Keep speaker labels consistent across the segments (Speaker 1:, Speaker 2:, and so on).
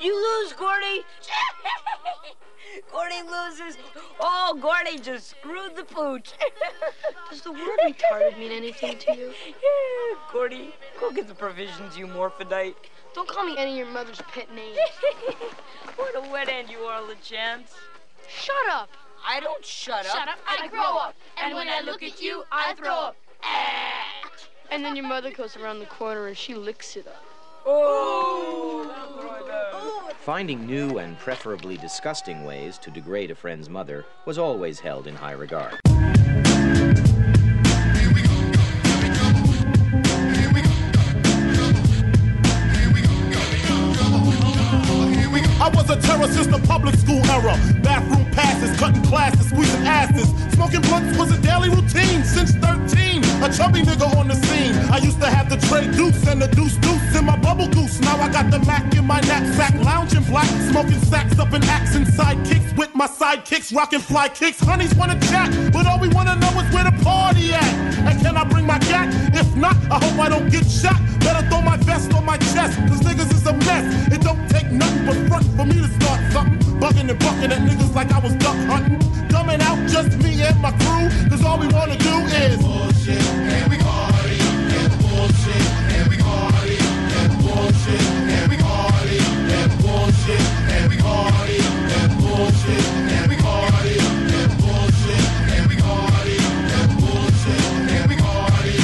Speaker 1: You lose, Gordy. Gordy loses. Oh, Gordy just screwed the pooch.
Speaker 2: Does the word retarded mean anything to you?
Speaker 1: Gordy, go get the provisions, you morphodite.
Speaker 2: Don't call me any of your mother's pet names.
Speaker 1: What a wet end you are, LeChance.
Speaker 2: Shut up.
Speaker 1: I don't shut,
Speaker 3: Shut up, I grow up. And when I look at you, I throw up.
Speaker 2: And then your mother goes around the corner and she licks it up.
Speaker 1: Oh!
Speaker 4: Finding new and preferably disgusting ways to degrade a friend's mother was always held in high regard.
Speaker 5: I was a terror since the public school era. Bathroom passes, cutting classes, squeezing asses. Smoking blunts was a daily routine since 13. A chubby nigga on the scene. I used to have the tray deuce and the deuce deuce in my bubble goose. Now I got the Mac in my knapsack, lounging black, smoking sacks up in axe and sidekicks with my sidekicks, rocking fly kicks. Honeys wanna chat, but all we wanna know is where the party at. And can I bring my gat? If not, I hope I don't get shot. Better throw my vest on my chest, cause niggas is a mess. It don't take nothing but front for me to start something. Bugging and bucking at niggas like I was duck hunting. Dumbing out just me and my crew, cause all we wanna do is. Bullshit, and we party, and bullshit, and we party, and bullshit, and we party, and bullshit, and we party, and bullshit, and we party, and bullshit, and we party, and bullshit, and we party, and bullshit, and we party, and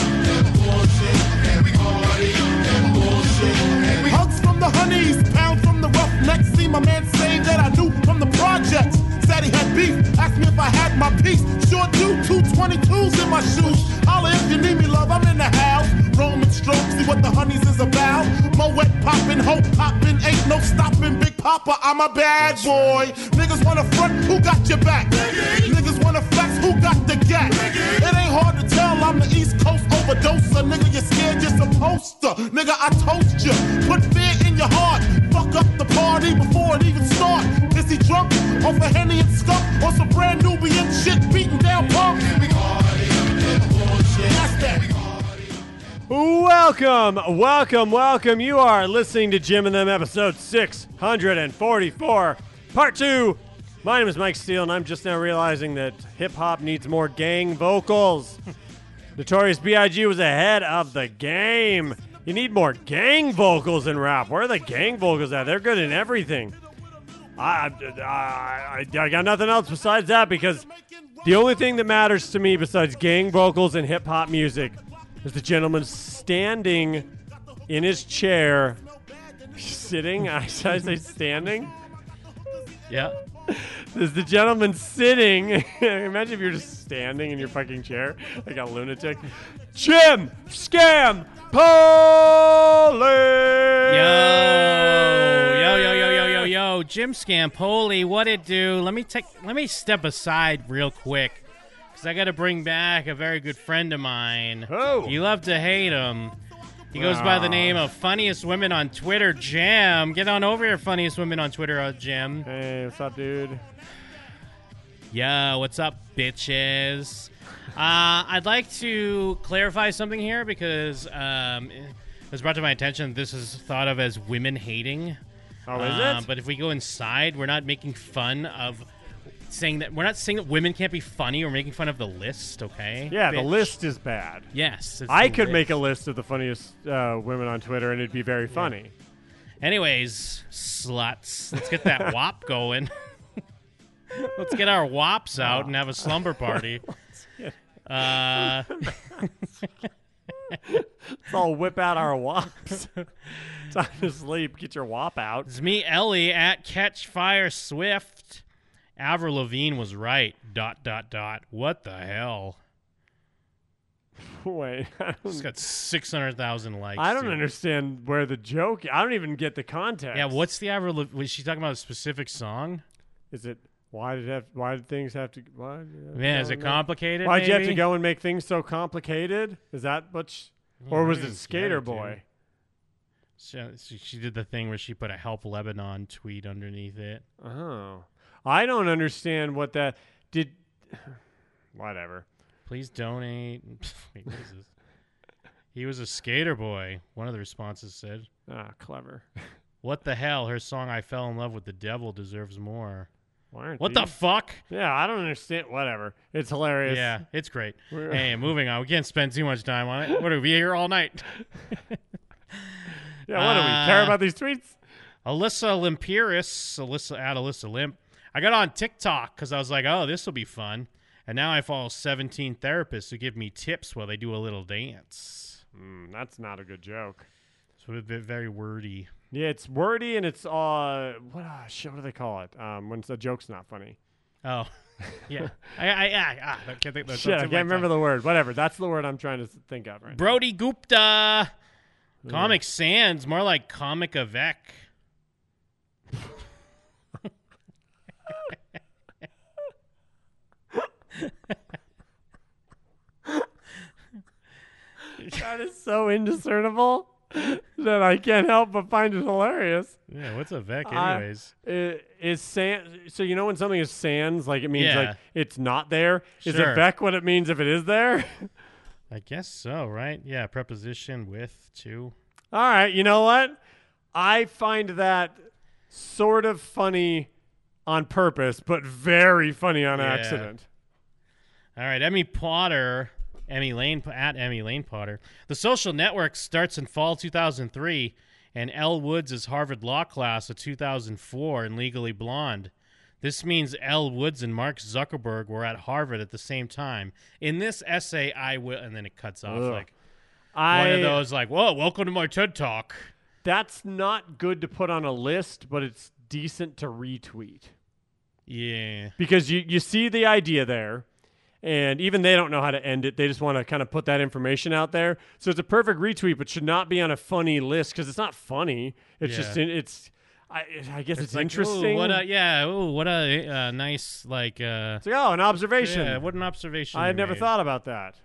Speaker 5: bullshit, and we Hugs from the honeys, pounds from the roughnecks. See my man say that I knew from the projects. Said he had beef, asked me if I had my piece. Sure do, two 22s in my shoes. Holla if you need me, love, I'm in the house. Roman stroke, see what the honeys is about. Moet poppin', hope hoppin', ain't no stoppin'. Big Papa, I'm a bad boy. Niggas wanna front, who got your back? Niggas wanna flex, who got the gap? It ain't hard to tell, I'm the East Coast overdoser. Nigga, you scared, you're supposed to. Nigga, I toast you. Put fear in your heart. Fuck up the party before it even start. Is he drunk off a Henny and skunk or some brand Nubian shit beating down punk? That's that.
Speaker 6: Welcome, welcome, welcome. You are listening to Jim and Them episode 644, part two. My name is Mike Steele, and I'm just now realizing that hip hop needs more gang vocals. Notorious B.I.G. was ahead of the game. You need more gang vocals in rap. Where are the gang vocals at? They're good in everything. I, I, I, I got nothing else besides that because the only thing that matters to me besides gang vocals and hip hop music is the gentleman standing in his chair, sitting. I, should I say standing.
Speaker 7: Yeah.
Speaker 6: There's the gentleman sitting. Imagine if you're just standing in your fucking chair like a lunatic. Jim Scam Police.
Speaker 7: Yo, yo, yo, yo, yo, yo, yo. Jim Scampoli, what it do? Let me take. Let me step aside real quick, cause I got to bring back a very good friend of mine.
Speaker 6: Who?
Speaker 7: You love to hate him. He goes by the name of Funniest Women on Twitter, Jim. Get on over here, Funniest Women on Twitter, uh, Jim.
Speaker 6: Hey, what's up, dude?
Speaker 7: Yo, what's up, bitches? Uh, I'd like to clarify something here because um, it was brought to my attention this is thought of as women hating.
Speaker 6: Oh, is
Speaker 7: Uh,
Speaker 6: it?
Speaker 7: But if we go inside, we're not making fun of saying that we're not saying that women can't be funny. We're making fun of the list, okay?
Speaker 6: yeah, the
Speaker 7: Bitch.
Speaker 6: list is bad.
Speaker 7: Yes, it's
Speaker 6: I
Speaker 7: the
Speaker 6: could make a
Speaker 7: list.
Speaker 6: list of the funniest uh, women on Twitter, and it'd be very funny.
Speaker 7: Anyways, sluts, let's get that wop going. let's get our wops out and have a slumber party. Uh,
Speaker 6: Let's all whip out our wops. Time to sleep. Get your wop out.
Speaker 7: it's me, Ellie, at Catch Fire Swift. Avril Lavigne was right. Dot dot dot. What the hell?
Speaker 6: Wait, I
Speaker 7: It's
Speaker 6: don't,
Speaker 7: got six hundred thousand likes.
Speaker 6: I don't
Speaker 7: dude.
Speaker 6: understand where the joke. I don't even get the context.
Speaker 7: Yeah, what's the Avril? Lav- Was she talking about a specific song?
Speaker 6: is it? Why did it have, why did things have to? Why did it have to
Speaker 7: Man,
Speaker 6: go
Speaker 7: is it
Speaker 6: and make-
Speaker 7: complicated?
Speaker 6: Why'd you have to
Speaker 7: maybe?
Speaker 6: go and make things so complicated? Is that much?
Speaker 7: I
Speaker 6: Or
Speaker 7: don't
Speaker 6: was
Speaker 7: even
Speaker 6: it
Speaker 7: get
Speaker 6: Skater
Speaker 7: it, dude.
Speaker 6: Boy?
Speaker 7: She, she, she did the thing where she put a "Help Lebanon" tweet underneath it.
Speaker 6: Oh, I don't understand what that did. Whatever.
Speaker 7: Please donate. Wait, what is this? He was a skater boy. One of the responses said,
Speaker 6: Ah, clever.
Speaker 7: What the hell? Her song "I Fell in Love with the Devil" deserves more.
Speaker 6: Why aren't
Speaker 7: What
Speaker 6: these-
Speaker 7: the fuck?
Speaker 6: yeah, I don't understand. Whatever. It's hilarious.
Speaker 7: Yeah, it's great.
Speaker 6: We're-
Speaker 7: Hey, moving on. We can't spend too much time on it. What are we here all night?
Speaker 6: Yeah. What do we care
Speaker 7: Uh,
Speaker 6: about these tweets?
Speaker 7: Alyssa Limpiris, Alyssa at Alyssa Limp. I got on TikTok because I was like, oh, this will be fun. And now I follow 17 therapists who give me tips while they do a little dance.
Speaker 6: Mm, that's not a good joke.
Speaker 7: So it's a bit very wordy.
Speaker 6: Yeah, it's wordy and it's uh, what uh, shit? What do they call it? Um, when the joke's not funny.
Speaker 7: Oh, yeah. I, I, I, ah, I can't think.
Speaker 6: Shit, I can't remember the word. Whatever. That's the word I'm trying to s- think of right. now.
Speaker 7: Brody Gupta. Comic Sans, more like Comic Avec.
Speaker 6: That is so indiscernible that I can't help but find it hilarious.
Speaker 7: Yeah, what's Avec,
Speaker 6: Uh,
Speaker 7: anyways?
Speaker 6: I- Is san so you know when something is sans, like it means
Speaker 7: Yeah.
Speaker 6: like it's not there. Is
Speaker 7: Sure.
Speaker 6: a Beck what it means if it is there?
Speaker 7: I guess so, right? Yeah, preposition with to.
Speaker 6: All right, you know what? I find that sort of funny on purpose, but very funny on
Speaker 7: Yeah.
Speaker 6: accident.
Speaker 7: All right, Emmy Potter, Emmy Lane at Emmy Lane Potter. The Social Network starts in fall 2003, and Elle Woods' Harvard Law class of 2004 in Legally Blonde. This means Elle Woods and Mark Zuckerberg were at Harvard at the same time. In this essay, I will, and then it cuts off
Speaker 6: Ugh.
Speaker 7: like
Speaker 6: I
Speaker 7: one of those, like, "Whoa, welcome to my TED Talk."
Speaker 6: that's not good to put on a list, but it's decent to retweet.
Speaker 7: Yeah,
Speaker 6: because you, you see the idea there and even they don't know how to end it they just want to kind of put that information out there so it's a perfect retweet but should not be on a funny list because it's not funny it's
Speaker 7: Yeah.
Speaker 6: just in, it's I, I guess it's,
Speaker 7: like, "Ooh,
Speaker 6: interesting
Speaker 7: what a yeah, ooh, what a uh, nice like uh,
Speaker 6: it's like oh an observation
Speaker 7: yeah, what an observation.
Speaker 6: i
Speaker 7: you
Speaker 6: had never
Speaker 7: made.
Speaker 6: thought about that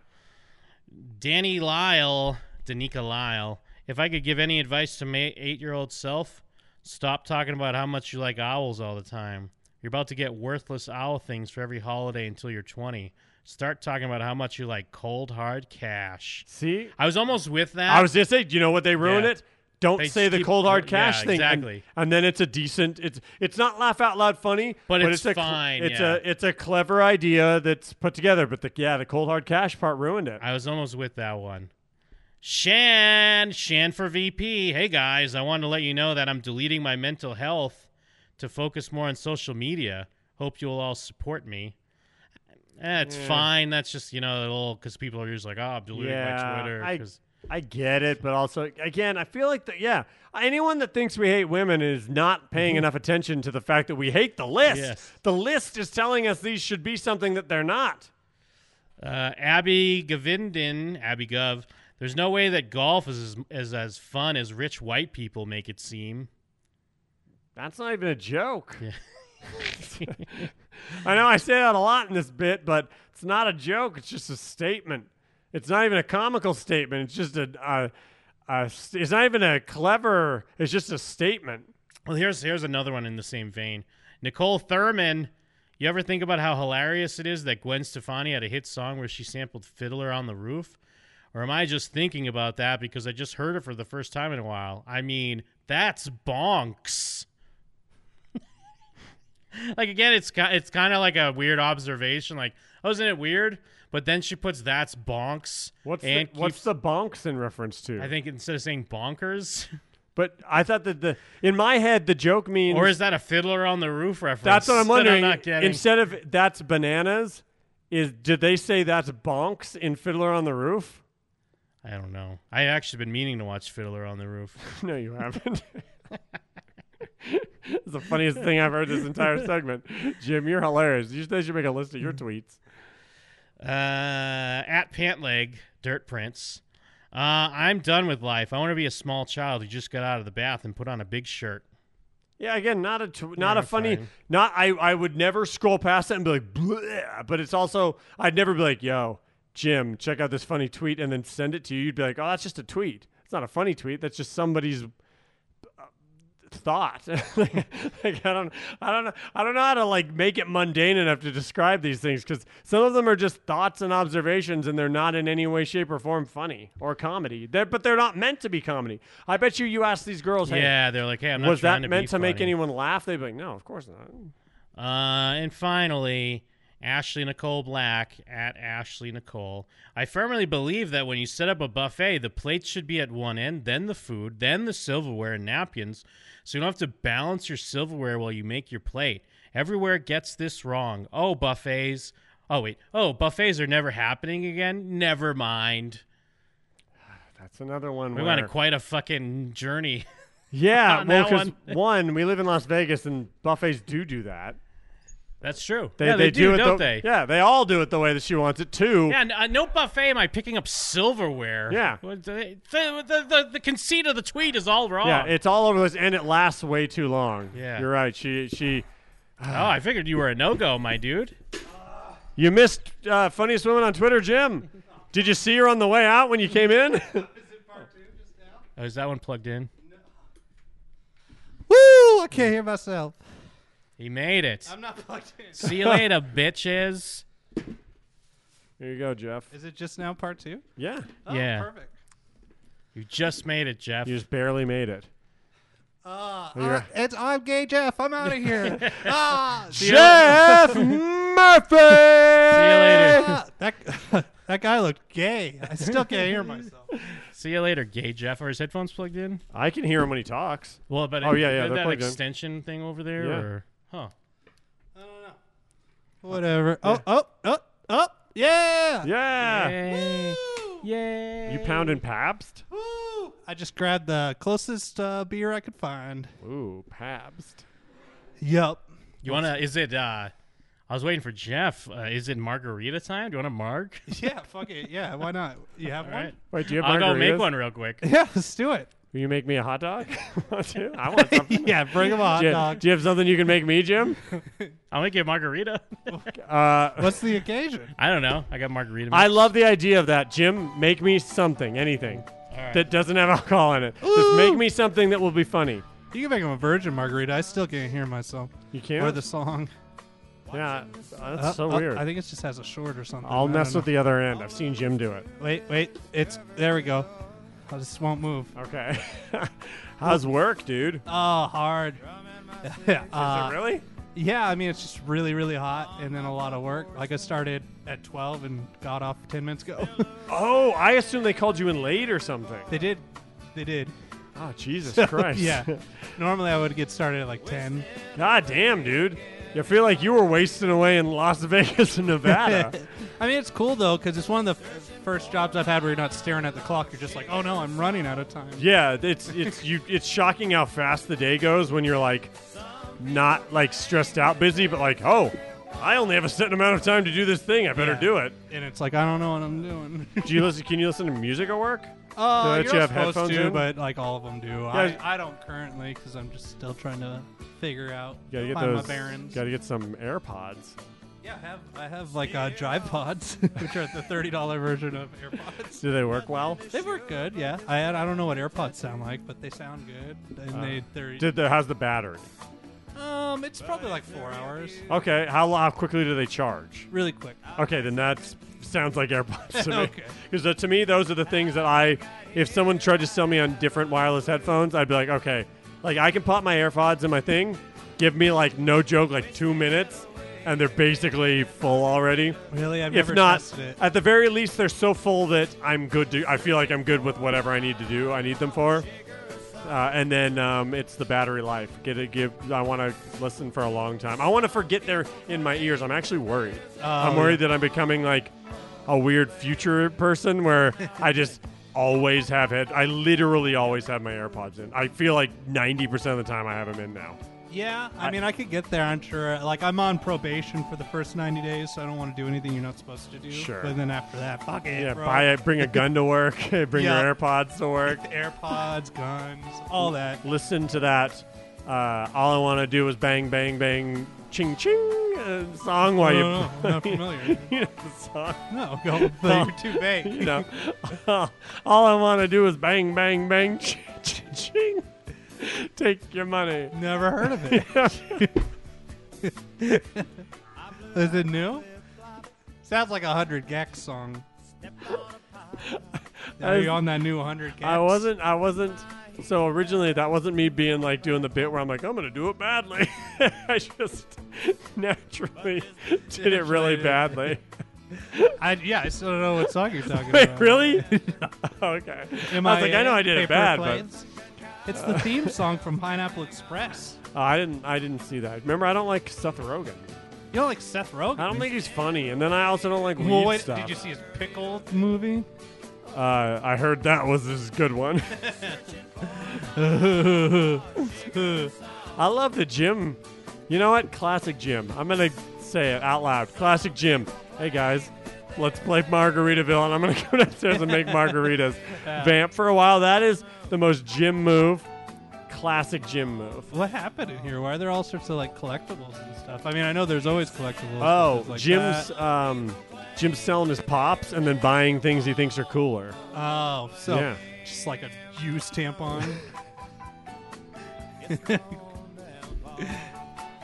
Speaker 7: Danny Lyle, Danica Lyle. If I could give any advice to my eight-year-old self, stop talking about how much you like owls all the time. You're about to get worthless owl things for every holiday until you're 20. Start talking about how much you like cold hard cash.
Speaker 6: see
Speaker 7: I was almost with that.
Speaker 6: i was gonna say you know what they ruin
Speaker 7: Yeah.
Speaker 6: it don't
Speaker 7: They
Speaker 6: say the
Speaker 7: keep-
Speaker 6: cold hard
Speaker 7: yeah,
Speaker 6: cash thing and-
Speaker 7: exactly.
Speaker 6: and, then it's a decent it's it's not laugh out loud funny
Speaker 7: But it's
Speaker 6: a cl-
Speaker 7: fine,
Speaker 6: it's a
Speaker 7: yeah.
Speaker 6: it's a clever idea that's put together but the yeah the cold hard cash part ruined it
Speaker 7: I was almost with that one. Shan, Shan for VP. Hey guys, I wanted to let you know that I'm deleting my mental health to focus more on social media. Hope you'll all support me. Eh, it's fine. That's just you know a little because people are just like, oh, I'm deleting
Speaker 6: Yeah,
Speaker 7: my Twitter.
Speaker 6: I-
Speaker 7: 'cause-"
Speaker 6: I get it, but also again, I feel like that. Yeah, anyone that thinks we hate women is not paying enough attention to the fact that we hate the list.
Speaker 7: Mm-hmm. Yes.
Speaker 6: The list is telling us these should be something that they're not.
Speaker 7: Uh, Abby Gavinden, Abby Gov. There's no way that golf is as, is as fun as rich white people make it seem.
Speaker 6: That's not even a joke. I know I say that a lot in this bit, but it's not a joke. It's just a statement. It's not even a comical statement. It's just a. a, a st- it's not even a clever. It's just a statement.
Speaker 7: Well, here's here's another one in the same vein. Nicole Thurman, you ever think about how hilarious it is that Gwen Stefani had a hit song where she sampled Fiddler on the Roof? Or am I just thinking about that because I just heard it for the first time in a while? I mean, that's bonks. like again, it's ki- it's kind of like a weird observation. Like, oh, isn't it weird? But then she puts that's bonks.
Speaker 6: What's
Speaker 7: and
Speaker 6: the, what's
Speaker 7: keeps-
Speaker 6: the bonks in reference to?
Speaker 7: I think instead of saying bonkers,
Speaker 6: But I thought that the in my head the joke means
Speaker 7: or is that a Fiddler on the Roof reference?
Speaker 6: that's what I'm
Speaker 7: that
Speaker 6: wondering.
Speaker 7: not getting.
Speaker 6: Instead of that's bananas, is did they say that's bonks in Fiddler on the Roof?
Speaker 7: I don't know. I actually been meaning to watch Fiddler on the Roof.
Speaker 6: No, you haven't. it's the funniest thing I've heard this entire segment. Jim, you're hilarious. You should, they should make a list of your tweets.
Speaker 7: Uh, at Pantleg, Dirt Prince. Uh, I'm done with life. I want to be a small child who just got out of the bath and put on a big shirt.
Speaker 6: Yeah, again, not a tw- not
Speaker 7: Yeah,
Speaker 6: a funny.
Speaker 7: fine.
Speaker 6: Not I. I would never scroll past that and be like, Bleh, but it's also I'd never be like, yo, Jim, check out this funny tweet and then send it to you. You'd be like, oh, that's just a tweet. It's not a funny tweet. That's just somebody's. thought. like, I don't, I don't know, I don't know how to like make it mundane enough to describe these things because some of them are just thoughts and observations, and they're not in any way, shape, or form funny or comedy. They're, but they're not meant to be comedy. I bet you, you ask these girls, hey,
Speaker 7: yeah, they're like, hey, I'm not
Speaker 6: was
Speaker 7: trying
Speaker 6: that
Speaker 7: to
Speaker 6: meant
Speaker 7: be
Speaker 6: to make
Speaker 7: funny.
Speaker 6: anyone laugh? They'd be like, no, of course not.
Speaker 7: Uh, and finally, Ashley Nicole Black at Ashley Nicole. I firmly believe that when you set up a buffet, the plates should be at one end, then the food, then the silverware and napkins, so you don't have to balance your silverware while you make your plate. Everywhere gets this wrong. Oh, buffets. Oh, wait. Oh, buffets are never happening again? Never mind.
Speaker 6: That's another one.
Speaker 7: We
Speaker 6: where,
Speaker 7: went on quite a fucking journey.
Speaker 6: yeah,
Speaker 7: on
Speaker 6: well,
Speaker 7: that
Speaker 6: 'cause
Speaker 7: one.
Speaker 6: one, we live in Las Vegas, and buffets do do that.
Speaker 7: That's true.
Speaker 6: They,
Speaker 7: yeah, they, do,
Speaker 6: it
Speaker 7: not
Speaker 6: the,
Speaker 7: they?
Speaker 6: Yeah, they all do it the way that she wants it too.
Speaker 7: Yeah, n- uh, no buffet am I picking up silverware.
Speaker 6: Yeah.
Speaker 7: What The, the, the, the, the conceit of the tweet is all wrong.
Speaker 6: Yeah, it's all over this, and it lasts way too long.
Speaker 7: Yeah.
Speaker 6: you're right. She she
Speaker 7: oh, I figured you were a no go, my dude.
Speaker 6: you missed uh, funniest woman on Twitter, Jim. Did you see her on the way out when you came in?
Speaker 7: Oh, is that one plugged in?
Speaker 8: Woo! I can't hear myself.
Speaker 7: He made it.
Speaker 9: I'm not plugged in.
Speaker 7: See you later, bitches.
Speaker 6: Here you go, Jeff.
Speaker 9: Is it just now part two?
Speaker 6: Yeah,
Speaker 9: Oh,
Speaker 7: Yeah.
Speaker 9: Perfect.
Speaker 7: You just made it, Jeff.
Speaker 6: you just barely made it.
Speaker 8: Uh,
Speaker 6: You're right.
Speaker 8: it's I'm Gay Jeff. I'm out of here. ah,
Speaker 7: See you-
Speaker 6: Jeff Murphy.
Speaker 7: See you later.
Speaker 8: ah, that that guy looked gay. I still can't hear myself.
Speaker 7: See you later, gay Jeff. Are his headphones plugged in?
Speaker 6: I can hear him when he talks.
Speaker 7: Well, but
Speaker 6: Oh, yeah, yeah,
Speaker 7: that-
Speaker 6: they're
Speaker 7: that
Speaker 6: plugged in.
Speaker 7: extension thing over there,
Speaker 6: Yeah.
Speaker 7: or huh?
Speaker 9: I don't know.
Speaker 8: Whatever. Oh, oh, oh, oh. Yeah.
Speaker 6: Yeah.
Speaker 7: Yay! Yay!
Speaker 6: You pounding Pabst?
Speaker 8: Woo. I just grabbed the closest uh, beer I could find.
Speaker 6: Ooh, Pabst.
Speaker 8: Yup.
Speaker 7: You wanna? Is it? uh I was waiting for Jeff. Uh, is it margarita time? Do you want a marg?
Speaker 8: Yeah. Fuck it. Yeah. Why not? You have
Speaker 7: All
Speaker 8: one?
Speaker 7: right.
Speaker 6: Wait, do you have
Speaker 7: I'll go make
Speaker 6: margaritas?
Speaker 7: one real quick.
Speaker 8: Yeah. Let's do it.
Speaker 6: Will you make me a hot dog? Too? I want something.
Speaker 8: Yeah. Bring him on,
Speaker 6: Do you,
Speaker 8: dog.
Speaker 6: do you have something you can make me, Jim?
Speaker 7: I'm gonna get margarita.
Speaker 6: Uh,
Speaker 8: What's the occasion?
Speaker 7: I don't know. I got margarita.
Speaker 6: I
Speaker 7: mix.
Speaker 6: love the idea of that. Jim, make me something, anything
Speaker 7: All right.
Speaker 6: that doesn't have alcohol in it. Just make me something that will be funny.
Speaker 8: You can make him a virgin margarita. I still can't hear myself
Speaker 6: You can't.
Speaker 8: or the song.
Speaker 6: yeah, uh, that's
Speaker 8: Uh,
Speaker 6: so
Speaker 8: uh,
Speaker 6: weird.
Speaker 8: I think it just has a short or something.
Speaker 6: I'll
Speaker 8: I
Speaker 6: mess
Speaker 8: don't
Speaker 6: with
Speaker 8: know.
Speaker 6: the other end. I've seen Jim do it.
Speaker 8: Wait, wait. It's there. We go. I just won't move.
Speaker 6: Okay. How's work, dude?
Speaker 8: Oh, hard.
Speaker 6: Is it
Speaker 8: uh,
Speaker 6: really?
Speaker 8: yeah, I mean it's just really, really hot, and then a lot of work. Like I started at twelve and got off ten minutes ago.
Speaker 6: Oh, I assume they called you in late or something.
Speaker 8: they did, they did.
Speaker 6: Oh, Jesus Christ.
Speaker 8: yeah. Normally I would get started at like ten.
Speaker 6: God damn, dude. You feel like you were wasting away in Las Vegas and
Speaker 8: I
Speaker 6: Nevada.
Speaker 8: mean it's cool though because it's one of the f- first jobs I've had where you're not staring at the clock. You're just like, oh no, I'm running out of time.
Speaker 6: yeah, it's it's you it's shocking how fast the day goes when you're like not like stressed out busy, but like, oh, I only have a certain amount of time to do this thing. I better
Speaker 8: Yeah.
Speaker 6: do it.
Speaker 8: And it's like I don't know what I'm doing.
Speaker 6: Do you listen can you listen to music at work?
Speaker 8: Uh,
Speaker 6: let
Speaker 8: you're
Speaker 6: you have
Speaker 8: not supposed
Speaker 6: headphones
Speaker 8: to,
Speaker 6: in?
Speaker 8: but like all of them do.
Speaker 6: Yeah.
Speaker 8: I, I don't currently because I'm just still trying to figure out
Speaker 6: You gotta get
Speaker 8: find
Speaker 6: those
Speaker 8: my bearings.
Speaker 6: gotta get some AirPods.
Speaker 8: yeah, I have I have like uh, drive pods, which are the thirty dollar version of AirPods.
Speaker 6: Do they work well?
Speaker 8: They work good, yeah. I I don't know what AirPods sound like, but they sound good, and they they're
Speaker 6: Uh, Did the how's the battery?
Speaker 8: um it's probably like four hours,
Speaker 6: Okay, how how quickly do they charge?
Speaker 8: really quick.
Speaker 6: Okay, then that sounds like AirPods to me.
Speaker 8: Okay.
Speaker 6: Because to me, those are the things that I, if someone tried to sell me on different wireless headphones, I'd be like, okay, like I can pop my AirPods in my thing, give me like no joke, like two minutes, and they're basically full already.
Speaker 8: Really, I've
Speaker 6: If
Speaker 8: never
Speaker 6: not,
Speaker 8: tested it.
Speaker 6: at the very least, they're so full that I'm good to. I feel like I'm good with whatever I need to do. I need them for. Uh, and then um, it's the battery life. Get it? Give. I want to listen for a long time. I want to forget they're in my ears. I'm actually worried. I'm
Speaker 8: Oh,
Speaker 6: worried that I'm becoming like a weird future person where I just always have head. I literally always have my AirPods in. I feel like 90% of the time I have them in now.
Speaker 8: yeah, I,
Speaker 6: I-
Speaker 8: mean I could get there. I'm sure. Like I'm on probation for the first ninety days, so I don't want to do anything you're not supposed to do.
Speaker 6: Sure.
Speaker 8: But then after that, fuck it.
Speaker 6: Yeah,
Speaker 8: bro.
Speaker 6: buy a, bring a gun to work. bring
Speaker 8: Yeah.
Speaker 6: your AirPods to work.
Speaker 8: AirPods, guns, all that.
Speaker 6: listen to that. Uh, all I want to do is bang, bang, bang, ching, ching uh, song while you.
Speaker 8: No, no, no, I'm not familiar.
Speaker 6: you know the song.
Speaker 8: No, go. But you're too
Speaker 6: You
Speaker 8: vague.
Speaker 6: know, all I want to do is bang, bang, bang, ching, ching, ching. Take your money.
Speaker 8: Never heard of it. Is it new? Sounds like a hundred Gex song. Are you on that new hundred Gex?
Speaker 6: I wasn't. I wasn't. So originally, that wasn't me being like doing the bit where I'm like, I'm gonna do it badly. I just naturally did it really badly.
Speaker 8: I, yeah, I still don't know what song you're talking
Speaker 6: Wait,
Speaker 8: about.
Speaker 6: really? okay.
Speaker 8: Am
Speaker 6: I was like, I know I did it
Speaker 8: Paper
Speaker 6: bad,
Speaker 8: Planes? It's the theme song from Pineapple Express.
Speaker 6: but uh, I didn't. I didn't see that. Remember, I don't like Seth Rogen.
Speaker 8: You don't like Seth Rogen?
Speaker 6: I don't think he's funny, and then I also don't like
Speaker 8: Well,
Speaker 6: weed
Speaker 8: wait,
Speaker 6: stuff.
Speaker 8: did you see his pickle movie?
Speaker 6: uh, I heard that was his good one. I love the gym. You know what? Classic gym. I'm gonna say it out loud. Classic gym. Hey guys, let's play Margaritaville, and I'm gonna go downstairs and make margaritas. Vamp for a while. That is the most gym move. Classic gym move.
Speaker 8: What happened in here? Why are there all sorts of like collectibles and stuff? I mean, I know there's always collectibles.
Speaker 6: Oh,
Speaker 8: like
Speaker 6: Jim's
Speaker 8: that.
Speaker 6: um, Jim's selling his pops and then buying things he thinks are cooler.
Speaker 8: Oh, so
Speaker 6: Yeah.
Speaker 8: just like a used tampon.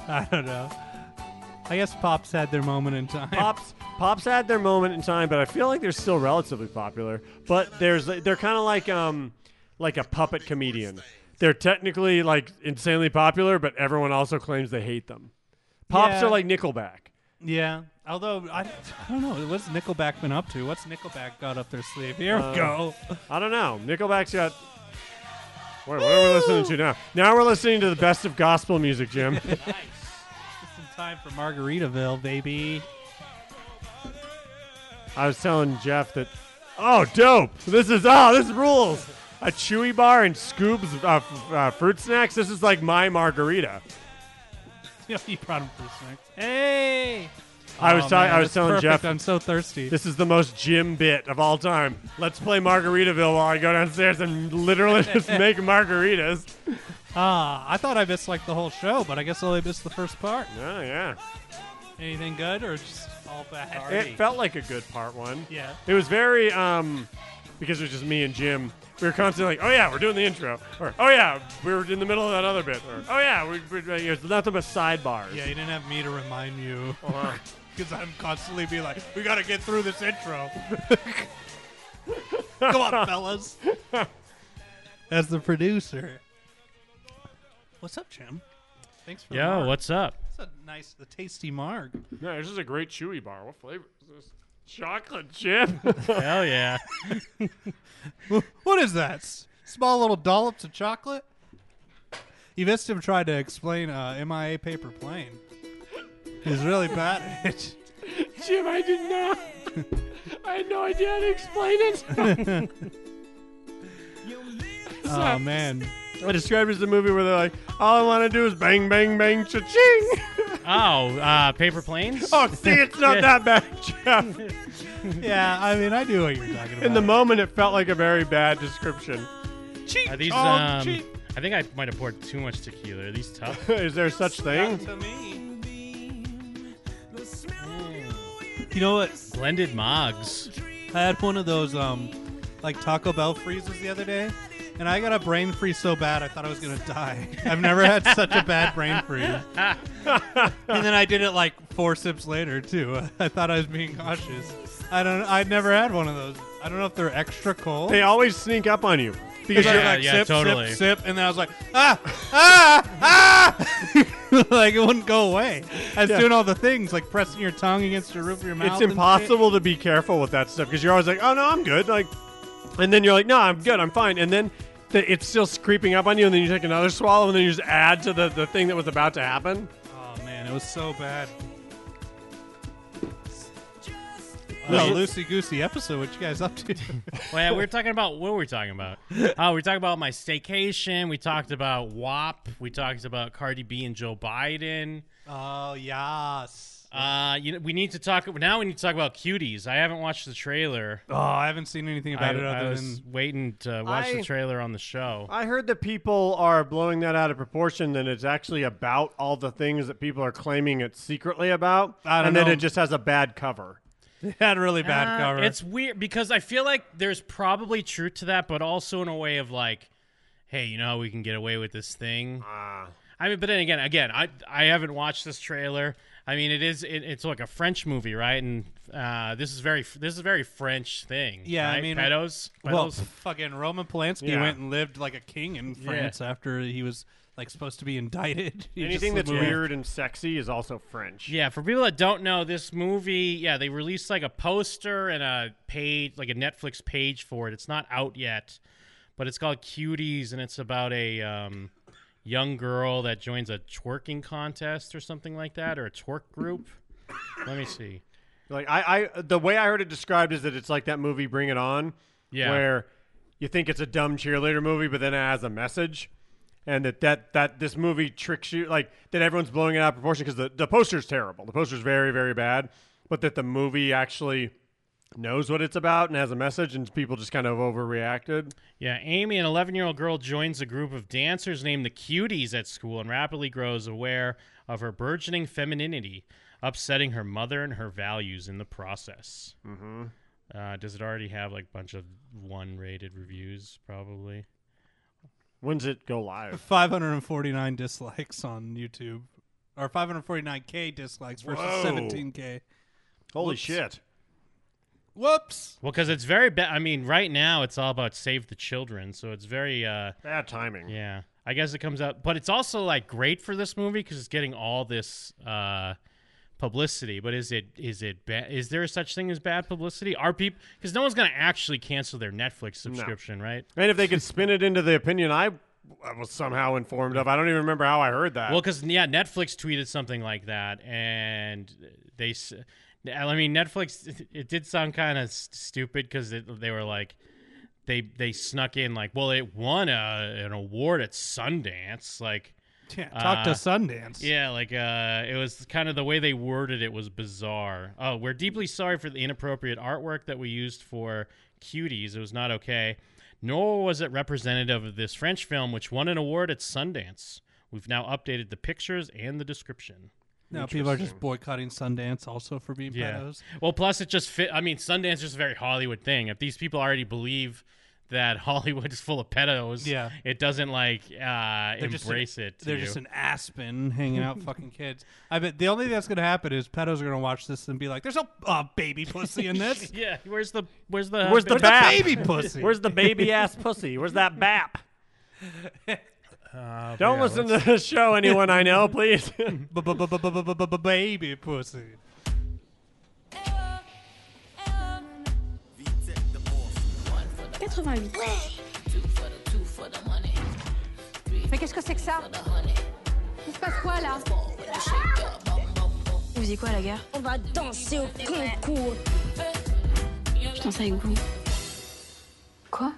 Speaker 8: I don't know. I guess Pops had their moment in time.
Speaker 6: Pops Pops had their moment in time, but I feel like they're still relatively popular. But there's they're kind of like um like a puppet comedian. They're technically like insanely popular, but everyone also claims they hate them. Pops
Speaker 8: Yeah.
Speaker 6: are like Nickelback.
Speaker 8: Yeah. Although I, I don't know, what's Nickelback been up to? What's Nickelback got up their sleeve? Here
Speaker 6: Uh,
Speaker 8: we go.
Speaker 6: I don't know. Nickelback's got. Wait, what are we listening to now? Now we're listening to the best of gospel music, Jim.
Speaker 8: Just in time for Margaritaville, baby.
Speaker 6: I was telling Jeff that, oh, dope. This is, oh, this rules. A chewy bar and Scoob's uh, f- uh, fruit snacks. This is like my margarita.
Speaker 8: You know, you brought him for snacks. Hey.
Speaker 6: I was
Speaker 8: Oh,
Speaker 6: telling,
Speaker 8: man,
Speaker 6: I was
Speaker 8: that's
Speaker 6: telling
Speaker 8: perfect.
Speaker 6: Jeff,
Speaker 8: I'm so thirsty.
Speaker 6: this is the most gym bit of all time. Let's play Margaritaville while I go downstairs and literally just make margaritas.
Speaker 8: Ah, I thought I missed like the whole show, but I guess I only missed the first part.
Speaker 6: Oh yeah,
Speaker 8: Anything good or just all bad?
Speaker 6: it felt like a good part one.
Speaker 8: yeah.
Speaker 6: It was very um because it was just me and Jim. We were constantly like, "Oh yeah, we're doing the intro," or "Oh yeah, we were in the middle of that other bit," or "Oh yeah, we, we, we- it's nothing but sidebars."
Speaker 8: Yeah, you didn't have me to remind you
Speaker 6: Uh-huh.
Speaker 8: because I'm constantly be like, we got to get through this intro. Come on, fellas. As the producer. What's up, Jim? Thanks for the
Speaker 7: Yo,
Speaker 8: marg.
Speaker 7: what's up?
Speaker 8: That's a nice, the tasty marg.
Speaker 6: yeah, this is a great chewy bar. What flavor is this? Chocolate chip.
Speaker 7: Hell yeah.
Speaker 8: What is that? S- Small little dollops of chocolate? You missed him trying to explain uh, MIA paper plane. He's really bad at it.
Speaker 6: Jim, I didn't know. I had no idea how to explain it.
Speaker 8: Oh, man.
Speaker 6: I described it as a movie where they're like, "All I want to do is bang, bang, bang, cha-ching."
Speaker 7: Oh, uh, paper planes?
Speaker 6: oh, see, it's not
Speaker 7: Yeah.
Speaker 6: that bad, Jeff.
Speaker 8: Yeah, I mean, I knew what you were talking about.
Speaker 6: In the moment, it felt like a very bad description.
Speaker 7: Are these,
Speaker 8: chong,
Speaker 7: um,
Speaker 8: chee.
Speaker 7: I think I might have poured too much tequila. Are these tough?
Speaker 6: Is there such thing?
Speaker 8: You know what?
Speaker 7: Blended Moggs.
Speaker 8: I had one of those um, like Taco Bell freezes the other day, and I got a brain freeze so bad I thought I was gonna die. I've never had such a bad brain freeze. and then I did it like four sips later too. I thought I was being cautious. I don't. I'd never had one of those. I don't know if they're extra cold.
Speaker 6: They always sneak up on you because
Speaker 8: Because
Speaker 7: Yeah,
Speaker 8: you're
Speaker 6: you're
Speaker 8: like
Speaker 7: yeah,
Speaker 8: sip,
Speaker 7: totally.
Speaker 8: sip, sip, and then I was like, ah, ah, ah, like it wouldn't go away. I was
Speaker 6: Yeah.
Speaker 8: doing all the things, like pressing your tongue against the roof of your mouth.
Speaker 6: it's
Speaker 8: and shit.
Speaker 6: impossible to be careful with that stuff because you're always like, oh no, I'm good, like, and then you're like, no, I'm good, I'm fine, and then the, it's still creeping up on you, and then you take another swallow, and then you just add to the, the thing that was about to happen.
Speaker 8: Oh man, it was so bad.
Speaker 6: No,
Speaker 8: Well, loosey goosey episode. What you guys up to?
Speaker 7: Well, yeah, we were talking about what were we talking about? Oh, we talked about my staycation. We talked about WAP. We talked about Cardi B and Joe Biden.
Speaker 8: oh yes.
Speaker 7: Uh, you know, we need to talk now. We need to talk about cuties. I haven't watched the trailer.
Speaker 8: Oh, I haven't seen anything
Speaker 7: I,
Speaker 8: about it
Speaker 7: I
Speaker 8: other
Speaker 7: was
Speaker 8: than
Speaker 7: waiting to watch
Speaker 6: I-
Speaker 7: the trailer on the show.
Speaker 6: I heard that people are blowing that out of proportion, and it's actually about all the things that people are claiming it's secretly about,
Speaker 8: I don't
Speaker 6: and then
Speaker 8: know.
Speaker 6: it just has a bad cover.
Speaker 8: it had really bad
Speaker 7: Uh,
Speaker 8: cover.
Speaker 7: It's weird because I feel like there's probably truth to that, but also in a way of like, hey, you know how we can get away with this thing?
Speaker 6: Ah.
Speaker 7: I mean, but then again, again, I I haven't watched this trailer. I mean, it is it, it's like a French movie, right? And uh, this is very this is a very French thing.
Speaker 8: Yeah, I
Speaker 7: right?
Speaker 8: mean-
Speaker 7: pedos.
Speaker 8: Well,
Speaker 7: Pedos?
Speaker 8: fucking Roman Polanski
Speaker 6: Yeah.
Speaker 8: went and lived like a king in France after he was like supposed to be indicted. He just
Speaker 6: Anything that's
Speaker 8: lived-
Speaker 6: weird and sexy is also French.
Speaker 7: Yeah, for people that don't know, this movie, yeah, they released like a poster and a page, like a Netflix page for it. It's not out yet, but it's called Cuties, and it's about a um, young girl that joins a twerking contest or something like that, or a twerk group. Let me see.
Speaker 6: Like I, I, the way I heard it described is that it's like that movie Bring It On,
Speaker 7: Yeah.
Speaker 6: where you think it's a dumb cheerleader movie, but then it has a message, and that that that this movie tricks you, like that everyone's blowing it out of proportion because the the poster's terrible, the poster's very very bad, but that the movie actually knows what it's about and has a message, and people just kind of overreacted.
Speaker 7: Yeah, Amy, an 11 year old girl, joins a group of dancers named the Cuties at school and rapidly grows aware of her burgeoning femininity, upsetting her mother and her values in the process. Mm-hmm. Uh, does it already have like a bunch of one rated reviews? Probably.
Speaker 6: When's it go live?
Speaker 8: 549 dislikes on YouTube, or 549k dislikes versus
Speaker 6: Whoa.
Speaker 8: 17k.
Speaker 6: Holy shit!
Speaker 8: Whoops.
Speaker 7: Well, because it's very bad. I mean, right now it's all about save the children, so it's very, uh,
Speaker 6: Bad timing.
Speaker 7: yeah. I guess it comes out, but it's also like great for this movie because it's getting all this uh, publicity. But is it is it ba- is there such thing as bad publicity? Are people because no one's going to actually cancel their Netflix subscription, right?
Speaker 6: And if they could spin it into the opinion I, I was somehow informed of, I don't even remember how I heard that.
Speaker 7: Well, because yeah, Netflix tweeted something like that, and they, s- I mean, Netflix. it- It did sound kind of stupid because they were like, they they snuck in like, well, it won a, an award at Sundance, like.
Speaker 8: Yeah, talk to
Speaker 7: Uh,
Speaker 8: Sundance.
Speaker 7: Yeah, like uh, it was kind of the way they worded it was bizarre. Oh, we're deeply sorry for the inappropriate artwork that we used for cuties. It was not okay. Nor was it representative of this French film, which won an award at Sundance. We've now updated the pictures and the description.
Speaker 8: Now people are just boycotting Sundance also for being pedos.
Speaker 7: Well, plus it just fit. I mean, Sundance is just a very Hollywood thing. If these people already believe that Hollywood is full of pedos,
Speaker 8: Yeah.
Speaker 7: it doesn't like uh,
Speaker 8: They're just
Speaker 7: embrace
Speaker 8: an-
Speaker 7: it. to
Speaker 8: They're
Speaker 7: you.
Speaker 8: just an aspen hanging out fucking kids. I bet the only thing that's gonna happen is pedos are gonna watch this and be like, "There's no uh, baby pussy in this.
Speaker 7: yeah. Where's the where's the
Speaker 6: Where's the
Speaker 8: There's
Speaker 6: Bap.
Speaker 8: a baby pussy."
Speaker 6: Where's the baby ass pussy? Where's that bap?
Speaker 7: Uh,
Speaker 6: Don't listen to this show, anyone I know, please.
Speaker 8: baby pussy?
Speaker 10: Mais qu'est-ce que c'est que ça Il se passe quoi là Vous faisiez quoi à la gare
Speaker 3: On va danser au concours.
Speaker 10: Je danse avec vous. Quoi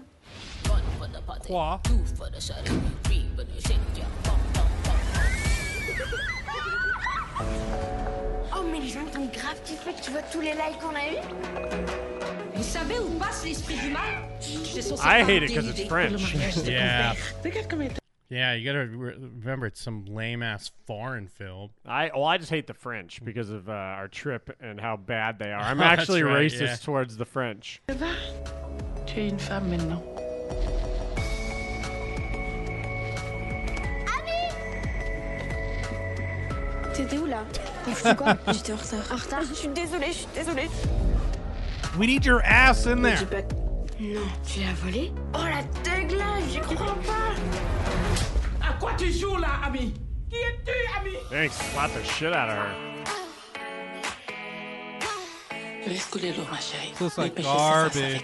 Speaker 8: Qua.
Speaker 3: Oh, mais les gens ils t'ont grave kiffé. Tu vois tous les likes qu'on a eu
Speaker 10: Vous savez où passe l'esprit du mal
Speaker 6: I hate it because it's French.
Speaker 7: Yeah. Yeah, you gotta re- remember it's some lame ass foreign film.
Speaker 6: I well, I just hate the French because of uh, our trip and how bad they are. I'm
Speaker 7: That's
Speaker 6: actually
Speaker 7: right,
Speaker 6: racist
Speaker 7: yeah.
Speaker 6: towards the French.
Speaker 11: Tu es une femme maintenant.
Speaker 3: T'étais où là
Speaker 10: quoi J'étais en retard.
Speaker 3: En retard Je suis désolée, je suis désolée.
Speaker 8: We need your ass in there.
Speaker 3: Non, tu l'as volé Oh la teugla, j'y crois pas
Speaker 11: À quoi tu joues là, ami Qui es-tu, ami
Speaker 6: Thanks, slap the shit out of
Speaker 7: Oh,
Speaker 6: her.
Speaker 11: Laisse couler l'eau, ma chérie.
Speaker 8: This looks like
Speaker 11: Les péchés, ça, ça, ça
Speaker 8: garbage.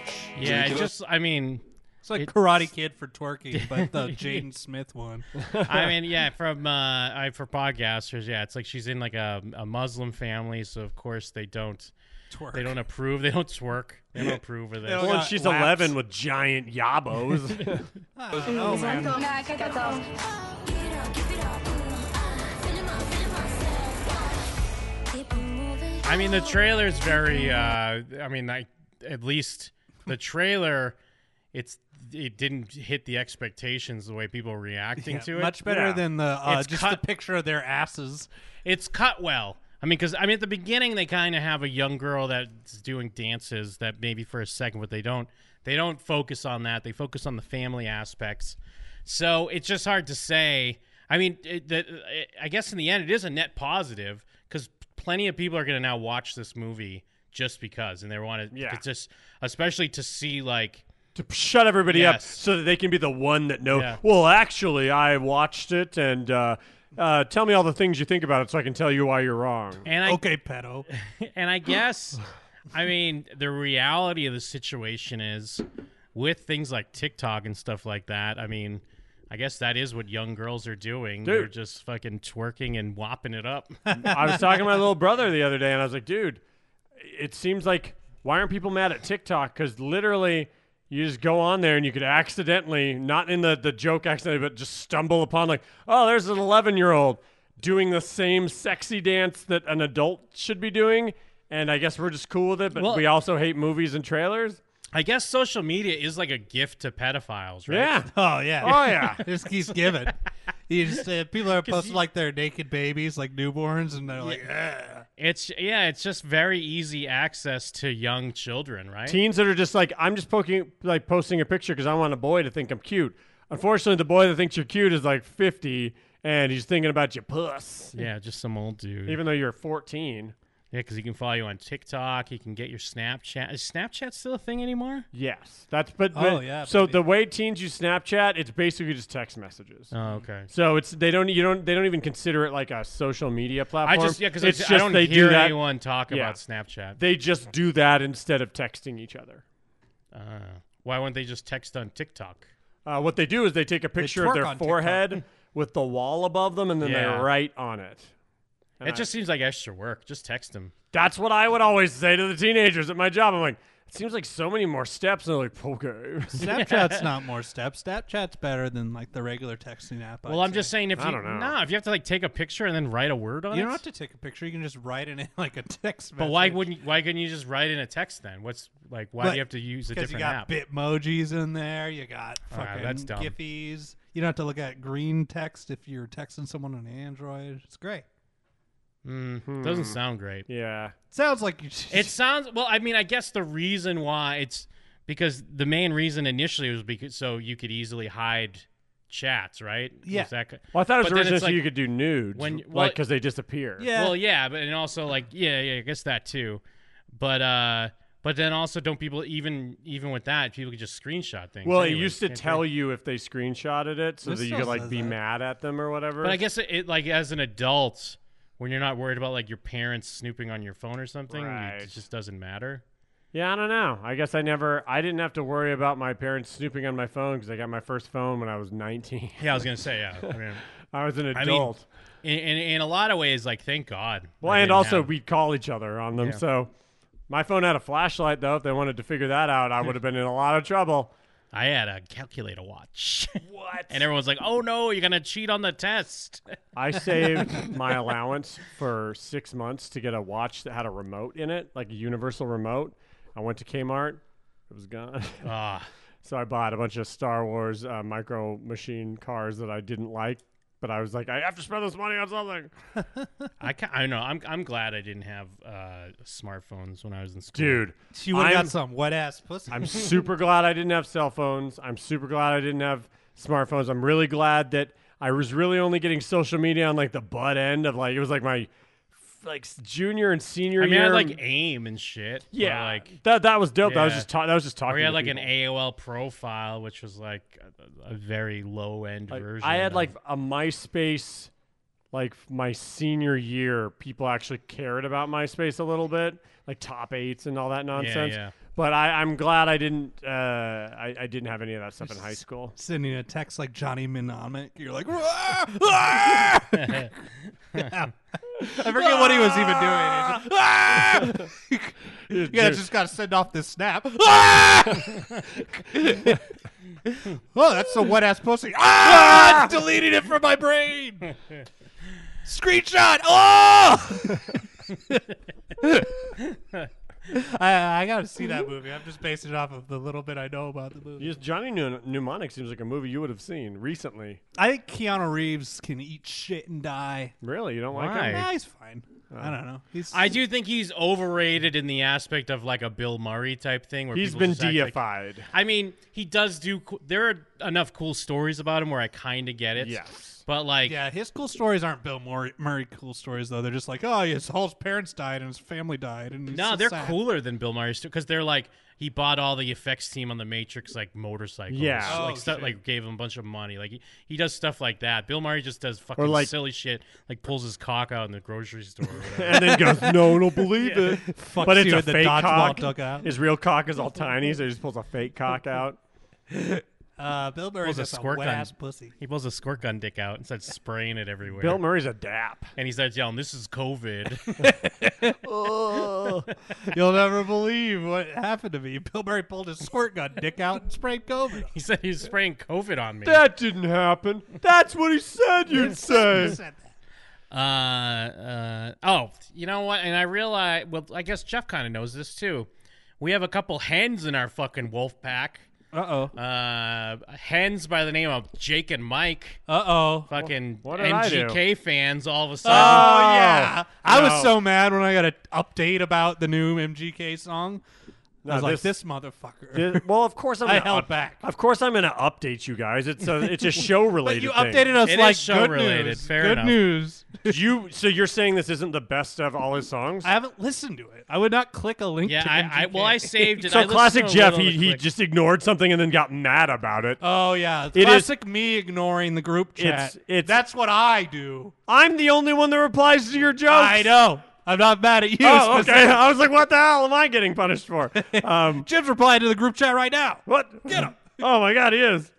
Speaker 11: fait.
Speaker 7: Yeah, it just I mean,
Speaker 8: It's like Karate Kid for twerking, but the Jaden Smith one.
Speaker 7: I mean, yeah, from uh, I for podcasters, yeah, it's like she's in like a, a Muslim family, so of course they don't
Speaker 8: Twerk.
Speaker 7: they don't approve, they don't twerk, they don't approve of this.
Speaker 8: don't-
Speaker 6: Well, and
Speaker 8: got
Speaker 6: she's
Speaker 8: laps.
Speaker 6: 11 with giant yabos.
Speaker 8: Oh man.
Speaker 7: I mean, the trailer's very. Uh, I mean, like at least the trailer, it's it didn't hit the expectations the way people were reacting to it.
Speaker 8: Much better
Speaker 6: Yeah.
Speaker 8: than the uh,
Speaker 7: It's
Speaker 8: just
Speaker 7: cut-
Speaker 8: the picture of their asses.
Speaker 7: it's cut well. I mean, because I mean, at the beginning they kind of have a young girl that's doing dances that maybe for a second, but they don't. They don't focus on that. They focus on the family aspects. So it's just hard to say. I mean, it, the, it, I guess in the end, it is a net positive because plenty of people are going to now watch this movie just because, and they want to.
Speaker 6: Yeah.
Speaker 7: It's just especially to see like
Speaker 6: to shut everybody up
Speaker 7: Yes.
Speaker 6: so that they can be the one that know.
Speaker 7: Yeah.
Speaker 6: Well, actually, I watched it, and uh, uh, tell me all the things you think about it, so I can tell you why you're wrong.
Speaker 7: And I,
Speaker 8: okay, pedo.
Speaker 7: and I guess, I mean, the reality of the situation is with things like TikTok and stuff like that. I mean, I guess that is what young girls are doing. They're
Speaker 6: Dude.
Speaker 7: just fucking twerking and whopping it up.
Speaker 6: I was talking to my little brother the other day, and I was like, dude, it seems like why aren't people mad at TikTok? Because literally, you just go on there and you could accidentally, not in the, the joke accidentally, but just stumble upon, like, oh, there's an 11 year old doing the same sexy dance that an adult should be doing. And I guess we're just cool with it, but
Speaker 7: Well-
Speaker 6: we also hate movies and trailers.
Speaker 7: I guess social media is like a gift to pedophiles, right?
Speaker 6: Yeah.
Speaker 8: Oh yeah.
Speaker 6: Oh, yeah.
Speaker 8: It just keeps giving. You just uh, people are posting
Speaker 7: you-
Speaker 8: like their naked babies, like newborns, and they're like, "Ugh."
Speaker 7: It's yeah, it's just very easy access to young children, right?
Speaker 6: Teens that are just like, I'm just poking, like posting a picture because I want a boy to think I'm cute. Unfortunately, the boy that thinks you're cute is like 50 and he's thinking about your puss,
Speaker 7: yeah, just some old dude.
Speaker 6: even though you're 14.
Speaker 7: yeah, because he can follow you on TikTok. He can get your Snapchat. Is Snapchat still a thing anymore?
Speaker 6: Yes, that's but,
Speaker 8: Oh,
Speaker 6: but-
Speaker 8: yeah,
Speaker 6: So
Speaker 8: baby.
Speaker 6: the way teens use Snapchat, it's basically just text messages.
Speaker 7: Oh, okay.
Speaker 6: so it's they don't you don't they don't even consider it like a social media
Speaker 7: I
Speaker 6: platform.
Speaker 7: just yeah, because
Speaker 6: it's
Speaker 7: I don't
Speaker 6: they
Speaker 7: hear
Speaker 6: do that.
Speaker 7: anyone talk
Speaker 6: Yeah.
Speaker 7: about Snapchat.
Speaker 6: They just do that instead of texting each other.
Speaker 7: uh, why wouldn't they just text on TikTok?
Speaker 6: Uh, what they do is they take a picture of
Speaker 8: twerk
Speaker 6: their
Speaker 8: on TikTok.
Speaker 6: forehead with the wall above them, and then
Speaker 7: Yeah.
Speaker 6: they write on it. And
Speaker 7: It
Speaker 6: I-
Speaker 7: just seems like extra work. Just text them.
Speaker 6: that's what I would always say to the teenagers at my job. I'm like, it seems like so many more steps, and they're like, okay.
Speaker 8: Snapchat's not more steps. Snapchat's better than like the regular texting app.
Speaker 7: Well,
Speaker 8: I'd
Speaker 7: I'm just
Speaker 8: say.
Speaker 7: saying if
Speaker 6: I
Speaker 7: you
Speaker 6: don't know.
Speaker 7: nah, if you have to like take a picture and then write a word on
Speaker 8: you
Speaker 7: it.
Speaker 8: don't have to take a picture. You can just write it in like a text.
Speaker 7: but why wouldn't you, why couldn't you just write in a text then? What's like why do
Speaker 8: But-
Speaker 7: you have to use a
Speaker 8: Because
Speaker 7: different
Speaker 8: you got
Speaker 7: app?
Speaker 8: Bitmojis in there. You got
Speaker 7: Alright,
Speaker 8: fucking
Speaker 7: that's dumb.
Speaker 8: Giphies. You don't have to look at green text if you're texting someone on Android. It's great.
Speaker 7: Mm,
Speaker 8: Hmm.
Speaker 7: Doesn't sound great.
Speaker 6: yeah.
Speaker 8: Sounds like you.
Speaker 7: It sounds well. I mean, I guess the reason why it's because the main reason initially was because so you could easily hide chats, right?
Speaker 8: Yeah.
Speaker 7: Was that co-
Speaker 6: Well, I thought it was
Speaker 7: But then it's
Speaker 6: originally so
Speaker 7: like-
Speaker 6: you could do nudes,
Speaker 7: when-
Speaker 6: when,
Speaker 7: well-
Speaker 6: like because they disappear.
Speaker 8: yeah.
Speaker 7: Well, yeah, but and also like yeah, yeah, I guess that too. But uh, but then also don't people even even with that people could just screenshot things.
Speaker 6: Well,
Speaker 7: anyways,
Speaker 6: it used to
Speaker 7: can't they?
Speaker 6: tell you if they screenshotted it so
Speaker 8: This
Speaker 6: that you
Speaker 8: still
Speaker 6: could like
Speaker 8: says
Speaker 6: be
Speaker 8: that.
Speaker 6: mad at them or whatever.
Speaker 7: But I guess it, it like as an adult, when you're not worried about like your parents snooping on your phone or something, you-
Speaker 6: Right.
Speaker 7: it just doesn't matter.
Speaker 6: yeah, I don't know. I guess I never, I didn't have to worry about my parents snooping on my phone because I got my first phone when I was 19.
Speaker 7: Yeah, I was gonna say yeah. I mean,
Speaker 6: I was an
Speaker 7: mean,
Speaker 6: adult.
Speaker 7: in, in in a lot of ways, like thank God.
Speaker 6: well,
Speaker 7: I
Speaker 6: and
Speaker 7: didn't
Speaker 6: also
Speaker 7: have-
Speaker 6: we'd call each other on them.
Speaker 7: Yeah.
Speaker 6: So my phone had a flashlight though. If they wanted to figure that out, I would have been in a lot of trouble.
Speaker 7: I had a calculator watch. What? and everyone's like, "Oh no, you're gonna cheat on the test."
Speaker 6: I saved my allowance for six months to get a watch that had a remote in it, like a universal remote. I went to Kmart. It was gone.
Speaker 7: Ah,
Speaker 6: So I bought a bunch of Star Wars uh, micro machine cars that I didn't like, but I was like, I have to spend this money on something.
Speaker 7: I ca- I know. I'm I'm glad I didn't have uh, smartphones when I was in school.
Speaker 6: Dude,
Speaker 8: She would have
Speaker 6: I'm-
Speaker 8: got some wet ass pussy.
Speaker 6: I'm super glad I didn't have cell phones. I'm super glad I didn't have smartphones. I'm really glad that I was really only getting social media on like the butt end of like, it was like my like junior and senior
Speaker 7: I mean, I
Speaker 6: year.
Speaker 7: had like AIM and shit. but,
Speaker 6: yeah,
Speaker 7: like
Speaker 6: that that was dope. That was
Speaker 7: Yeah.
Speaker 6: just ta- that was just talking.
Speaker 7: or you had
Speaker 6: to
Speaker 7: like
Speaker 6: people.
Speaker 7: an AOL profile, which was like a, a very low end
Speaker 6: Like,
Speaker 7: version.
Speaker 6: I had
Speaker 7: of-
Speaker 6: like a MySpace, like my senior year, people actually cared about MySpace a little bit, like top eights and all that nonsense.
Speaker 7: yeah.
Speaker 6: But I, I'm glad I didn't. Uh, I, I didn't have any of that stuff in high school.
Speaker 8: sending a text like Johnny Mnemonic. You're like, "Rah! Rah!" Yeah. I forget what he was even doing. He's just, "Rah!" you guys just got to send off this snap. "Rah!" oh, that's a wet ass pussy. Ah! It's deleting it from my brain. Screenshot. Oh! I, I gotta see that movie. I'm just basing it off of the little bit I know about the movie.
Speaker 6: Yes, Johnny Mne- Mnemonic seems like a movie you would have seen recently.
Speaker 8: I think Keanu Reeves can eat shit and die.
Speaker 6: Really, you don't like
Speaker 7: Why?
Speaker 6: him?
Speaker 7: Nah,
Speaker 8: he's fine. I don't know. He's
Speaker 7: I do think he's overrated in the aspect of like a Bill Murray type thing. Where
Speaker 6: He's
Speaker 7: people
Speaker 6: been
Speaker 7: just act like-
Speaker 6: deified.
Speaker 7: I mean, he does do. co- There are enough cool stories about him where I kind of get it.
Speaker 8: Yes.
Speaker 7: But like,
Speaker 8: yeah, his cool stories aren't Bill Murray, Murray cool stories though. They're just like, oh, his whole parents died and his family died, and he's
Speaker 7: no,
Speaker 8: so
Speaker 7: they're
Speaker 8: sad.
Speaker 7: cooler than Bill Murray's because they're like he bought all the effects team on the Matrix like motorcycles.
Speaker 6: Yeah.
Speaker 7: like
Speaker 6: Oh,
Speaker 7: stuff
Speaker 6: shit.
Speaker 7: like gave him a bunch of money. Like he, he does stuff like that. Bill Murray just does fucking
Speaker 6: like-
Speaker 7: silly shit. Like pulls his cock out in the grocery store, or whatever.
Speaker 6: and then goes, no, don't believe
Speaker 7: Yeah.
Speaker 6: it.
Speaker 7: Fucks
Speaker 6: but it's
Speaker 7: you
Speaker 6: a
Speaker 7: in the
Speaker 6: fake
Speaker 7: dodgeball
Speaker 6: cock.
Speaker 7: dugout.
Speaker 6: His real cock is all tiny, so he just pulls a fake cock out.
Speaker 8: Uh, Bill Murray's
Speaker 7: Pulls a
Speaker 8: just a,
Speaker 7: squirt
Speaker 8: wet
Speaker 7: gun.
Speaker 8: ass pussy.
Speaker 7: He pulls a squirt gun dick out and starts spraying it everywhere.
Speaker 6: Bill Murray's a dap.
Speaker 7: and he starts yelling, "This is COVID."
Speaker 8: Oh, you'll never believe what happened to me. Bill Murray pulled his squirt gun dick out and sprayed COVID.
Speaker 7: He said he was spraying COVID on me.
Speaker 6: That didn't happen. That's what he said you'd say.
Speaker 7: Uh, uh, oh, you know what? And I realize, well, I guess Jeff kind of knows this too. We have a couple hens in our fucking wolf pack.
Speaker 8: Uh
Speaker 7: oh. Uh, hens by the name of Jake and Mike.
Speaker 8: Uh oh.
Speaker 7: Fucking
Speaker 6: What did I do? Ah!
Speaker 7: MGK fans all of a
Speaker 8: Oh
Speaker 7: sudden.
Speaker 8: yeah, I was
Speaker 6: No.
Speaker 8: so mad when I got an update about the new MGK song.
Speaker 6: No,
Speaker 8: I was like,
Speaker 6: Uh, this-
Speaker 8: this motherfucker.
Speaker 6: Di- well, of course I'm.
Speaker 8: I
Speaker 6: gonna
Speaker 8: held
Speaker 6: up-
Speaker 8: back.
Speaker 6: Of course I'm going to update you guys. It's a it's a show related.
Speaker 8: you
Speaker 6: thing.
Speaker 8: updated us
Speaker 7: It is
Speaker 8: like
Speaker 7: show
Speaker 8: good
Speaker 7: related,
Speaker 8: news.
Speaker 7: fair
Speaker 8: good
Speaker 7: enough.
Speaker 8: news.
Speaker 6: You so you're saying this isn't the best of all his songs?
Speaker 8: I haven't listened to it. I would not click a link.
Speaker 7: Yeah,
Speaker 8: to
Speaker 7: I, I,
Speaker 8: MGK.
Speaker 7: well, I saved it. I
Speaker 6: so
Speaker 7: listened
Speaker 6: classic
Speaker 7: to a
Speaker 6: Jeff.
Speaker 7: little
Speaker 6: He
Speaker 7: bit
Speaker 6: he
Speaker 7: quick.
Speaker 6: just ignored something and then got mad about it.
Speaker 8: Oh yeah,
Speaker 6: is-
Speaker 8: classic me ignoring the group chat.
Speaker 6: It's- it's-
Speaker 8: That's what I do.
Speaker 6: I'm the only one that replies to your jokes.
Speaker 8: I know. I'm not mad at you.
Speaker 6: Oh, okay.
Speaker 8: specifically.
Speaker 6: I was like, what the hell am I getting punished for? Um,
Speaker 8: Jim's replying to the group chat right now.
Speaker 6: what? Get him. oh my God, he is.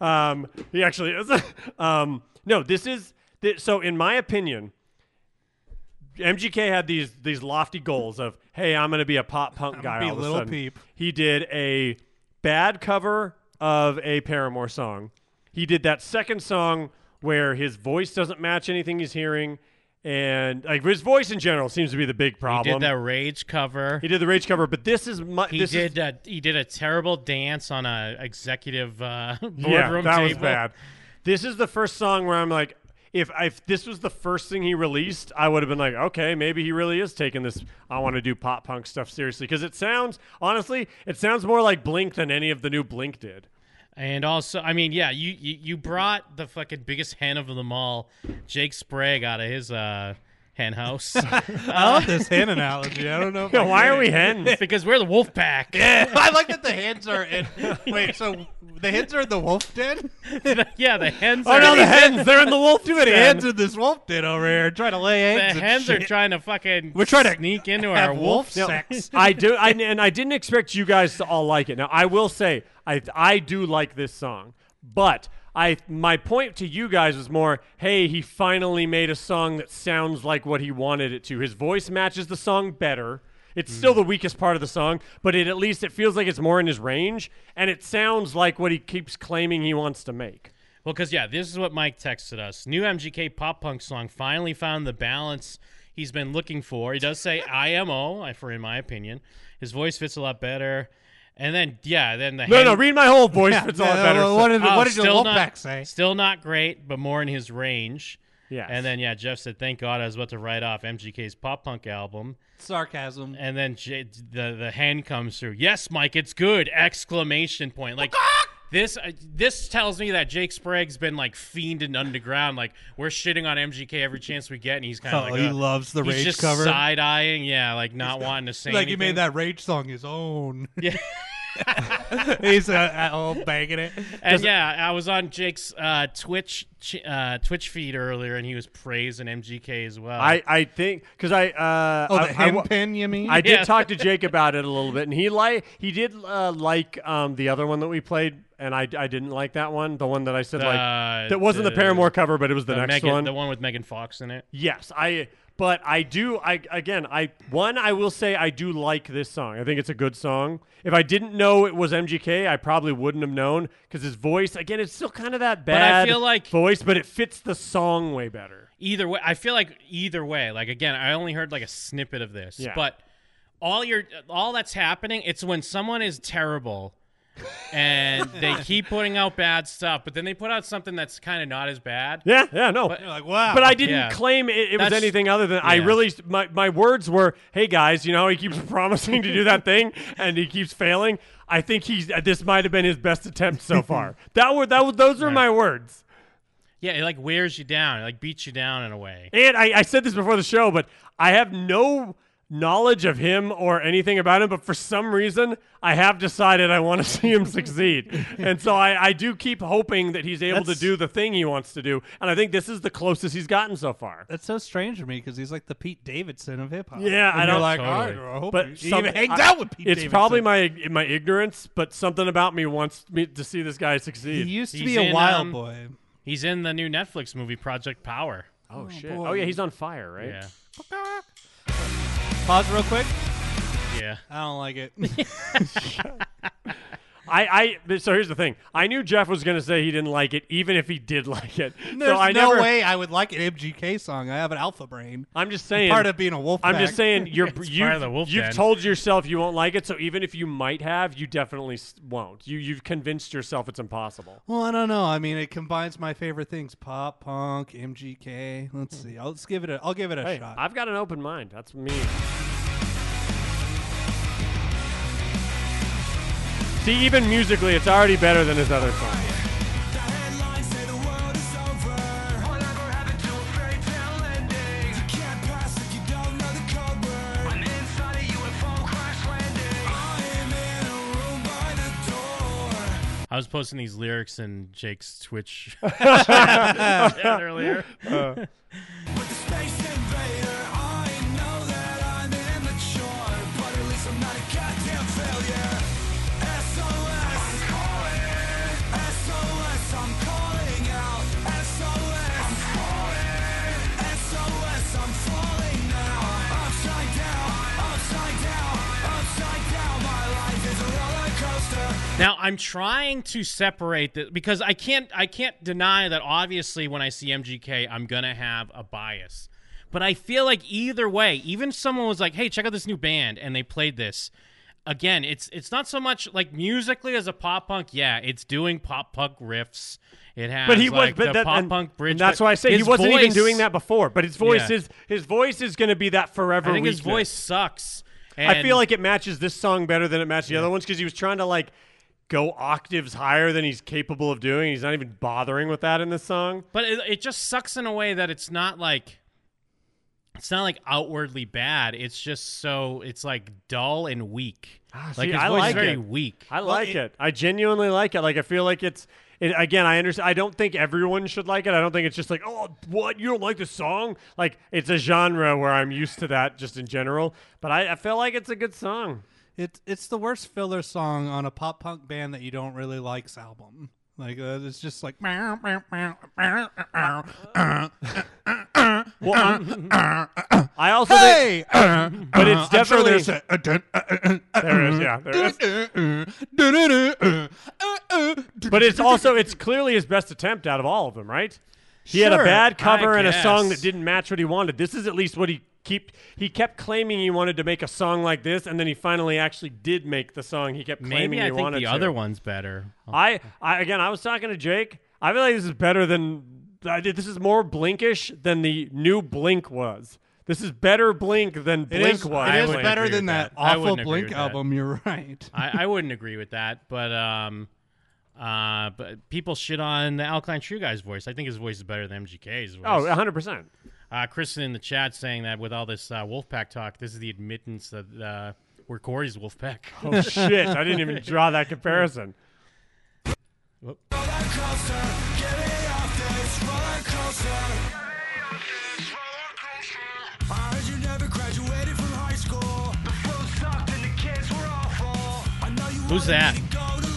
Speaker 6: Um, he actually is. um, no, this is thi- so. In my opinion, MGK had these these lofty goals of, hey, I'm going to be a pop punk guy.
Speaker 8: gonna be
Speaker 6: all of a
Speaker 8: Lil
Speaker 6: sudden.
Speaker 8: Peep.
Speaker 6: He did a bad cover of a Paramore song. He did that second song where his voice doesn't match anything he's hearing. And like his voice in general seems to be the big
Speaker 7: He
Speaker 6: problem.
Speaker 7: did the Rage cover.
Speaker 6: He did the rage cover, but this is my.
Speaker 7: He
Speaker 6: this
Speaker 7: did
Speaker 6: Is,
Speaker 7: a, he did a terrible dance on a executive uh, boardroom
Speaker 6: yeah, that was
Speaker 7: table.
Speaker 6: bad. This is the first song where I'm like, if if this was the first thing he released, I would have been like, okay, maybe he really is taking this. I want to do pop punk stuff seriously because it sounds honestly, it sounds more like Blink than any of the new Blink did.
Speaker 7: And also, I mean, yeah, you, you you brought the fucking biggest hen of them all, Jake Sprague, out of his uh, hen house
Speaker 8: I love this hand analogy. I don't know. If I
Speaker 6: Why
Speaker 8: get
Speaker 6: are
Speaker 8: it.
Speaker 6: we hen?
Speaker 7: because we're the wolf pack.
Speaker 8: Yeah, I like that the hens are in. Wait, so the hens are in the wolf den?
Speaker 7: yeah, the hens.
Speaker 6: Oh
Speaker 7: are,
Speaker 6: no, the hens! They're in the wolf
Speaker 8: Too many
Speaker 6: den.
Speaker 8: hens in this wolf den over here trying to lay
Speaker 7: the
Speaker 8: eggs. and
Speaker 7: hens are
Speaker 8: shit.
Speaker 7: trying to fucking.
Speaker 8: We're trying to
Speaker 7: sneak into
Speaker 8: have
Speaker 7: our
Speaker 8: wolf
Speaker 7: wolf.
Speaker 6: No,
Speaker 8: sex.
Speaker 6: I do, I, and I didn't expect you guys to all like it. Now, I will say, I I do like this song, but I my point to you guys was more, hey, he finally made a song that sounds like what he wanted it to. His voice matches the song better. It's
Speaker 8: Mm.
Speaker 6: still the weakest part of the song, but it at least it feels like it's more in his range, and it sounds like what he keeps claiming he wants to make.
Speaker 7: Well, because yeah, this is what Mike texted us. New MGK pop punk song finally found the balance he's been looking for. He does say IMO, I- for in my opinion, his voice fits a lot better. And then yeah, then the
Speaker 6: No,
Speaker 7: hen-
Speaker 6: no, read my whole voice.
Speaker 8: Yeah,
Speaker 6: it's
Speaker 8: yeah,
Speaker 6: all better.
Speaker 8: well, What did,
Speaker 7: Oh,
Speaker 8: what did the
Speaker 7: still
Speaker 8: wolf
Speaker 7: not-
Speaker 8: pack say?
Speaker 7: Still not great, but more in his range.
Speaker 6: Yes.
Speaker 7: And then yeah, Jeff said, "Thank God I was about to write off MGK's pop punk album."
Speaker 8: Sarcasm.
Speaker 7: And then J- the the hand comes through. Yes, Mike, it's good! Exclamation point! Like this uh, this tells me that Jake Sprague's been like fiending underground. Like we're shitting on MGK every chance we get, and he's kind
Speaker 8: Oh,
Speaker 7: of like
Speaker 8: he
Speaker 7: uh,
Speaker 8: loves the
Speaker 7: he's
Speaker 8: rage
Speaker 7: just
Speaker 8: cover.
Speaker 7: side eyeing, yeah, like not wanting to say
Speaker 8: Like he made
Speaker 7: anything.
Speaker 8: that rage song his own.
Speaker 7: Yeah.
Speaker 8: He's uh, at home banging it.
Speaker 7: And yeah, I was on Jake's uh, Twitch ch- uh, Twitch feed earlier, and he was praising MGK as well.
Speaker 6: I, I think because I uh,
Speaker 8: Oh,
Speaker 6: I-
Speaker 8: the
Speaker 6: I
Speaker 8: hen
Speaker 6: wa-
Speaker 8: pin, you mean?
Speaker 6: I
Speaker 7: Yeah.
Speaker 6: did talk to Jake about it a little bit, and he like he did uh, like um, the other one that we played, and I, I didn't like that one, the one that I said
Speaker 7: Uh,
Speaker 6: like that wasn't the,
Speaker 7: the-
Speaker 6: Paramore cover, but it was the,
Speaker 7: the,
Speaker 6: next
Speaker 7: Megan,
Speaker 6: one.
Speaker 7: the one with Megan Fox in it.
Speaker 6: yes, I but I do I again I one I will say I do like this song. I think it's a good song. If I didn't know it was MGK, I probably wouldn't have known because his voice again it's still kind of that
Speaker 7: I
Speaker 6: bad
Speaker 7: feel like-
Speaker 6: voice, but it fits the song way better.
Speaker 7: Either way, I feel like either way, like again, I only heard like a snippet of this,
Speaker 6: Yeah.
Speaker 7: but all your all that's happening it's when someone is terrible and they keep putting out bad stuff but then they put out something that's kind of not as bad
Speaker 6: Yeah, yeah, no.
Speaker 7: But- You're like, wow.
Speaker 6: But I didn't
Speaker 7: Yeah.
Speaker 6: claim it, it was
Speaker 7: That's-
Speaker 6: anything other than I
Speaker 7: yeah.
Speaker 6: really my my words were, "Hey guys, you know how he keeps promising to do that thing and he keeps failing. I think he's uh, this might have been his best attempt so far." that were that were, those were my words.
Speaker 7: yeah it like wears you down it like beats you down in a way
Speaker 6: And I, I said this before the show, but I have no knowledge of him or anything about him. But for some reason, I have decided I want to see him succeed, and so I, I do keep hoping that he's able
Speaker 8: That's-
Speaker 6: to do the thing he wants to do. And I think this is the closest he's gotten so far.
Speaker 8: That's so strange to me because he's like the Pete Davidson of hip hop.
Speaker 6: Yeah,
Speaker 8: and
Speaker 6: I
Speaker 8: you're
Speaker 6: don't
Speaker 8: like,
Speaker 6: totally.
Speaker 8: "All right, I hope
Speaker 6: but
Speaker 8: you
Speaker 6: some-
Speaker 8: even hanged
Speaker 6: I-
Speaker 8: out with Pete.
Speaker 6: It's
Speaker 8: Davidson.
Speaker 6: probably my my ignorance, but something about me wants me to see this guy succeed.
Speaker 8: He used to
Speaker 7: He's
Speaker 8: be a
Speaker 7: in,
Speaker 8: wild
Speaker 7: um,
Speaker 8: boy.
Speaker 7: he's in the new netflix movie project power
Speaker 6: Oh, shit!
Speaker 8: boy.
Speaker 6: Oh yeah, he's on fire, right?
Speaker 7: yeah
Speaker 8: Pause real quick.
Speaker 7: yeah
Speaker 8: I don't like it.
Speaker 6: I, I so here's the thing. I knew Jeff was gonna say he didn't like it, even if he did like it.
Speaker 8: There's
Speaker 6: so I
Speaker 8: no
Speaker 6: never,
Speaker 8: way I would like an MGK song. I have an alpha brain.
Speaker 6: I'm just saying.
Speaker 8: part of being a wolf.
Speaker 6: I'm just
Speaker 8: pack.
Speaker 6: saying you're
Speaker 7: It's
Speaker 6: you
Speaker 7: part of the wolf
Speaker 6: you've
Speaker 7: den.
Speaker 6: told yourself you won't like it, so even if you might have, you definitely s- won't. You you've convinced yourself it's impossible.
Speaker 8: Well, I don't know. I mean, it combines my favorite things: pop, punk, MGK. Let's see. I'll, let's give it a. I'll give it a
Speaker 6: Hey,
Speaker 8: shot.
Speaker 6: I've got an open mind. That's me. See, even musically, it's already better than his other song.
Speaker 7: i was posting these lyrics in jake's twitch chat earlier Now I'm trying to separate this because I can't I can't deny that obviously when I see MGK I'm gonna have a bias. But I feel like either way, even if someone was like, "Hey, check out this new band," and they played this. Again, it's it's not so much like musically as a pop punk. Yeah, it's doing pop punk riffs. It has,
Speaker 6: But he was,
Speaker 7: like,
Speaker 6: but
Speaker 7: the
Speaker 6: that,
Speaker 7: pop
Speaker 6: and,
Speaker 7: punk bridge.
Speaker 6: and that's
Speaker 7: but
Speaker 6: why I say he
Speaker 7: his
Speaker 6: wasn't even
Speaker 7: voice-
Speaker 6: doing that before. But his voice
Speaker 7: Yeah.
Speaker 6: is his voice is going to be that forever.
Speaker 7: I think his
Speaker 6: weakness.
Speaker 7: voice sucks.
Speaker 6: I feel
Speaker 7: and-
Speaker 6: like it matches this song better than it matched the other ones because he was trying to like go octaves higher than he's capable of doing. He's not even bothering with that in this song.
Speaker 7: But it, it just sucks in a way that it's not like it's not like outwardly bad. It's just so it's like dull and weak. like
Speaker 6: Ah, see,
Speaker 7: his
Speaker 6: I
Speaker 7: voice
Speaker 6: like
Speaker 7: is very
Speaker 6: it.
Speaker 7: weak.
Speaker 6: I like it, I genuinely like it. Like I feel like it's it, again. I understand. I don't think everyone should like it. I don't think it's just like oh what you don't like this song. Like it's a genre where I'm used to that just in general. But I, I feel like it's a good song.
Speaker 8: It's it's the worst filler song on a pop punk band that you don't really like's album. Like uh, it's just like meow, meow, meow, meow, meow, uh,
Speaker 6: I also think,
Speaker 8: hey, uh,
Speaker 6: but
Speaker 8: uh,
Speaker 6: it's
Speaker 8: I'm sure
Speaker 6: definitely-
Speaker 8: there's a, a dun- uh, uh, uh,
Speaker 6: There is, yeah, there is.
Speaker 8: uh, dun- uh, uh, uh, uh, dun-
Speaker 6: But it's also it's clearly his best attempt out of all of them, right? He had a
Speaker 8: Sure,
Speaker 6: bad cover
Speaker 7: I
Speaker 6: and a song
Speaker 7: guess.
Speaker 6: that didn't match what he wanted. This is at least what he keep he kept claiming he wanted to make a song like this, and then he finally actually did make the song he kept claiming
Speaker 7: Maybe
Speaker 6: he
Speaker 7: I think
Speaker 6: wanted
Speaker 7: the
Speaker 6: to.
Speaker 7: other one's better.
Speaker 6: I, I again, I was talking to Jake. I feel like this is better than I did. This is more Blinkish than the new Blink was. This is better Blink than
Speaker 8: It
Speaker 6: Blink
Speaker 8: is, it
Speaker 6: was.
Speaker 8: is
Speaker 7: wouldn't
Speaker 8: better
Speaker 7: agree
Speaker 8: than
Speaker 7: with
Speaker 8: that,
Speaker 7: that. I
Speaker 8: awful
Speaker 7: wouldn't agree
Speaker 8: Blink
Speaker 7: with that.
Speaker 8: album. You're right.
Speaker 7: I, I wouldn't agree with that, but um uh but people shit on the Alkaline True Guy's voice. I think his voice is better than MGK's voice.
Speaker 6: Oh, 100 percent.
Speaker 7: Uh, Kristen in the chat saying that with all this uh, Wolfpack talk, this is the admittance that uh, we're Corey's Wolfpack.
Speaker 6: Oh shit! I didn't even draw that comparison.
Speaker 7: Who's that?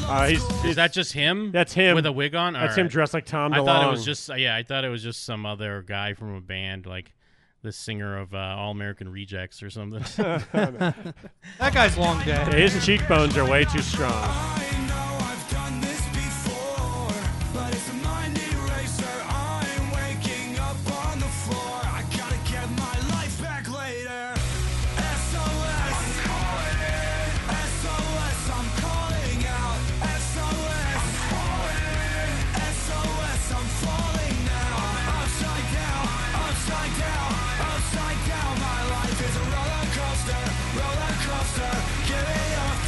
Speaker 6: Uh, he's,
Speaker 7: Is that just him?
Speaker 6: That's him.
Speaker 7: with a wig on.
Speaker 6: That's
Speaker 7: All
Speaker 6: him
Speaker 7: right.
Speaker 6: dressed like Tom.
Speaker 7: I thought it
Speaker 6: DeLonge.
Speaker 7: was just yeah. I thought it was just some other guy from a band like the singer of uh, All American Rejects or something.
Speaker 8: That guy's long dead.
Speaker 6: His cheekbones are way too strong.
Speaker 5: I gotta get my life back later. SOS.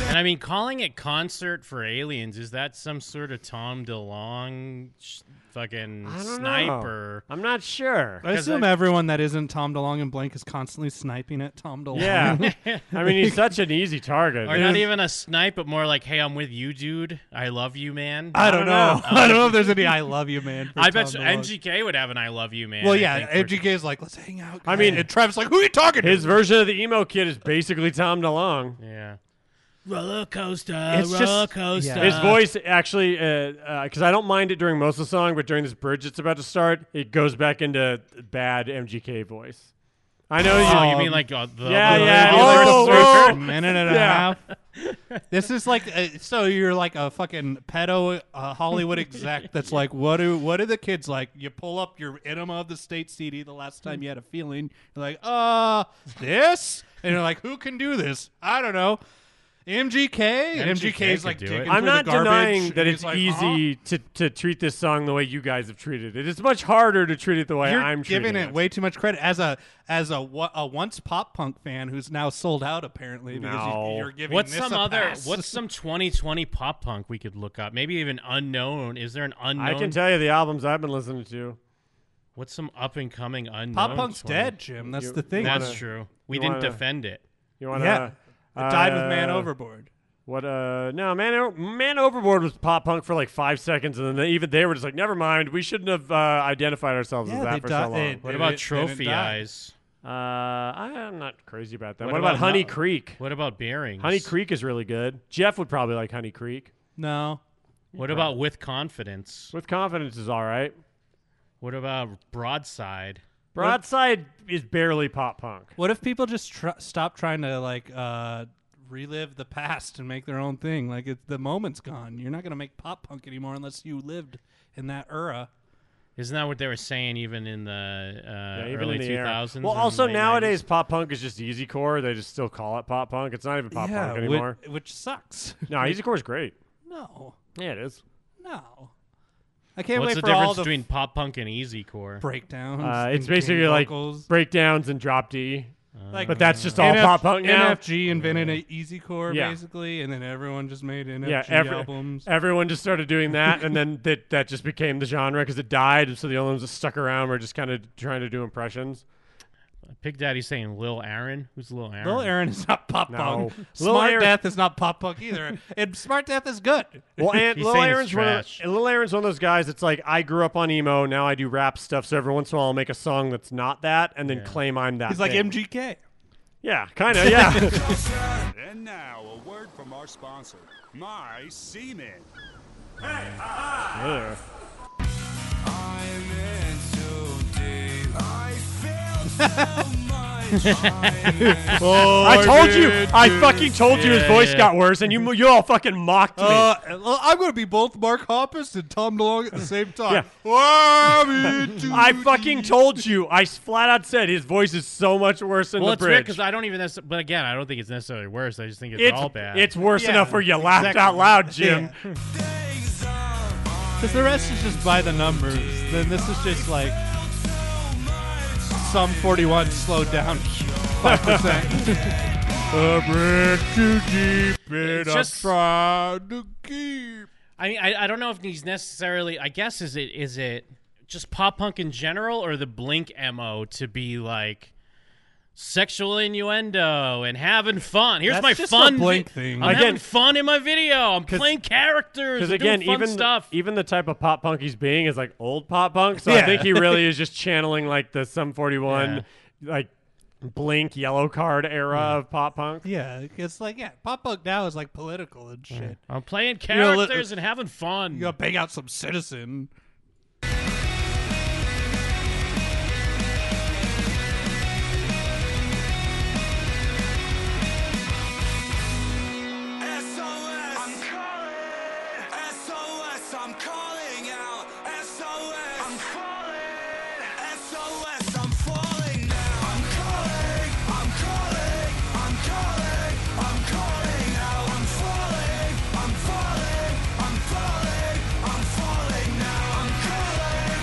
Speaker 7: And I mean, calling it concert for aliens is that some sort of Tom DeLong sh- fucking
Speaker 6: I don't
Speaker 7: sniper?
Speaker 6: know. I'm not sure.
Speaker 8: I assume everyone that isn't Tom DeLong and Blank is constantly sniping at Tom DeLong.
Speaker 6: Yeah. I mean, he's such an easy target.
Speaker 7: Or not even a snipe, but more like, "Hey, I'm with you, dude. I love you, man."
Speaker 8: I don't know. I don't know if there's any "I love you, man." for
Speaker 7: I bet
Speaker 8: Tom
Speaker 7: you
Speaker 8: DeLonge.
Speaker 7: MGK would have an "I love you, man."
Speaker 8: Well,
Speaker 7: I
Speaker 8: yeah,
Speaker 7: think, for-
Speaker 8: MGK is like, let's hang out.
Speaker 6: I mean,
Speaker 8: and Travis like, who are you talking to?
Speaker 6: His version of the emo kid is basically Tom DeLong.
Speaker 7: Yeah. roller coaster,
Speaker 6: It's just-
Speaker 7: roller coaster.
Speaker 8: Uh,
Speaker 6: His voice actually, because uh, uh 'cause I don't mind it during most of the song, but during this bridge that's about to start, it goes back into bad MGK voice. I know you.
Speaker 7: Oh, you mean like uh, the
Speaker 6: yeah,
Speaker 7: the
Speaker 6: yeah.
Speaker 7: radio, like,
Speaker 6: Oh,
Speaker 7: the
Speaker 6: whoa.
Speaker 7: switcher?
Speaker 8: minute and a
Speaker 6: Yeah.
Speaker 8: half. This is like uh, so you're like a fucking pedo uh, Hollywood exec that's like what do what do the kids like? You pull up your enema of the state CD the last time you had a feeling. You're like uh this, and you're like who can do this? I don't know. MGK. And
Speaker 7: MGK
Speaker 8: MGK's
Speaker 7: could
Speaker 8: like
Speaker 7: do it.
Speaker 8: digging
Speaker 6: I'm
Speaker 8: through the
Speaker 6: not
Speaker 8: garbage,
Speaker 6: denying that
Speaker 8: and
Speaker 6: it's
Speaker 8: he's like, huh?
Speaker 6: easy to, to treat this song the way you guys have treated it. It's much harder to treat it the way
Speaker 8: You're
Speaker 6: I'm
Speaker 8: giving
Speaker 6: treating
Speaker 8: it way too much credit as a as a, wa- a once pop punk fan who's now sold out apparently because
Speaker 6: No.
Speaker 8: you, you're giving
Speaker 7: What's
Speaker 8: this
Speaker 7: some
Speaker 8: a
Speaker 7: other?
Speaker 8: pass.
Speaker 7: What's some 2020 pop punk we could look up? Maybe even unknown. Is there an unknown?
Speaker 6: I can tell you the albums I've been listening to.
Speaker 7: What's some up and coming unknown?
Speaker 8: Pop punk's
Speaker 7: 20?
Speaker 8: dead, Jim. That's the thing.
Speaker 7: That's
Speaker 6: wanna-
Speaker 7: true. We
Speaker 6: you
Speaker 7: didn't
Speaker 6: wanna-
Speaker 7: defend it.
Speaker 6: You want to?
Speaker 8: Yeah. It died with
Speaker 6: Uh,
Speaker 8: Man Overboard.
Speaker 6: What? Uh, no, man, O- man, overboard was pop punk for like five seconds, and then they, even they were just like, never mind. We shouldn't have uh, identified ourselves
Speaker 8: Yeah,
Speaker 6: as
Speaker 8: they
Speaker 6: that for
Speaker 8: di-
Speaker 6: so long.
Speaker 8: they-
Speaker 7: What
Speaker 8: Did
Speaker 7: about
Speaker 8: it- did it
Speaker 7: Trophy
Speaker 8: die?
Speaker 7: Eyes?
Speaker 6: uh, I'm not crazy about that. What,
Speaker 7: What
Speaker 6: about,
Speaker 7: about
Speaker 6: Honey
Speaker 7: no-
Speaker 6: Creek?
Speaker 7: What about Bearings?
Speaker 6: Honey Creek is really good. Jeff would probably like Honey Creek.
Speaker 8: No.
Speaker 7: What about With Confidence?
Speaker 6: With confidence is all right.
Speaker 7: What about Broadside?
Speaker 6: Broadside is barely pop punk.
Speaker 8: What if people just tr- stop trying to like uh, relive the past and make their own thing? Like it, the moment's gone. You're not gonna make pop punk anymore unless you lived in that era.
Speaker 7: Isn't that what they were saying even in the uh,
Speaker 6: Yeah, even
Speaker 7: early
Speaker 6: in the era.
Speaker 7: 2000s?
Speaker 6: Well,
Speaker 7: and
Speaker 6: also
Speaker 7: late
Speaker 6: nowadays pop punk is just easy core. They just still call it pop punk. It's not even pop
Speaker 8: yeah,
Speaker 6: punk
Speaker 8: whi-
Speaker 6: anymore.
Speaker 8: Which, sucks.
Speaker 6: no, easy core is great.
Speaker 8: no,
Speaker 6: Yeah, it is.
Speaker 8: no. I
Speaker 7: 90s?
Speaker 8: can't
Speaker 7: What's
Speaker 8: wait
Speaker 7: the
Speaker 8: for all
Speaker 7: difference
Speaker 8: the f-
Speaker 7: between pop punk and easy core?
Speaker 8: breakdowns.
Speaker 6: Uh, it's
Speaker 8: and gang
Speaker 6: basically like
Speaker 8: vocals.
Speaker 6: breakdowns and drop D.
Speaker 8: like
Speaker 6: But that's just all
Speaker 8: NF
Speaker 6: pop punk now.
Speaker 8: NFG invented an easy core
Speaker 6: Yeah.
Speaker 8: basically, and then everyone just made NFG
Speaker 6: yeah, every-
Speaker 8: albums.
Speaker 6: everyone just started doing that, and then that that just became the genre because it died, and so the only ones that stuck around were just kind of trying to do impressions.
Speaker 7: Pig Daddy's saying Lil Aaron. Who's Lil Aaron?
Speaker 8: Lil Aaron is not pop
Speaker 6: No.
Speaker 8: punk.
Speaker 6: Lil
Speaker 8: Smart
Speaker 6: Aaron-
Speaker 8: Death is not pop punk either. and Smart Death is good.
Speaker 6: Well, and
Speaker 7: He's
Speaker 6: Lil
Speaker 7: saying it's
Speaker 6: Aaron's one. Of,
Speaker 7: trash.
Speaker 6: and Lil Aaron's one of those guys. that's like I grew up on emo. Now I do rap stuff. So every once in a while, I'll make a song that's not that, and then claim I'm that.
Speaker 8: He's like
Speaker 6: thing.
Speaker 8: MGK.
Speaker 6: Yeah, kind of. Yeah.
Speaker 12: And now, a word from our sponsor, My Semen. Hey,
Speaker 6: Ugh.
Speaker 12: I'm in so deep. I feel so much. I'm in
Speaker 8: Oh,
Speaker 6: I told you. I fucking told you his voice got worse, and you you all fucking mocked me.
Speaker 8: Uh, I'm going to be both Mark Hoppus and Tom DeLonge at the same time.
Speaker 6: Yeah.
Speaker 8: I'm in too
Speaker 6: I fucking told you. I s- flat out said his voice is so much worse than
Speaker 7: well,
Speaker 6: the
Speaker 7: it's weird
Speaker 6: bridge.
Speaker 7: because I don't even. necess- But again, I don't think it's necessarily worse. I just think it's,
Speaker 6: it's
Speaker 7: all bad.
Speaker 6: it's worse
Speaker 8: Yeah,
Speaker 6: enough where you laughed out
Speaker 8: exactly.
Speaker 6: loud, Jim.
Speaker 8: Because the rest is just by the numbers. Then this is just like some 41 slowed down 5%. A brick too deep and
Speaker 7: It's
Speaker 8: I'm
Speaker 7: just-
Speaker 8: trying to keep.
Speaker 7: I mean, I, I don't know if he's necessarily. I guess is it is it just pop punk in general or the Blink mo to be like sexual innuendo and having fun. Here's
Speaker 8: That's
Speaker 7: my
Speaker 8: just
Speaker 7: fun
Speaker 8: a Blink thing.
Speaker 7: I'm
Speaker 6: Again-
Speaker 7: having fun in my video. I'm playing characters.
Speaker 6: Because
Speaker 7: I'm
Speaker 6: again,
Speaker 7: doing fun
Speaker 6: even
Speaker 7: stuff.
Speaker 8: e-
Speaker 6: even the type of pop punk he's being is like old pop punk. So I
Speaker 8: Yeah.
Speaker 6: think he really is just channeling like the Sum 41, like Blink Yellow Card era of pop punk.
Speaker 8: Yeah, it's like yeah, pop punk now is like political and shit.
Speaker 7: I'm playing
Speaker 8: know, let-
Speaker 7: characters and having fun.
Speaker 8: You gotta bang out some citizen.
Speaker 12: SOS. I'm calling. SOS. I'm calling out. SOS. I'm falling. SOS. I'm falling now. I'm calling. I'm calling. I'm calling. I'm calling out. I'm falling. I'm falling. I'm falling. I'm falling now.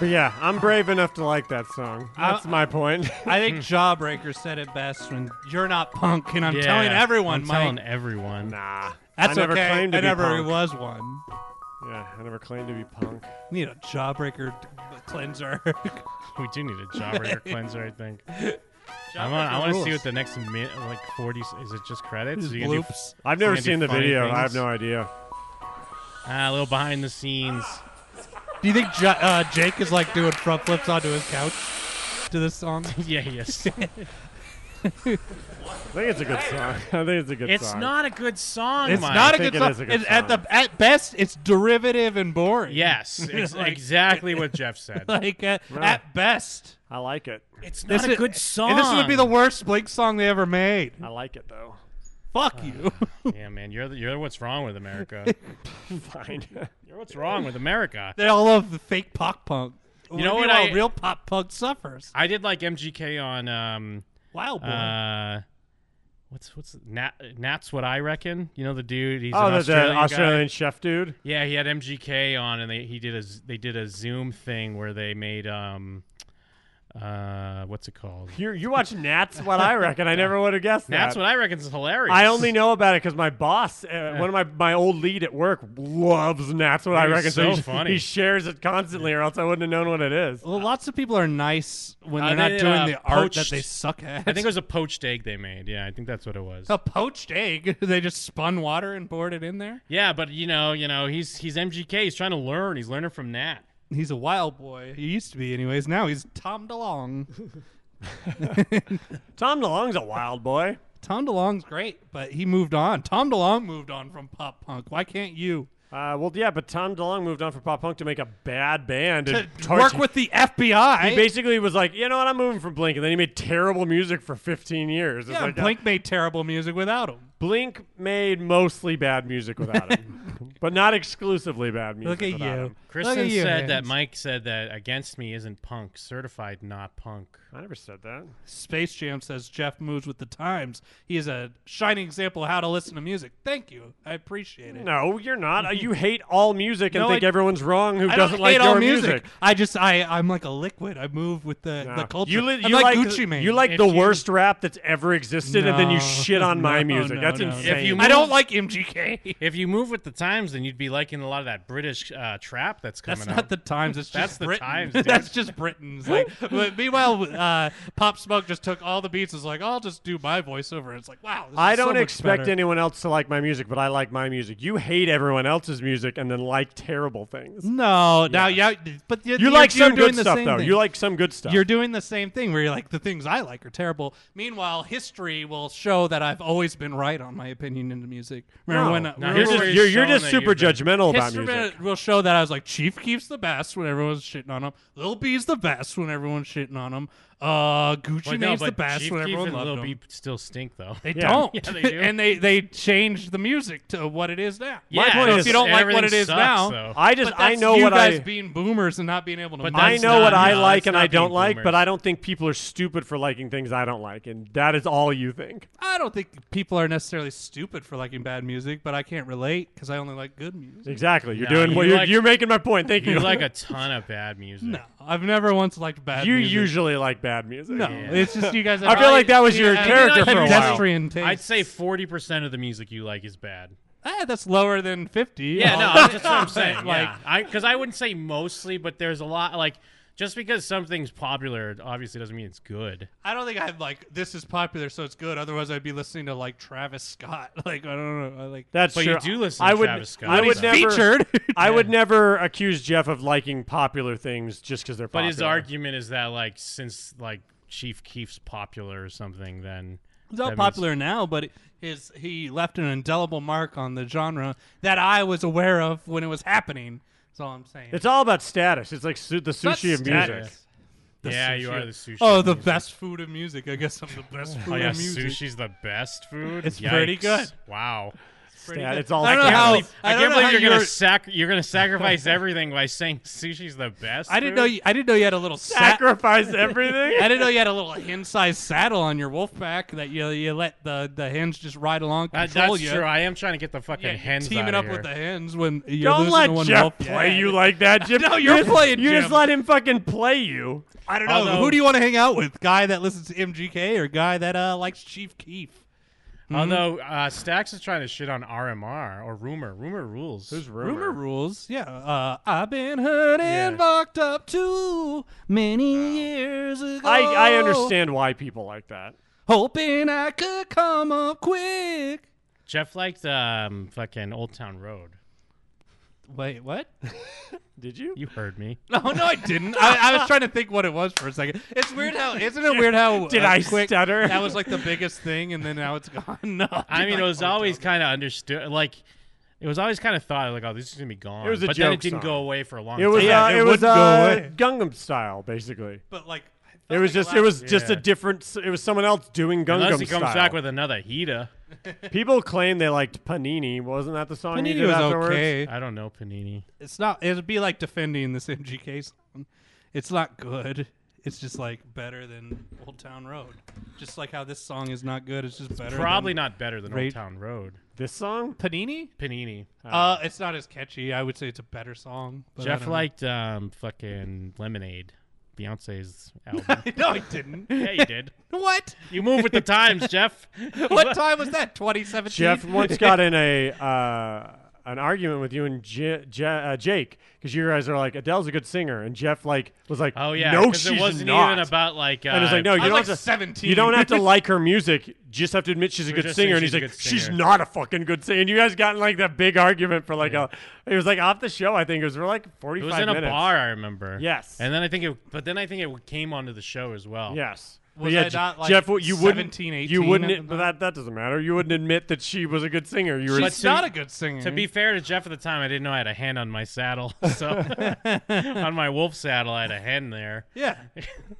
Speaker 6: But yeah, I'm brave enough to like that song. That's
Speaker 8: I-
Speaker 6: my point.
Speaker 8: I think Jawbreaker said it best when you're not punk, and I'm telling everyone,
Speaker 7: I'm
Speaker 8: Mike.
Speaker 7: telling e- everyone.
Speaker 6: Nah,
Speaker 8: That's
Speaker 6: I never
Speaker 8: okay.
Speaker 6: claimed to
Speaker 8: I
Speaker 6: be
Speaker 8: never
Speaker 6: punk.
Speaker 8: was one.
Speaker 6: Yeah, I never claimed to be punk.
Speaker 8: Need a Jawbreaker d- cleanser.
Speaker 7: we do need a Jawbreaker cleanser, I think. I
Speaker 8: Jawbreaker
Speaker 7: want. I want to see
Speaker 8: rules.
Speaker 7: what the next mi- like forty s- is. It just credits?
Speaker 8: Just
Speaker 7: You gonna do-
Speaker 8: bloops.
Speaker 6: I've never
Speaker 7: you gonna do
Speaker 6: seen the
Speaker 7: funny
Speaker 6: video. I have
Speaker 7: things?
Speaker 6: no idea.
Speaker 7: Ah, a little behind the scenes.
Speaker 8: Do you think Ja uh, Jake is like doing front flips onto his couch to this song?
Speaker 7: yeah, yes.
Speaker 6: I think it's a good song. I think it's a good
Speaker 7: It's
Speaker 6: song.
Speaker 7: not a good song.
Speaker 8: it's
Speaker 7: Mike.
Speaker 8: not a good, song. It's At the at best, it's derivative and boring.
Speaker 7: Yes, ex-
Speaker 8: Like-
Speaker 7: exactly what Jeff said.
Speaker 8: like uh,
Speaker 6: Right.
Speaker 8: at best,
Speaker 6: I like it.
Speaker 7: It's
Speaker 8: This
Speaker 7: not a
Speaker 8: is-
Speaker 7: good song.
Speaker 8: And this would be the worst Blink song they ever made.
Speaker 7: Uh,
Speaker 6: I like it though.
Speaker 8: Fuck you.
Speaker 7: yeah, man, you're the, you're what's wrong with America.
Speaker 6: Fine.
Speaker 7: You're what's wrong with America.
Speaker 8: They all love the fake pop punk.
Speaker 7: You know what
Speaker 8: Meanwhile,
Speaker 7: I-
Speaker 8: real pop punk suffers.
Speaker 7: I did like MGK on um,
Speaker 8: Wild Boy.
Speaker 7: Uh, what's what's Nat, Nat's what I reckon. You know the dude. He's
Speaker 6: oh,
Speaker 7: an
Speaker 6: the, the
Speaker 7: Australian, guy.
Speaker 6: Australian chef dude.
Speaker 7: Yeah, he had MGK on, and they he did a z- they did a Zoom thing where they made um, uh, what's it called?
Speaker 6: You you watch Nats? What I reckon. I never would have guessed that.
Speaker 7: Nat's what I reckon is hilarious.
Speaker 6: I only know about it because my boss, uh, one of my, my old lead at work, loves Nats. What I
Speaker 7: He's
Speaker 6: reckon.
Speaker 7: so
Speaker 6: he,
Speaker 7: funny.
Speaker 6: he shares it constantly, or else I wouldn't have known what it is.
Speaker 8: well, lots of people are nice when
Speaker 7: Uh,
Speaker 8: they're
Speaker 7: they
Speaker 8: not
Speaker 7: did,
Speaker 8: doing
Speaker 7: uh,
Speaker 8: the art that
Speaker 7: poached-
Speaker 8: they suck at.
Speaker 7: I think it was a poached egg they made. Yeah, I think that's what it was.
Speaker 8: a poached egg. they just spun water and poured it in there.
Speaker 7: Yeah, but you know, you know, he's he's MGK. He's trying to learn. He's learning from Nat.
Speaker 8: He's a wild boy. He used to be, anyways. Now he's Tom DeLong.
Speaker 6: Tom DeLonge's a wild boy.
Speaker 8: Tom DeLong's great, but he moved on. Tom DeLong moved on from pop punk. Why can't you?
Speaker 6: Uh, well, yeah, but Tom DeLonge moved on for pop punk to make a bad band
Speaker 8: To
Speaker 6: and
Speaker 8: work
Speaker 6: torch-
Speaker 8: with the FBI.
Speaker 6: He basically was like, you know what, I'm moving from Blink, and then he made terrible music for 15 years. It's
Speaker 8: yeah,
Speaker 6: like, uh,
Speaker 8: Blink made terrible music without him.
Speaker 6: Blink made mostly bad music without him, but not exclusively bad music.
Speaker 8: Look at
Speaker 6: without
Speaker 8: you.
Speaker 6: him.
Speaker 7: Kristen
Speaker 8: Look at you,
Speaker 7: said that
Speaker 8: Hans.
Speaker 7: Mike said that against me isn't punk. Certified not punk.
Speaker 6: I never said that.
Speaker 8: Space Jam says Jeff moves with the times. He is a shining example of how to listen to music. Thank you. I appreciate it.
Speaker 6: No, you're not. Uh, You hate all music and
Speaker 8: No,
Speaker 6: think
Speaker 8: I-
Speaker 6: everyone's wrong who
Speaker 8: I
Speaker 6: doesn't
Speaker 8: don't
Speaker 6: like
Speaker 8: hate
Speaker 6: your
Speaker 8: all music. I just I I'm like a liquid. I move with the,
Speaker 6: No.
Speaker 8: the culture.
Speaker 6: You, li-
Speaker 8: I'm
Speaker 6: you
Speaker 8: like,
Speaker 6: like
Speaker 8: Gucci Mane.
Speaker 6: You like
Speaker 7: If
Speaker 6: the
Speaker 7: you-
Speaker 6: worst rap that's ever existed, and then you
Speaker 8: No.
Speaker 6: shit on my
Speaker 8: No,
Speaker 6: music.
Speaker 8: no,
Speaker 6: that's
Speaker 8: no, no.
Speaker 6: insane.
Speaker 7: If you
Speaker 8: I don't
Speaker 7: move-
Speaker 8: like MGK.
Speaker 7: If you move with the times, then you'd be liking a lot of that British uh, trap that's coming
Speaker 8: That's
Speaker 7: up.
Speaker 8: not the times. It's
Speaker 7: That's
Speaker 8: just
Speaker 7: the
Speaker 8: Britain.
Speaker 7: times, dude.
Speaker 8: That's just Britain's. Like, but meanwhile, uh, Pop Smoke just took all the beats. and Was like, I'll just do my voiceover. It's like, wow. This
Speaker 6: I
Speaker 8: is so
Speaker 6: don't
Speaker 8: much
Speaker 6: expect
Speaker 8: better.
Speaker 6: anyone else to like my music, but I like my music. You hate everyone else's music and then like terrible things.
Speaker 8: No, now yeah, but
Speaker 6: You like some
Speaker 8: Mm. doing
Speaker 6: good
Speaker 8: the
Speaker 6: stuff
Speaker 8: same
Speaker 6: though.
Speaker 8: Thing.
Speaker 6: You like some good stuff.
Speaker 8: You're doing the same thing where you're like, the things I like are terrible. Meanwhile, history will show that I've always been right on my opinion into music. Remember
Speaker 6: no.
Speaker 8: when?
Speaker 6: No,
Speaker 8: remember
Speaker 6: you're
Speaker 8: when-
Speaker 6: just,
Speaker 7: he's
Speaker 6: you're, you're
Speaker 7: showing
Speaker 6: just
Speaker 7: that
Speaker 6: super
Speaker 7: you've been-
Speaker 6: judgmental about
Speaker 8: History
Speaker 6: music.
Speaker 8: will show that I was like, Chief keeps the best when everyone's shitting on him. Lil B's the best when everyone's shitting on him. Uh, Gucci
Speaker 7: But no,
Speaker 8: Mane's
Speaker 7: but
Speaker 8: the best
Speaker 7: Chief
Speaker 8: when
Speaker 7: Keef
Speaker 8: everyone
Speaker 7: and
Speaker 8: loved
Speaker 7: Lil
Speaker 8: him.
Speaker 7: B still stink though.
Speaker 8: They
Speaker 6: Yeah.
Speaker 8: don't.
Speaker 7: Yeah, they do.
Speaker 8: and they they changed the music to what it is now.
Speaker 7: Yeah,
Speaker 8: point
Speaker 7: it's
Speaker 8: is, if you don't like
Speaker 7: everything
Speaker 8: what it is
Speaker 7: sucks,
Speaker 8: now,
Speaker 7: though.
Speaker 6: I just
Speaker 8: but
Speaker 6: I
Speaker 8: that's
Speaker 6: know
Speaker 8: you
Speaker 6: what
Speaker 8: guys
Speaker 6: I
Speaker 8: being boomers and not being able to.
Speaker 7: But
Speaker 8: mind
Speaker 6: I
Speaker 7: That's
Speaker 6: know
Speaker 7: not-
Speaker 6: what I
Speaker 7: no,
Speaker 6: like
Speaker 7: that's
Speaker 6: and
Speaker 7: not
Speaker 6: I don't
Speaker 7: being
Speaker 6: like, but
Speaker 7: boomers.
Speaker 6: I don't think people are stupid for liking things I don't like, and that is all you think.
Speaker 8: I don't think people are necessarily stupid for liking bad music, but I can't relate because I only like good music.
Speaker 6: Exactly. You're
Speaker 7: No,
Speaker 6: doing
Speaker 7: you
Speaker 6: what you're,
Speaker 7: like-
Speaker 6: you're making my point. Thank you.
Speaker 7: You like a ton of bad music.
Speaker 8: No, I've never once liked bad.
Speaker 6: you
Speaker 8: music.
Speaker 6: usually like bad music.
Speaker 8: no.
Speaker 7: Yeah.
Speaker 8: It's just you guys.
Speaker 6: I feel like that was your
Speaker 8: Yeah,
Speaker 6: character
Speaker 8: you
Speaker 6: for a
Speaker 8: know,
Speaker 6: while.
Speaker 8: pedestrian taste.
Speaker 7: I'd say forty percent of the music you like is bad.
Speaker 8: ah, that's lower than fifty.
Speaker 7: Yeah, no,
Speaker 8: Oh,
Speaker 7: that's just what I'm saying.
Speaker 8: Like-
Speaker 7: yeah, I because I wouldn't say mostly, but there's a lot like just because something's popular, obviously doesn't mean it's good.
Speaker 8: I don't think I'm like this is popular, so it's good. Otherwise, I'd be listening to like Travis Scott. Like I don't know. I like
Speaker 6: That's
Speaker 7: But
Speaker 6: true.
Speaker 7: you do listen
Speaker 6: I
Speaker 7: to
Speaker 6: would,
Speaker 7: Travis Scott,
Speaker 6: I would
Speaker 7: so.
Speaker 6: never.
Speaker 8: featured.
Speaker 6: I would never accuse Jeff of liking popular things just because they're
Speaker 7: But
Speaker 6: popular.
Speaker 7: his argument is that like since like Chief Keef's popular or something, then
Speaker 8: He's all
Speaker 7: that means-
Speaker 8: popular now, but his he left an indelible mark on the genre that I was aware of when it was happening. That's all I'm saying.
Speaker 6: It's all about status. It's like su- the
Speaker 8: Not
Speaker 6: sushi of
Speaker 8: status.
Speaker 6: music.
Speaker 7: yeah,
Speaker 8: sushi.
Speaker 7: you are the sushi.
Speaker 8: Oh, the
Speaker 7: music.
Speaker 8: best food of music. I guess I'm the best food
Speaker 7: Oh yeah,
Speaker 8: of music.
Speaker 7: sushi's the best food.
Speaker 8: It's pretty
Speaker 7: Yikes.
Speaker 8: good.
Speaker 7: Wow. Pretty
Speaker 6: Dad,
Speaker 7: good.
Speaker 6: it's all
Speaker 7: I,
Speaker 6: I
Speaker 7: can't
Speaker 6: can-
Speaker 7: believe,
Speaker 8: I
Speaker 7: I
Speaker 8: don't
Speaker 7: can't
Speaker 8: know
Speaker 7: believe
Speaker 8: how
Speaker 7: you're gonna
Speaker 8: you're-
Speaker 7: sac- you're gonna sacrifice everything by saying sushi's the best.
Speaker 8: I didn't
Speaker 7: food?
Speaker 8: know. You, I didn't know you had a little sat-
Speaker 6: Sacrifice everything?
Speaker 8: I didn't know you had a little hinge-sized saddle on your wolf pack that you you let the, the hinge just ride along
Speaker 7: That-
Speaker 8: control
Speaker 7: that's
Speaker 8: you.
Speaker 7: true. I am trying to get the fucking
Speaker 8: Yeah, you're
Speaker 7: hens
Speaker 8: teaming
Speaker 7: outta
Speaker 8: up
Speaker 7: here.
Speaker 8: with the hens when you're
Speaker 6: Don't
Speaker 8: losing
Speaker 6: let
Speaker 8: to one
Speaker 6: Jeff
Speaker 8: wolf
Speaker 6: play
Speaker 8: Yeah.
Speaker 6: you like that, Jeff.
Speaker 8: no, you're
Speaker 6: you just-
Speaker 8: playing.
Speaker 6: You
Speaker 8: Jim.
Speaker 6: just let him fucking play you.
Speaker 8: I don't know.
Speaker 7: Although-
Speaker 8: Who do you want to hang out with? Guy that listens to MGK or guy that uh, likes Chief Keef? Hmm?
Speaker 7: Although uh, Stax is trying to shit on RMR or Rumor. Rumor rules. Who's
Speaker 8: rumor rules, yeah. Uh, I've been hurt and
Speaker 7: Yeah.
Speaker 8: fucked up too many years ago.
Speaker 6: I, I understand why people like that.
Speaker 8: Hoping I could come up quick.
Speaker 7: Jeff liked um, fucking Old Town Road.
Speaker 8: Wait, what?
Speaker 6: Did you?
Speaker 7: You heard me.
Speaker 8: No, no, I didn't. I, I was trying to think what it was for a second. It's weird how, isn't it weird how?
Speaker 6: Did
Speaker 8: uh,
Speaker 6: I
Speaker 8: quick,
Speaker 6: stutter?
Speaker 8: That was like the biggest thing, and then now it's gone. No,
Speaker 7: I mean,
Speaker 8: like,
Speaker 7: it was
Speaker 8: oh,
Speaker 7: always kind of understood. Like, it was always kind of thought like, oh, this is gonna be gone.
Speaker 6: It was a
Speaker 7: but
Speaker 6: joke
Speaker 7: then it didn't
Speaker 6: song.
Speaker 7: go away for a long
Speaker 6: It was
Speaker 7: time.
Speaker 6: uh,
Speaker 8: it
Speaker 6: it, was
Speaker 8: wouldn't go
Speaker 6: uh,
Speaker 8: away.
Speaker 6: Gangnam Style basically.
Speaker 8: But like,
Speaker 6: It was just it was just a different. s- It was someone else doing Gangnam
Speaker 7: Unless he comes
Speaker 6: Style.
Speaker 7: back with another Hita.
Speaker 6: People claim they liked Panini. Wasn't that the song he
Speaker 8: Panini
Speaker 6: did
Speaker 8: was
Speaker 6: afterwards?
Speaker 8: okay.
Speaker 7: I don't know Panini.
Speaker 8: It's not. It'd be like defending this MGK song. It's not good. It's just like better than Old Town Road. Just like how this song is not good. It's just better.
Speaker 7: Probably
Speaker 8: than
Speaker 7: not better than Old
Speaker 8: Rage-
Speaker 7: Town Road.
Speaker 6: This song?
Speaker 8: Panini.
Speaker 7: Panini.
Speaker 8: Uh, it's not as catchy. I would say it's a better song. but I
Speaker 7: Jeff
Speaker 8: don't know.
Speaker 7: liked um, fucking Lemonade, Beyonce's album.
Speaker 8: no, I didn't.
Speaker 7: yeah, you did.
Speaker 8: What?
Speaker 7: You move with the times, Jeff.
Speaker 8: What time was that? 2017.
Speaker 6: Jeff once got in a uh, an argument with you and J- J- uh, Jake because you guys are like Adele's a good singer, and Jeff like was like,
Speaker 7: Oh yeah,
Speaker 6: no,
Speaker 7: 'cause
Speaker 6: she's
Speaker 7: it wasn't
Speaker 6: not.
Speaker 7: even about like. Uh,
Speaker 6: and it's like, no, you
Speaker 8: I'm
Speaker 6: don't
Speaker 8: like
Speaker 6: have to.
Speaker 8: 17.
Speaker 6: You don't have to like her music. Just have to admit she's a
Speaker 7: We
Speaker 6: good
Speaker 7: just
Speaker 6: singer. And he's
Speaker 7: think she's a
Speaker 6: like,
Speaker 7: good
Speaker 6: she's
Speaker 7: singer."
Speaker 6: not a fucking good singer. And you guys got in like that big argument for like a. It was like off the show. I think it was for like forty
Speaker 7: It
Speaker 6: five
Speaker 7: was
Speaker 6: minutes.
Speaker 7: in a bar, I remember.
Speaker 6: Yes.
Speaker 7: and then I think it, but then I think it came onto the show as well.
Speaker 6: Yes. But
Speaker 8: Was
Speaker 6: yeah,
Speaker 8: I
Speaker 6: Je-
Speaker 8: not, like,
Speaker 6: Jeff, what- you wouldn't,
Speaker 8: 17,
Speaker 6: you
Speaker 8: 18
Speaker 6: wouldn't,
Speaker 8: at the
Speaker 6: but
Speaker 8: time?
Speaker 6: that, that doesn't matter. You wouldn't admit that she was a good singer. You were,
Speaker 7: But
Speaker 8: She's
Speaker 7: to-
Speaker 8: not a good singer.
Speaker 7: To be fair to Jeff at the time, I didn't know I had a hand on my saddle. So on my wolf saddle, I had a hen there.
Speaker 8: Yeah.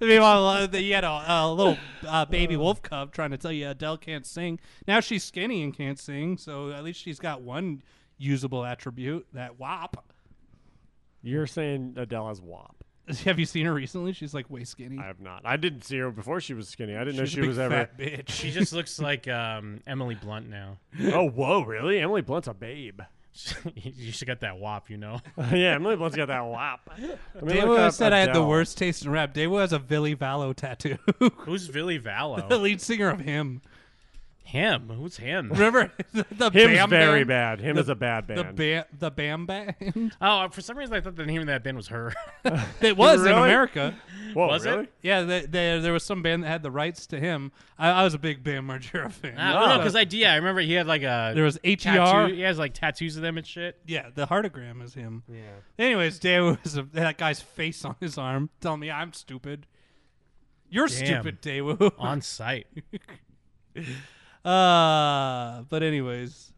Speaker 8: Meanwhile, uh, the- you had a, a little uh, baby wolf cub trying to tell you Adele can't sing. Now she's skinny and can't sing, so at least she's got one usable attribute that wop.
Speaker 6: you're saying Adele has WAP.
Speaker 8: Have you seen her recently? She's like way skinny.
Speaker 6: I have not. I didn't see her before she was skinny. I didn't know
Speaker 8: She's a
Speaker 6: she
Speaker 8: big
Speaker 6: was ever.
Speaker 8: fat bitch.
Speaker 7: She just looks like um, Emily Blunt now.
Speaker 6: Oh, whoa, really? Emily Blunt's a babe.
Speaker 7: you should get that wop, you know.
Speaker 6: yeah, Emily Blunt's got that WAP. Let me look
Speaker 8: Dewa
Speaker 6: up
Speaker 8: said I had the
Speaker 6: Adele.
Speaker 8: worst taste in rap. Dewa has a Villy Vallow tattoo.
Speaker 7: Who's Billy
Speaker 6: Oh.
Speaker 8: the
Speaker 7: Vallow?
Speaker 8: lead singer of him.
Speaker 7: him? Who's him?
Speaker 8: Remember the, the
Speaker 6: Him's
Speaker 8: Bam
Speaker 6: very
Speaker 8: Band?
Speaker 6: bad. Him
Speaker 8: The-
Speaker 6: is a bad
Speaker 8: The
Speaker 6: band.
Speaker 8: Bam, the Bam Band.
Speaker 7: Oh, for some reason I thought the name of that band was her.
Speaker 8: it was in
Speaker 6: Really?
Speaker 8: America.
Speaker 6: Whoa,
Speaker 7: Was it?
Speaker 6: really?
Speaker 8: Yeah, they, they, there was some band that had the rights to him. I, I was a big Bam Margera fan.
Speaker 6: Ah,
Speaker 7: I don't know because I yeah, I remember he had like a
Speaker 8: there was H.E.R.
Speaker 7: tattoo. He has like tattoos of them and shit.
Speaker 8: Yeah, the heartogram is him. Yeah. Anyways, Dewa was a, that guy's face on his arm, telling me I'm stupid. You're
Speaker 7: Damn.
Speaker 8: stupid, Dewa.
Speaker 7: On site.
Speaker 8: uh, but anyways,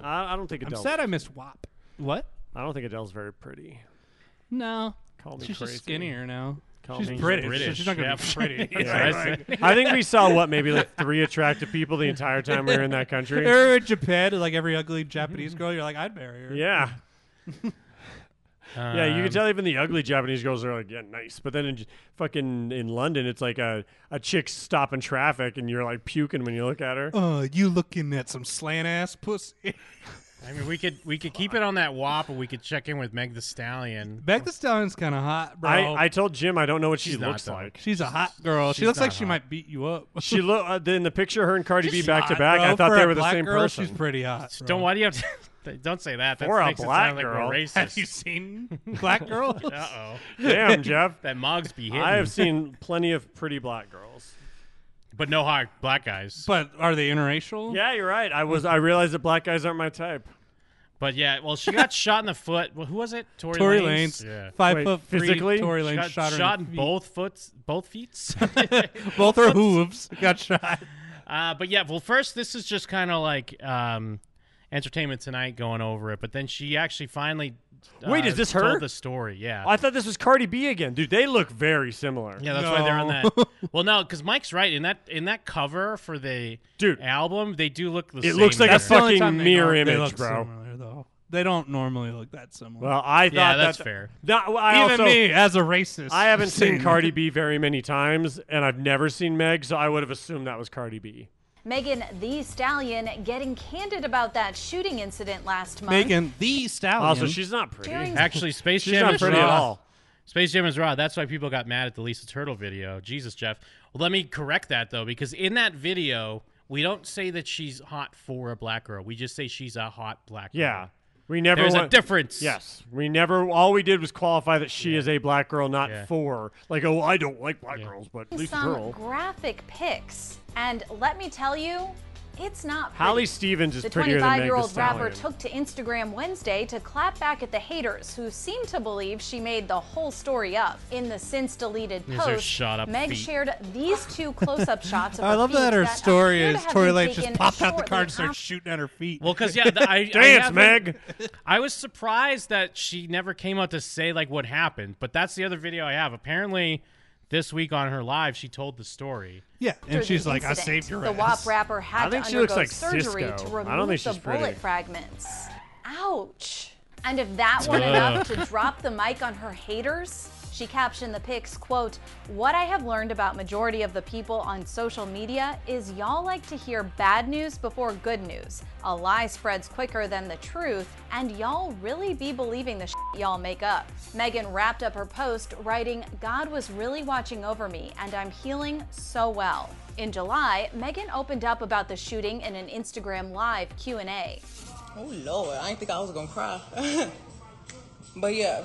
Speaker 6: I, I don't think
Speaker 8: I'm
Speaker 6: Adele.
Speaker 8: sad I missed WAP. What?
Speaker 6: I don't think Adele's very pretty.
Speaker 8: No,
Speaker 6: Call me
Speaker 8: she's
Speaker 6: crazy.
Speaker 8: just skinnier now.
Speaker 6: Call
Speaker 8: she's
Speaker 6: me
Speaker 8: British.
Speaker 7: British,
Speaker 8: so She's not gonna
Speaker 7: yeah.
Speaker 8: be pretty.
Speaker 7: That's what I said.
Speaker 6: I think we saw what maybe like three attractive people the entire time we were in that country.
Speaker 8: Or in Japan, like every ugly Japanese girl, you're like, I'd marry her.
Speaker 6: Mm-hmm. Yeah. Yeah, you
Speaker 7: Um,
Speaker 6: can tell even the ugly Japanese girls are like, yeah, nice. But then in J- fucking in London, it's like a, a chick stopping traffic and you're like puking when you look at her.
Speaker 8: Uh, you looking at some slant ass pussy?
Speaker 7: I mean, we could we could keep it on that wop, or we could check in with Meg the Stallion.
Speaker 8: Back the Stallion's kind of hot, bro.
Speaker 6: I, I told Jim I don't know what she
Speaker 7: She's not,
Speaker 6: looks
Speaker 7: though.
Speaker 6: like.
Speaker 8: she's a hot girl. She
Speaker 7: She's
Speaker 8: looks like
Speaker 7: not
Speaker 8: she
Speaker 7: hot.
Speaker 8: might beat you up.
Speaker 6: She look uh, in the picture her and Cardi B
Speaker 8: She's
Speaker 6: back to
Speaker 8: hot,
Speaker 6: back.
Speaker 8: bro.
Speaker 6: I thought
Speaker 8: For
Speaker 6: they
Speaker 8: a
Speaker 6: were the
Speaker 8: black
Speaker 6: same
Speaker 8: girl,
Speaker 6: person.
Speaker 8: She's pretty hot. Bro.
Speaker 7: Don't why do you have to? Don't say that. That
Speaker 6: For a
Speaker 7: makes it
Speaker 6: black
Speaker 7: sound like
Speaker 6: girl.
Speaker 7: we're racist.
Speaker 8: Have you seen black girls?
Speaker 7: Uh oh.
Speaker 6: Damn, Jeff.
Speaker 7: That Moggs be hitting.
Speaker 6: I have seen plenty of pretty black girls.
Speaker 7: but no hard black guys. But,
Speaker 8: But are they interracial?
Speaker 6: Yeah, you're right. I was I realized that black guys aren't my type.
Speaker 7: yeah, well, she got shot in the foot. Well, who was it? Tory,
Speaker 8: Tory
Speaker 7: Lanez.
Speaker 8: Lanes,
Speaker 7: Yeah.
Speaker 8: five
Speaker 6: Wait,
Speaker 8: foot three,
Speaker 6: physically?
Speaker 8: Tory
Speaker 7: She
Speaker 8: Lanes
Speaker 7: got
Speaker 8: shot,
Speaker 7: shot,
Speaker 8: her
Speaker 7: in
Speaker 8: the feet.
Speaker 7: both foots, both feet.
Speaker 8: Both her hooves got shot.
Speaker 7: uh, but yeah, well, first this is just kind of like um, Entertainment Tonight going over it, but then she actually finally
Speaker 6: Wait, is this her?
Speaker 7: Told the story, yeah.
Speaker 6: I thought this was Cardi B again, dude. They look very similar.
Speaker 7: Yeah, that's why they're on that. Well, no, because Mike's right in that in that cover for the
Speaker 6: dude
Speaker 7: album, they do look the
Speaker 6: It
Speaker 7: same.
Speaker 6: looks like a
Speaker 7: there.
Speaker 8: That's the only
Speaker 6: fucking
Speaker 8: time they
Speaker 6: mirror
Speaker 8: don't- they
Speaker 6: image,
Speaker 8: look
Speaker 6: bro.
Speaker 8: Similar, though. They don't normally look that similar.
Speaker 6: Well, I thought
Speaker 7: that's
Speaker 6: that-
Speaker 7: fair.
Speaker 6: No, I
Speaker 8: Even
Speaker 6: also-
Speaker 8: me, as a racist,
Speaker 6: I haven't seen
Speaker 8: seen-
Speaker 6: Cardi B very many times, and I've never seen Meg, so I would have assumed that was Cardi B.
Speaker 13: Megan the Stallion getting candid about that shooting incident last month.
Speaker 8: the
Speaker 7: Oh,
Speaker 8: Stallion.
Speaker 6: Also, she's not pretty.
Speaker 13: During-
Speaker 7: Actually, Space
Speaker 6: She's
Speaker 7: Jam
Speaker 6: not
Speaker 7: is
Speaker 6: pretty
Speaker 7: raw.
Speaker 6: at all.
Speaker 7: Space Jam is raw. That's why people got mad at the Lisa Turtle video. Jesus, Jeff. Well, let me correct that though, because in that video, we don't say that she's hot for a black girl. We just say she's a hot black girl.
Speaker 6: Yeah. We never
Speaker 7: There's a
Speaker 6: went-
Speaker 7: difference.
Speaker 6: Yes. We never all we did was qualify that she is a black girl, not
Speaker 7: Yeah.
Speaker 6: for. Like, oh, I don't like black girls, but at least a
Speaker 13: some
Speaker 6: girl.
Speaker 13: graphic pics, and let me tell you, it's not. Pretty.
Speaker 6: Hallie Stevens is
Speaker 13: the
Speaker 6: prettier than Meg Thee
Speaker 13: 25-year-old rapper
Speaker 6: Stallion.
Speaker 13: took to Instagram Wednesday to clap back at the haters who seem to believe she made the whole story up. In the since deleted
Speaker 7: These are
Speaker 13: post,
Speaker 7: shot-up
Speaker 13: Meg
Speaker 7: feet.
Speaker 13: shared these two close-up shots of
Speaker 8: I
Speaker 13: her
Speaker 8: love that
Speaker 13: feet
Speaker 8: her story
Speaker 13: appear to
Speaker 8: is
Speaker 13: have
Speaker 8: Tory
Speaker 13: been
Speaker 8: Lanez just
Speaker 13: taken
Speaker 8: popped out the
Speaker 13: shortly
Speaker 8: car and started
Speaker 13: after-
Speaker 8: shooting at her feet.
Speaker 7: Well, because yeah, the, I I
Speaker 6: Dance,
Speaker 7: haven't-
Speaker 6: Meg.
Speaker 7: I was surprised that she never came out to say like what happened, but that's the other video I have. Apparently, this week on her live, she told the story.
Speaker 8: Yeah,
Speaker 13: after
Speaker 8: and she's
Speaker 13: the
Speaker 8: like,
Speaker 13: incident.
Speaker 8: "I saved your
Speaker 13: The
Speaker 8: ass."
Speaker 13: WAP rapper had
Speaker 7: I think
Speaker 13: to
Speaker 7: she
Speaker 13: undergo
Speaker 7: looks like
Speaker 13: surgery
Speaker 7: Cisco.
Speaker 13: to
Speaker 7: I
Speaker 13: remove
Speaker 7: don't think
Speaker 13: the
Speaker 7: she's
Speaker 13: bullet
Speaker 7: pretty.
Speaker 13: fragments. Ouch! And if that weren't enough to drop the mic on her haters, she captioned the pics, quote, "What I have learned about majority of the people on social media is y'all like to hear bad news before good news. A lie spreads quicker than the truth, and y'all really be believing the shit y'all make up." Megan wrapped up her post writing, "God was really watching over me, and I'm healing so well." In July, Megan opened up about the shooting in an Instagram live Q&A.
Speaker 5: Oh Lord, I didn't think I was gonna cry. but yeah,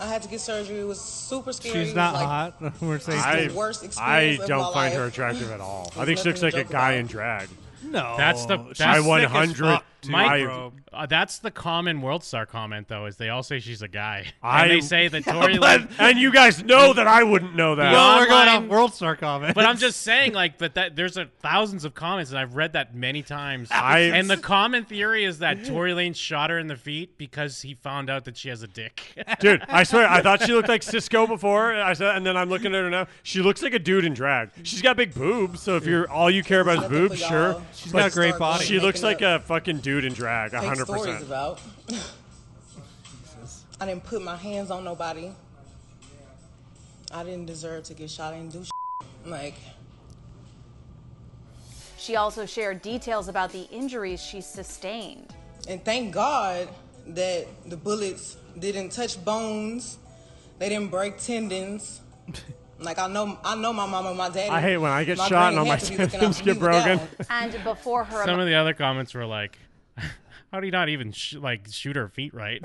Speaker 5: I had to get surgery. It was super scary. It
Speaker 8: She's
Speaker 5: was
Speaker 8: not
Speaker 5: like-
Speaker 8: hot. We're saying
Speaker 6: I,
Speaker 5: the worst
Speaker 6: I
Speaker 5: experience of
Speaker 6: don't
Speaker 5: my
Speaker 6: find her
Speaker 5: life.
Speaker 6: attractive at all.
Speaker 5: There's
Speaker 6: I think she
Speaker 5: nothing
Speaker 6: looks
Speaker 5: to
Speaker 6: like a
Speaker 5: joke
Speaker 6: guy
Speaker 5: about.
Speaker 6: in drag.
Speaker 8: No,
Speaker 7: That's the
Speaker 8: she's
Speaker 7: that's
Speaker 6: I one
Speaker 7: thick as
Speaker 6: hundred.
Speaker 7: fuck, dude. Mike,
Speaker 6: I-
Speaker 7: uh, that's the common world star comment though, is they all say she's a guy.
Speaker 6: I-
Speaker 7: and they say that Tory
Speaker 6: But-
Speaker 7: Lanez
Speaker 6: and you guys know that I wouldn't know that.
Speaker 7: Well, we're going
Speaker 8: off World Star comments.
Speaker 7: But I'm just saying, like, but that there's a, thousands of comments, and I've read that many times.
Speaker 6: I-
Speaker 7: and the common theory is that Tory Lane shot her in the feet because he found out that she has a dick.
Speaker 6: Dude, I swear, I thought she looked like Cisco before. and I said, and then I'm looking at her now. She looks like a dude in drag. She's got big boobs, so if you're all you care about is boobs, sure.
Speaker 8: She's
Speaker 6: But
Speaker 8: got a great body.
Speaker 6: She looks like
Speaker 5: Making
Speaker 6: a fucking dude in drag,
Speaker 5: fake
Speaker 6: 100.
Speaker 5: stories
Speaker 6: percent
Speaker 5: about. I didn't put my hands on nobody. I didn't deserve to get shot. I didn't do like.
Speaker 13: She also shared details about the injuries she sustained.
Speaker 5: And thank God that the bullets didn't touch bones. They didn't break tendons. Like I know, I know my mama, and my daddy.
Speaker 6: I hate when I get
Speaker 5: my
Speaker 6: shot
Speaker 5: brain
Speaker 6: and all
Speaker 5: had
Speaker 6: my
Speaker 5: to be looking up.
Speaker 6: tendons
Speaker 5: He
Speaker 6: get
Speaker 5: was down.
Speaker 6: broken.
Speaker 13: And before her
Speaker 7: Some of the other comments were like, "How do you not even sh- like shoot her feet right?"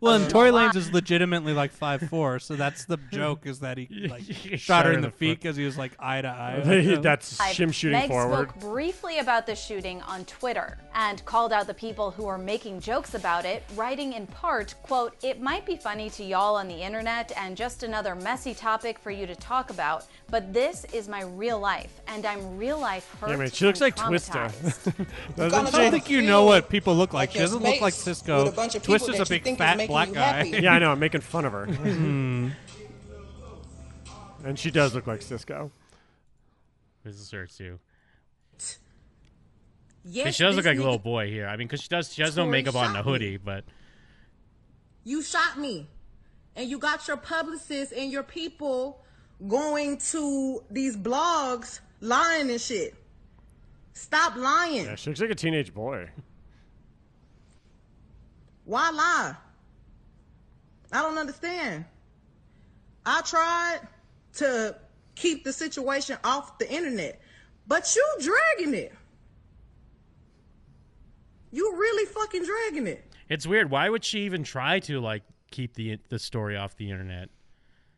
Speaker 8: well, and Tory Lanez is legitimately like five four, so that's the joke is that he like shot her in the feet because he was like eye to eye.
Speaker 6: That's him shooting
Speaker 13: Meg
Speaker 6: forward.
Speaker 13: spoke briefly about the shooting on Twitter and called out the people who were making jokes about it, writing in part, quote, "It might be funny to y'all on the internet and just another messy topic for you to talk about, but this is my real life and I'm real life hurt."
Speaker 6: Yeah, man, she looks
Speaker 13: and
Speaker 6: like Twista.
Speaker 13: traumatized."
Speaker 8: Doesn't
Speaker 6: Doesn't
Speaker 8: I don't
Speaker 6: she?
Speaker 8: think you know what people look like.
Speaker 5: like
Speaker 8: She
Speaker 5: your
Speaker 8: doesn't look like
Speaker 5: space
Speaker 8: Cisco.
Speaker 5: with a bunch of people
Speaker 8: Twist is
Speaker 5: that
Speaker 8: a
Speaker 5: you
Speaker 8: big
Speaker 5: think is
Speaker 8: fat
Speaker 5: making
Speaker 8: black
Speaker 5: you
Speaker 8: guy.
Speaker 5: happy.
Speaker 6: Yeah, I know. I'm making fun of her.
Speaker 8: Hmm.
Speaker 6: and she does look like Cisco.
Speaker 7: this is her too. 'Cause
Speaker 14: Yes,
Speaker 7: she does look
Speaker 14: this
Speaker 7: like a
Speaker 14: nigga-
Speaker 7: little boy here. I mean, because she does she has no
Speaker 14: Tory
Speaker 7: makeup on and a
Speaker 14: shot me.
Speaker 7: hoodie, but
Speaker 14: You shot me. And you got your publicists and your people going to these blogs lying and shit. Stop lying.
Speaker 6: Yeah, she looks like a teenage boy.
Speaker 14: Why lie? I don't understand. I tried to keep the situation off the internet, but you dragging it. You really fucking dragging it.
Speaker 7: it's weird. Why would she even try to like keep the the story off the internet?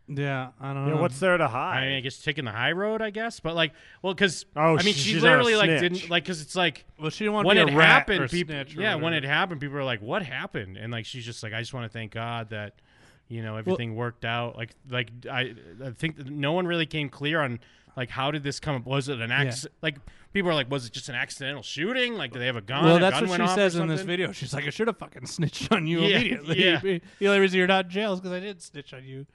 Speaker 8: Yeah, I don't
Speaker 6: Yeah,
Speaker 8: know.
Speaker 6: what's there to
Speaker 7: I
Speaker 6: hide?
Speaker 7: mean, I guess taking the high road, I guess. But like, well, because
Speaker 6: Oh,
Speaker 7: I mean,
Speaker 6: she-
Speaker 7: she
Speaker 6: she's not a
Speaker 7: literally like
Speaker 6: snitch.
Speaker 7: didn't like because it's like
Speaker 8: well, she didn't wanna
Speaker 7: when
Speaker 8: be a
Speaker 7: it
Speaker 8: rat
Speaker 7: happened,
Speaker 8: or
Speaker 7: people
Speaker 8: snitch or
Speaker 7: yeah, when
Speaker 8: whatever.
Speaker 7: it happened, people were like, "What happened?" And like, she's just like, "I just want to thank God that you know everything worked out. Like like I I think that no one really came clear on like how did this come up? Was it an accident? Like people are like, was it just an accidental shooting? Like do they have a gun?
Speaker 8: well,
Speaker 7: A
Speaker 8: that's
Speaker 7: gun
Speaker 8: what
Speaker 7: went
Speaker 8: she
Speaker 7: off or
Speaker 8: says in this
Speaker 7: something?
Speaker 8: video. She's like, I should have fucking snitched on you
Speaker 7: Yeah,
Speaker 8: immediately.
Speaker 7: yeah.
Speaker 8: the only reason you're not in jail is because I did snitch on you.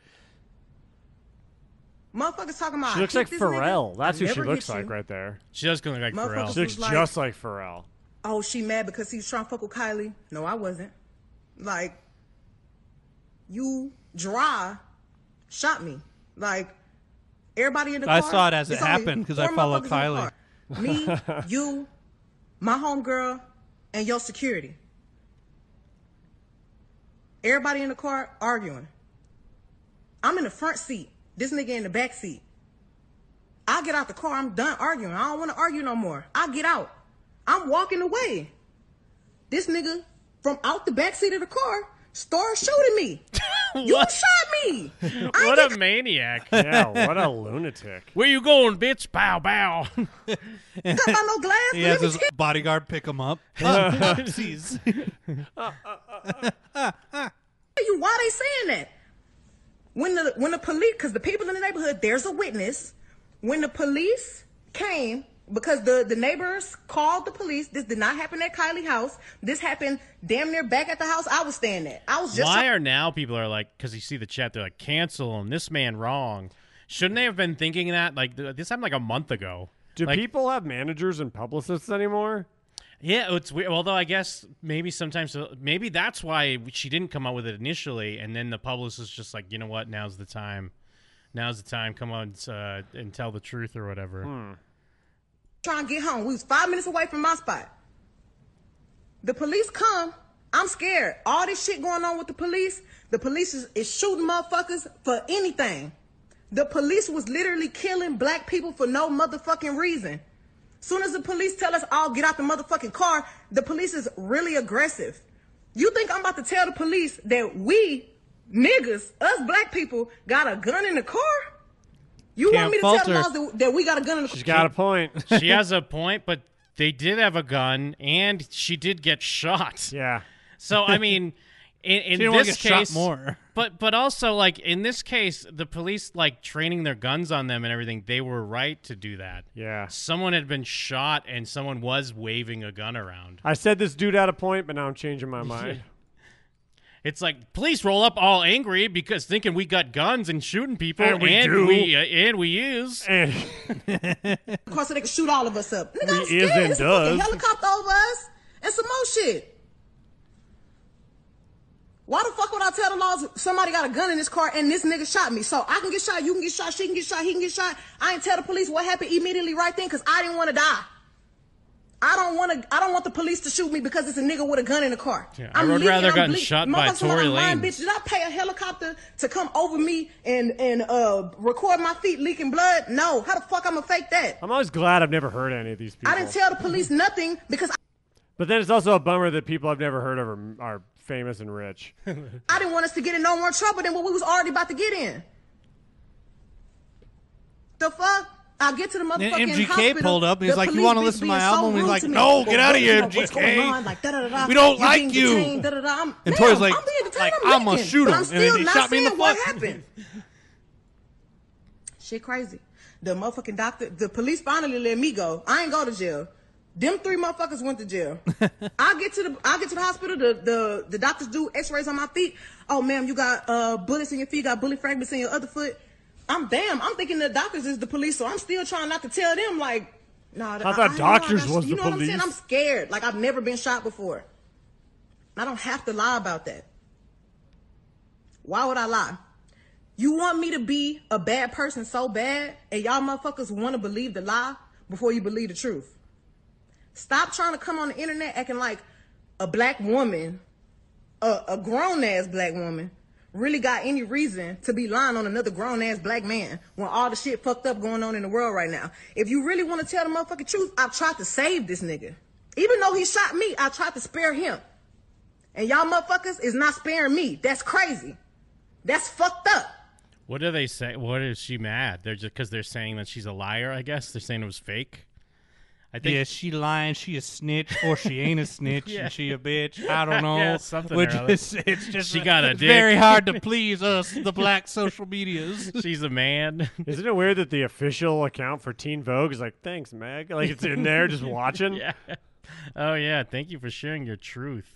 Speaker 13: Motherfuckers talking about.
Speaker 6: She looks
Speaker 13: "I
Speaker 6: like
Speaker 13: hit this nigga,
Speaker 6: Pharrell. That's
Speaker 13: I
Speaker 6: who she
Speaker 13: never
Speaker 6: looks
Speaker 13: hit you."
Speaker 6: like right there.
Speaker 7: She does kind of like
Speaker 13: Motherfuckers Pharrell.
Speaker 6: She looks
Speaker 13: was like-
Speaker 6: just like Pharrell.
Speaker 13: Oh, she mad because he's trying to fuck with Kylie. No, I wasn't. Like, you dry shot me. Like, everybody in the
Speaker 8: I
Speaker 13: car.
Speaker 8: saw it as it
Speaker 13: it's only
Speaker 8: happened because I
Speaker 13: four
Speaker 8: follow Kylie.
Speaker 13: motherfuckers in the car. Me, you, my homegirl, and your security. Everybody in the car arguing. I'm in the front seat. This nigga in the back seat. I get out the car. I'm done arguing. I don't want to argue no more. I get out. I'm walking away. This nigga from out the back seat of the car starts shooting me. you shot me.
Speaker 7: what a maniac!
Speaker 6: Yeah, what a lunatic!
Speaker 7: Where you going, bitch? Bow bow.
Speaker 13: Got my no glass.
Speaker 8: He
Speaker 13: let
Speaker 8: has
Speaker 13: me
Speaker 8: his
Speaker 13: check.
Speaker 8: bodyguard pick him up. Oopsies.
Speaker 13: Tell you why they saying that. When the when the police, because the people in the neighborhood, there's a witness. When the police came, because the the neighbors called the police. This did not happen at Kylie house. This happened damn near back at the house I was staying at. I was just
Speaker 7: Why are now people are like because you see the chat they're like cancel him this man wrong? Shouldn't they have been thinking that like th- this happened like a month ago?
Speaker 6: Do
Speaker 7: Like-
Speaker 6: people have managers and publicists anymore?
Speaker 7: Yeah, it's weird. Although I guess maybe sometimes uh, maybe that's why she didn't come out with it initially, and then the publicist just like you know what now's the time, now's the time come on uh, and tell the truth or whatever.
Speaker 8: Hmm.
Speaker 13: trying to get home. We was five minutes away from my spot. The police come. I'm scared. All this shit going on with the police. The police is, is shooting motherfuckers for anything. The police was literally killing black people for no motherfucking reason. Soon as the police tell us all get out the motherfucking car, the police is really aggressive. You think I'm about to tell the police that we niggas, us black people, got a gun in the car? You
Speaker 6: Can't
Speaker 13: want me to
Speaker 6: falter.
Speaker 13: tell the laws that, that we got a gun in the car?
Speaker 6: She's got a point.
Speaker 7: she has a point, but they did have a gun, and she did get shot.
Speaker 6: Yeah.
Speaker 7: So I mean, in, in
Speaker 8: She didn't wanna
Speaker 7: this
Speaker 8: get shot
Speaker 7: case,
Speaker 8: more.
Speaker 7: But but also like in this case, the police like training their guns on them and everything. They were right to do that.
Speaker 6: Yeah.
Speaker 7: Someone had been shot, and someone was waving a gun around.
Speaker 6: I said this dude had a point, but now I'm changing my mind.
Speaker 7: It's like police roll up all angry because thinking we got guns and shooting people,
Speaker 6: And we do.
Speaker 7: we, uh, and we use.
Speaker 6: And
Speaker 13: Of course, so they can shoot all of us up. Nigga, I'm
Speaker 7: We
Speaker 13: scared.
Speaker 7: is and
Speaker 13: It's a fucking
Speaker 7: does.
Speaker 13: helicopter over us and some more shit. Why the fuck would I tell the laws somebody got a gun in this car and this nigga shot me? So I can get shot, you can get shot, she can get shot, he can get shot. I ain't tell the police what happened immediately right then because I didn't want to die. I don't want to. I don't want the police to shoot me because it's a nigga with a gun in the car.
Speaker 7: Yeah, I
Speaker 13: I'm
Speaker 7: would
Speaker 13: leaking,
Speaker 7: rather
Speaker 13: I'm
Speaker 7: gotten
Speaker 13: bleeding.
Speaker 7: shot by
Speaker 13: Motherfucker,
Speaker 7: Tory
Speaker 13: I'm lying,
Speaker 7: Lanez.
Speaker 13: Bitch, did I pay a helicopter to come over me and and uh record my feet leaking blood? No. How the fuck I'm gonna fake that?
Speaker 6: I'm always glad I've never heard any of these people.
Speaker 13: I didn't tell the police nothing because
Speaker 6: But then it's also a bummer that people I've never heard of are, are famous and rich.
Speaker 13: I didn't want us to get in no more trouble than what we was already about to get in. The fuck. I get to the motherfucking
Speaker 8: MGK
Speaker 13: hospital,
Speaker 8: pulled up and he's
Speaker 13: the
Speaker 8: like, "You
Speaker 13: police
Speaker 8: wanna
Speaker 13: bitch
Speaker 8: listen to
Speaker 13: being
Speaker 8: my
Speaker 13: so
Speaker 8: album?"
Speaker 13: rude
Speaker 8: He's like,
Speaker 13: to me.
Speaker 8: "No, get
Speaker 13: Well,
Speaker 8: outta here,
Speaker 13: what's
Speaker 8: MGK.
Speaker 13: going on?" Like, da-da-da-da.
Speaker 8: We don't
Speaker 13: You
Speaker 8: like
Speaker 13: being
Speaker 8: you.
Speaker 13: detained, da-da-da. I'm-
Speaker 8: And
Speaker 13: Ma'am,
Speaker 8: Tori's like,
Speaker 13: I'm being detained,
Speaker 8: like,
Speaker 13: I'm
Speaker 8: "I'ma
Speaker 13: leaking,
Speaker 8: shoot
Speaker 13: but
Speaker 8: him."
Speaker 13: I'm
Speaker 8: And then
Speaker 13: still
Speaker 8: he
Speaker 13: not
Speaker 8: shot me in the
Speaker 13: saying what
Speaker 8: foot.
Speaker 13: happened. Shit crazy. The motherfucking doctor, the police finally let me go. I ain't go to jail. Them three motherfuckers went to jail. I get to the I get to the hospital. The the, the doctors do X-rays on my feet. Oh ma'am, you got uh bullets in your feet. You got bullet fragments in your other foot. I'm damn. I'm thinking the doctors is the police, so I'm still trying not to tell them like, nah.
Speaker 6: I thought
Speaker 13: know I
Speaker 6: doctors
Speaker 13: got-
Speaker 6: was the
Speaker 13: You know what I'm saying?
Speaker 6: police.
Speaker 13: I'm scared. Like I've never been shot before. I don't have to lie about that. Why would I lie? You want me to be a bad person so bad, and y'all motherfuckers want to believe the lie before you believe the truth. Stop trying to come on the internet acting like a black woman, a, a grown ass black woman, really got any reason to be lying on another grown ass black man when all the shit fucked up going on in the world right now. If you really want to tell the motherfucking truth, I tried to save this nigga. Even though he shot me, I tried to spare him. And y'all motherfuckers is not sparing me. That's crazy. That's fucked up.
Speaker 7: What do they say? What is she mad? They're just because they're saying that she's a liar. I guess they're saying it was fake. I think-
Speaker 8: yeah, she lying, she a snitch, or she ain't a snitch,
Speaker 7: Yeah.
Speaker 8: and she a bitch. I don't know.
Speaker 7: Yeah, something
Speaker 8: Which
Speaker 7: or other.
Speaker 8: is, it's just
Speaker 7: She got a
Speaker 8: it's very
Speaker 7: dick.
Speaker 8: hard to please us, the black social medias.
Speaker 7: She's a man.
Speaker 6: Isn't it weird that the official account for Teen Vogue is like, "Thanks, Meg," like it's in there just watching.
Speaker 7: yeah. Oh yeah. Thank you for sharing your truth.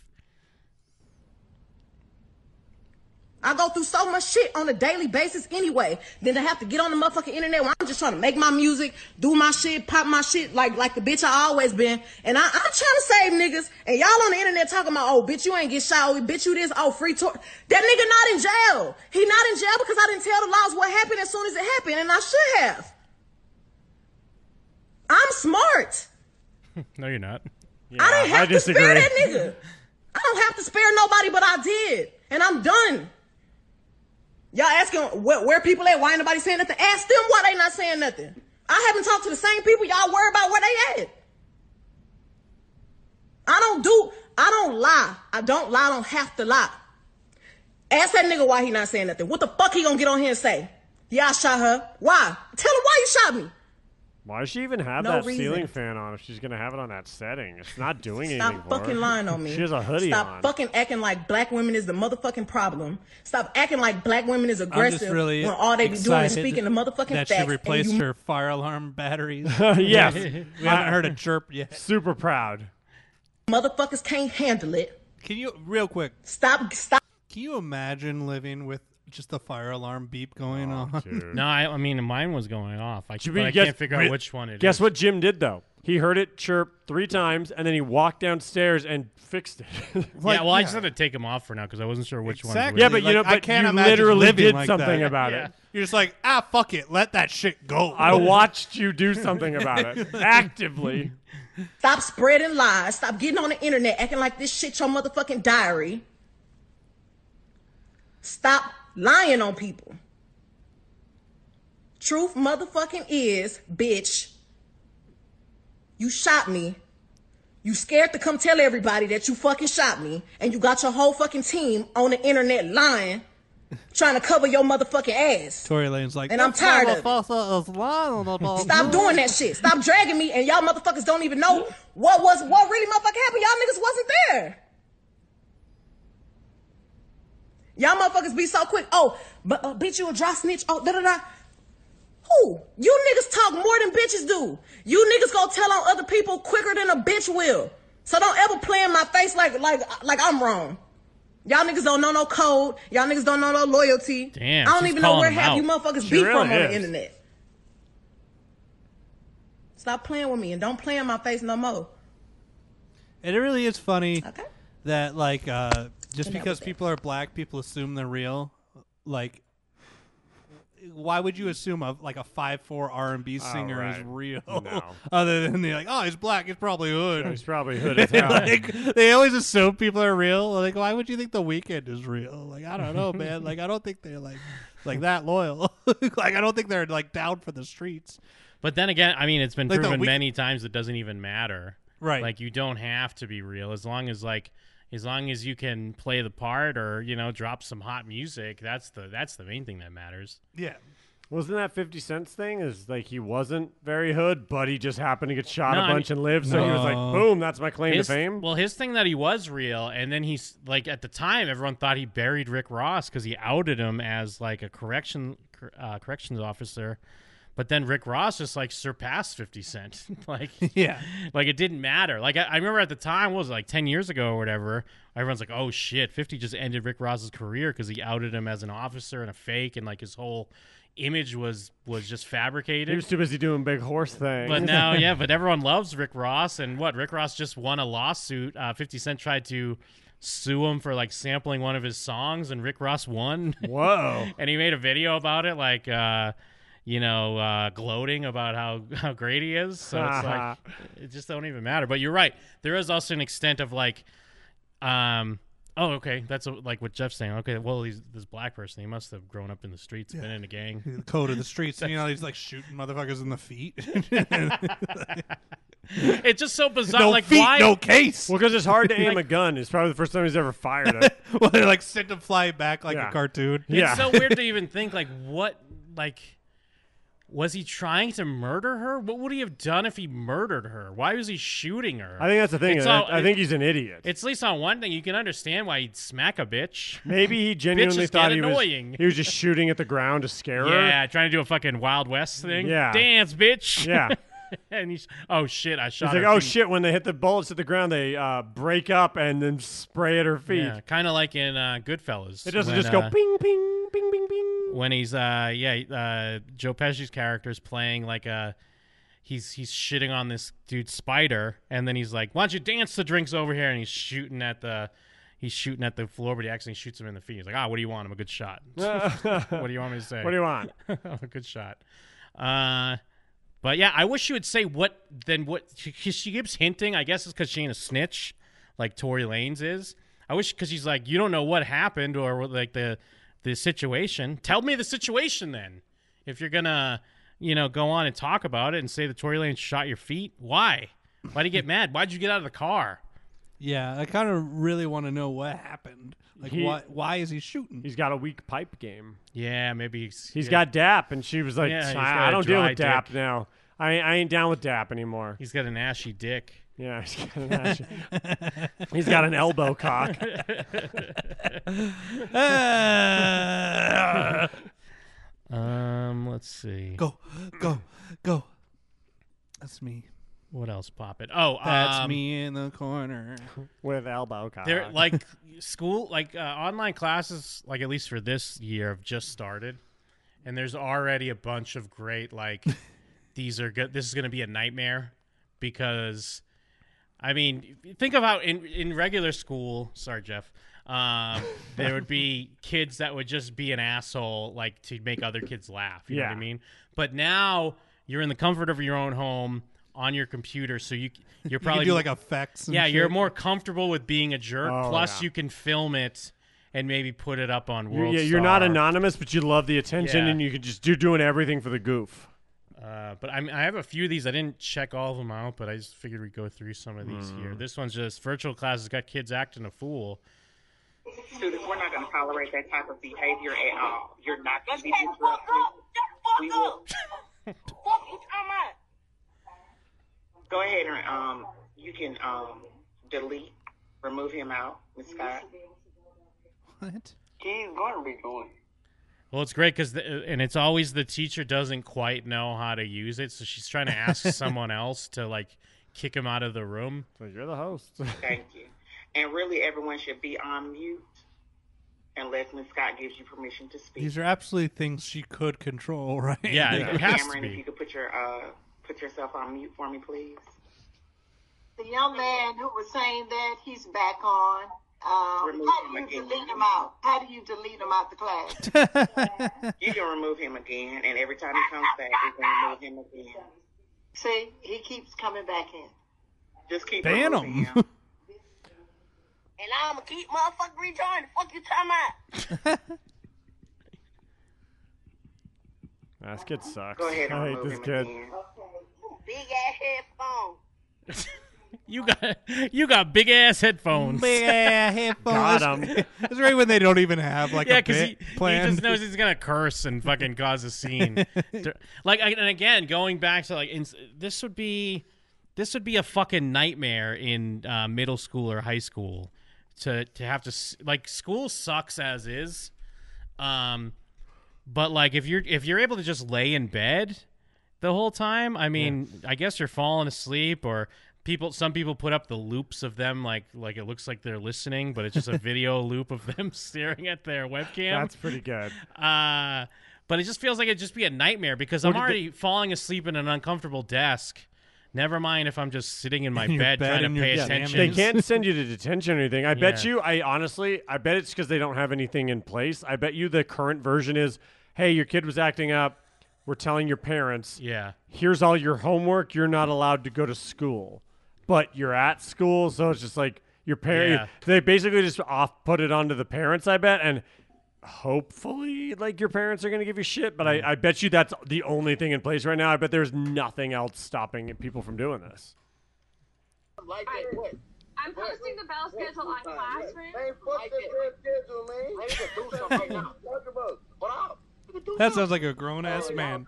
Speaker 13: I go through so much shit on a daily basis anyway. Then to have to get on the motherfucking internet when I'm just trying to make my music, do my shit, pop my shit like like the bitch I always been. And I, I'm trying to save niggas. And y'all on the internet talking about, oh, bitch, you ain't get shot. Oh, bitch, you this. Oh, free tour. That nigga not in jail. He not in jail because I didn't tell the laws what happened as soon as it happened. And I should have. I'm smart.
Speaker 7: No, you're not.
Speaker 13: I didn't have to spare that nigga. I don't have to spare nobody, but I did, and I'm done. Y'all asking where, where people at? Why ain't nobody saying nothing? Ask them why they not saying nothing. I haven't talked to the same people. Y'all worry about where they at. I don't do. I don't lie. I don't lie. I don't have to lie. Ask that nigga why he not saying nothing. What the fuck he gonna get on here and say? Yeah, I shot her. Why? Tell him why you shot me.
Speaker 6: Why does she even have
Speaker 13: No
Speaker 6: that
Speaker 13: reason.
Speaker 6: ceiling fan on if she's gonna have it on that setting? It's not doing
Speaker 13: Stop
Speaker 6: anything. for her.
Speaker 13: fucking lying on me.
Speaker 6: She has a hoodie
Speaker 13: Stop
Speaker 6: on.
Speaker 13: fucking acting like black women is the motherfucking problem. Stop acting like black women is
Speaker 8: just
Speaker 13: aggressive
Speaker 8: really
Speaker 13: when all they be doing is
Speaker 8: excited
Speaker 13: speaking the motherfucking
Speaker 8: that
Speaker 13: facts.
Speaker 8: she replaced
Speaker 13: and you-
Speaker 8: her fire alarm batteries.
Speaker 6: yes.
Speaker 8: we haven't heard a chirp yet.
Speaker 6: Super proud.
Speaker 13: Motherfuckers can't handle it.
Speaker 8: Can you real quick
Speaker 13: stop? Stop.
Speaker 8: Can you imagine living with just the fire alarm beep going
Speaker 7: Oh,
Speaker 8: on?
Speaker 7: No, I, I mean mine was going off. I,
Speaker 6: Should
Speaker 7: but
Speaker 6: we
Speaker 7: I
Speaker 6: guess-
Speaker 7: can't figure out which one it is.
Speaker 6: guess what Jim did though? He heard it chirp three times, and then he walked downstairs and fixed it.
Speaker 7: yeah, well, I just had to take them off for now because I wasn't sure which one.
Speaker 6: Yeah, but you know, but
Speaker 8: I can't
Speaker 6: you
Speaker 8: imagine
Speaker 6: literally
Speaker 8: living
Speaker 6: did
Speaker 8: like
Speaker 6: something
Speaker 8: that.
Speaker 6: about it.
Speaker 8: You're just like, ah, fuck it, let that shit go.
Speaker 6: I watched you do something about it actively.
Speaker 13: Stop spreading lies. Stop getting on the internet acting like this shit your motherfucking diary. Stop lying on people. Truth motherfucking is, bitch. You shot me. You scared to come tell everybody that you fucking shot me, and you got your whole fucking team on the internet lying, trying to cover your motherfucking ass.
Speaker 8: Tory Lane's like,
Speaker 13: And I'm tired of it. Stop
Speaker 8: Stop
Speaker 13: doing that shit. Stop dragging me, and y'all motherfuckers don't even know what was what really motherfucking happened. Y'all niggas wasn't there. Y'all motherfuckers be so quick. Oh, but uh, bitch, you a dry snitch. Oh, da da da. Who? You niggas talk more than bitches do. You niggas gonna tell on other people quicker than a bitch will. So don't ever play in my face like like like I'm wrong. Y'all niggas don't know no code. Y'all niggas don't know no loyalty.
Speaker 7: Damn,
Speaker 13: I don't
Speaker 7: she's
Speaker 13: even know
Speaker 7: calling
Speaker 13: where
Speaker 7: them
Speaker 13: half
Speaker 7: out.
Speaker 13: you motherfuckers
Speaker 7: She
Speaker 13: be
Speaker 7: really
Speaker 13: from on the
Speaker 7: is.
Speaker 13: internet. Stop playing with me and don't play in my face no more.
Speaker 8: And it really is funny that like uh, just because people are black, people assume they're real. Like, why would you assume a like a five four R and B
Speaker 6: Oh,
Speaker 8: singer is
Speaker 6: right.
Speaker 8: real?
Speaker 6: No.
Speaker 8: Other than they're like, oh, he's black, he's probably hood.
Speaker 6: Yeah, he's probably hood as hell.
Speaker 8: like, they always assume people are real. Like, why would you think the weekend is real? Like, I don't know, man. Like, I don't think they're like like that loyal. like, I don't think they're like down for the streets.
Speaker 7: But then again, I mean, it's been
Speaker 8: Like the
Speaker 7: proven
Speaker 8: weak-
Speaker 7: many times it doesn't even matter.
Speaker 8: Right.
Speaker 7: Like you don't have to be real as long as like as long as you can play the part or you know drop some hot music. That's the that's the main thing that matters.
Speaker 8: Yeah.
Speaker 6: Wasn't that Fifty Cent's thing? Is like he wasn't very hood, but he just happened to get shot
Speaker 7: No,
Speaker 6: a
Speaker 7: I
Speaker 6: bunch
Speaker 7: mean-
Speaker 6: and lived. So he was like,
Speaker 7: No.
Speaker 6: "Boom, that's my claim
Speaker 7: His-
Speaker 6: to fame."
Speaker 7: Well, his thing that he was real, and then he's like at the time everyone thought he buried Rick Ross because he outed him as like a correction cor- uh, corrections officer, but then Rick Ross just like surpassed Fifty Cent, like
Speaker 8: Yeah.
Speaker 7: like it didn't matter. Like I, I remember at the time, what was it, like ten years ago or whatever, everyone's like, oh shit, Fifty just ended Rick Ross's career because he outed him as an officer and a fake, and like his whole image was was just fabricated.
Speaker 6: He was too busy doing big horse things.
Speaker 7: But now, yeah, but everyone loves Rick Ross, and what Rick Ross just won a lawsuit. Uh, Fifty Cent tried to sue him for like sampling one of his songs, and Rick Ross won.
Speaker 6: Whoa.
Speaker 7: and he made a video about it, like uh, you know, uh, gloating about how how great he is. So it's like it just don't even matter. But you're right. There is also an extent of like, um. Oh, okay. That's uh, like what Jeff's saying. Okay, well, he's this black person. He must have grown up in the streets, been in a gang,
Speaker 8: The code of the streets, and you know he's like shooting motherfuckers in the feet.
Speaker 7: it's just so bizarre.
Speaker 8: No
Speaker 7: like
Speaker 8: feet,
Speaker 7: why?
Speaker 8: no case.
Speaker 6: Well, because it's hard to aim
Speaker 7: Like-
Speaker 6: a gun. It's probably the first time he's ever fired it.
Speaker 8: well, they like sent him flying back like
Speaker 6: Yeah.
Speaker 8: a cartoon.
Speaker 7: It's so weird to even think like what like Was he trying to murder her? What would he have done if he murdered her? Why was he shooting her?
Speaker 6: I think that's the thing.
Speaker 7: It's
Speaker 6: I-
Speaker 7: all-
Speaker 6: I think he's an idiot.
Speaker 7: It's at least on one thing you can understand why he'd smack a bitch.
Speaker 6: Maybe he genuinely
Speaker 7: Bitches
Speaker 6: thought
Speaker 7: get
Speaker 6: he
Speaker 7: annoying.
Speaker 6: was he was just shooting at the ground to scare her.
Speaker 7: Yeah, trying to do a fucking Wild West thing.
Speaker 6: Yeah.
Speaker 7: Dance, bitch.
Speaker 6: Yeah.
Speaker 7: and he's, oh shit, I shot
Speaker 6: He's
Speaker 7: her.
Speaker 6: like, oh
Speaker 7: feet."
Speaker 6: shit! When they hit the bullets at the ground, they uh, break up and then spray at her feet.
Speaker 7: Yeah, kind of like in uh, Goodfellas.
Speaker 6: It doesn't
Speaker 7: when,
Speaker 6: just go
Speaker 7: uh,
Speaker 6: ping, ping, ping, ping, ping.
Speaker 7: when he's uh yeah uh Joe Pesci's character is playing like a he's he's shitting on this dude Spider and then he's like why don't you dance the drinks over here and he's shooting at the he's shooting at the floor but he actually shoots him in the feet he's like ah what do you want I'm a good shot what do you want me to say
Speaker 6: What do you want?
Speaker 7: I'm a Oh, good shot uh but yeah I wish she would say what then what she, she keeps hinting I guess it's because she ain't a snitch like Tory Lanez is I wish because she's like you don't know what happened or like the the situation. Tell me the situation then. If you're gonna, you know, go on and talk about it and say the Tory Lane shot your feet, why? Why'd you get mad? Why'd you get out of the car?
Speaker 8: Yeah, I kind of really want to know what happened. Like,
Speaker 6: He-
Speaker 8: why? Why is he shooting?
Speaker 6: He's got a weak pipe game.
Speaker 7: Yeah, maybe he's
Speaker 6: He's
Speaker 7: yeah.
Speaker 6: got DAP, and she was like,
Speaker 7: Yeah, he's
Speaker 6: I,
Speaker 7: got
Speaker 6: I
Speaker 7: a
Speaker 6: don't deal
Speaker 7: dry
Speaker 6: with DAP
Speaker 7: dick.
Speaker 6: now. I, I ain't down with DAP anymore.
Speaker 7: He's got an ashy dick.
Speaker 6: Yeah, he's got an ashy. he's got an elbow cock.
Speaker 8: Ah,
Speaker 7: um, let's see.
Speaker 8: Go, go, go. That's me.
Speaker 7: What else, Pop It? Oh,
Speaker 8: that's
Speaker 7: um,
Speaker 8: me in the corner
Speaker 6: with elbow cock.
Speaker 7: They're like school, like uh, online classes, like at least for this year, have just started, and there's already a bunch of great like these are good. This is going to be a nightmare because, I mean, think of how in in regular school. Sorry, Jeff. Um, there would be kids that would just be an asshole, like to make other kids laugh. You know what I
Speaker 6: Yeah.
Speaker 7: mean? But now you're in the comfort of your own home on your computer, so you you're
Speaker 8: can
Speaker 7: probably
Speaker 8: do, like, effects and
Speaker 7: yeah, you're
Speaker 8: shit.
Speaker 7: more comfortable with being a jerk.
Speaker 6: Oh,
Speaker 7: Plus,
Speaker 6: yeah.
Speaker 7: you can film it and maybe put it up on
Speaker 6: You're,
Speaker 7: World.
Speaker 6: yeah, you're not
Speaker 7: Star.
Speaker 6: anonymous, but you love the attention,
Speaker 7: Yeah.
Speaker 6: and you could just do doing everything for the goof.
Speaker 7: Uh, but I, mean, I have a few of these. I didn't check all of them out, but I just figured we'd go through some of these here.
Speaker 6: Mm.
Speaker 7: This one's just virtual classes got kids acting a fool.
Speaker 15: Students, we're not going to tolerate that type of behavior at all. You're not going to be disruptive. We will. Go ahead and um, you can um, delete, remove him out, Miss Scott.
Speaker 8: What?
Speaker 15: He's going to be going.
Speaker 7: Well, it's great because, and it's always the teacher doesn't quite know how to use it, so she's trying to ask someone else to like kick him out of the room.
Speaker 6: So you're the host.
Speaker 15: Thank you. And really, everyone should be on mute unless Miss Scott gives you permission to speak.
Speaker 8: These are absolutely things she could control, right?
Speaker 15: Cameron, if you could put your uh, put yourself on mute for me, please.
Speaker 16: The young man who was saying that, he's back on. Um,
Speaker 15: Remove
Speaker 16: how
Speaker 15: him
Speaker 16: do you
Speaker 15: again.
Speaker 16: delete him out? How do you delete him out the class?
Speaker 15: You can remove him again, and every time he comes back, you can remove him again.
Speaker 16: See, he keeps coming back in.
Speaker 15: Just keep
Speaker 8: Ban
Speaker 15: removing
Speaker 8: him.
Speaker 16: And I'm going to keep motherfucker rejoining. Fuck you talking about?
Speaker 6: Nah, this kid sucks.
Speaker 15: Go ahead and
Speaker 6: I hate
Speaker 15: remove
Speaker 6: this
Speaker 15: him
Speaker 6: kid.
Speaker 15: again.
Speaker 16: Big ass headphone.
Speaker 7: You got you got big ass headphones.
Speaker 8: Big ass headphones.
Speaker 7: Got 'em.
Speaker 8: It's right when they don't even have like
Speaker 7: yeah,
Speaker 8: a bit
Speaker 7: he, he
Speaker 8: planned.
Speaker 7: just knows he's gonna curse and fucking cause a scene. Dur- like, I- and again, going back to like, ins this would be, this would be a fucking nightmare in uh, middle school or high school to to have to s- like school sucks as is, um, but like if you're if you're able to just lay in bed the whole time, I mean, I guess you're falling asleep or. People, some people put up the loops of them, like like it looks like they're listening, but it's just a video loop of them staring at their webcam.
Speaker 6: That's pretty good.
Speaker 7: Uh, but it just feels like it'd just be a nightmare because
Speaker 6: What
Speaker 7: I'm
Speaker 6: did
Speaker 7: already falling asleep in an uncomfortable desk. Never mind if I'm just sitting in my
Speaker 6: In your
Speaker 7: bed,
Speaker 6: bed
Speaker 7: trying
Speaker 6: in
Speaker 7: to
Speaker 6: your
Speaker 7: pay
Speaker 6: pajamas.
Speaker 7: attention.
Speaker 6: They can't send you to detention or anything. I bet
Speaker 7: Yeah.
Speaker 6: you, I honestly, I bet it's because they don't have anything in place. I bet you the current version is hey, your kid was acting up. We're telling your parents,
Speaker 7: Yeah.
Speaker 6: here's all your homework. You're not allowed to go to school, but you're at school. So it's just like your parent,
Speaker 7: Yeah.
Speaker 6: they basically just off put it onto the parents, I bet. And hopefully, like your parents are going to give you shit. But
Speaker 7: Mm.
Speaker 6: I, I bet you that's the only thing in place right now. I bet there's nothing else stopping people from doing this.
Speaker 16: Like it, what? I'm posting the bell schedule on Classroom. Man, fuck this damn schedule, man. Ready to do something right now. What up?
Speaker 8: That sounds like a grown ass man.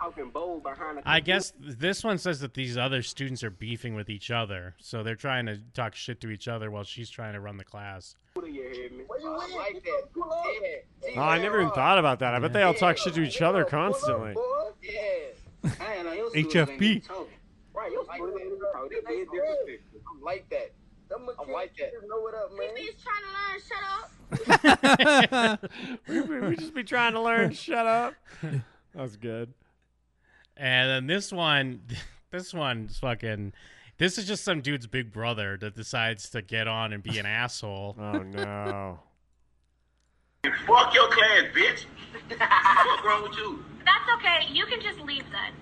Speaker 7: I guess this one says that these other students are beefing with each other, so they're trying to talk shit to each other while she's trying to run the class.
Speaker 6: Oh, I never even thought about that. I bet they all talk shit to each other constantly. HFP.
Speaker 17: Right, you're supposed to be proud. They being disrespectful. I'm like that. I'm like that. Know what up, man.
Speaker 6: we, we, we just be trying to learn. Shut up. That's good.
Speaker 7: And then this one, this one's fucking. This is just some dude's big brother that decides to get on and be an asshole.
Speaker 6: Oh no!
Speaker 17: Fuck your class, bitch. What's wrong with you?
Speaker 18: That's okay. You can just leave then.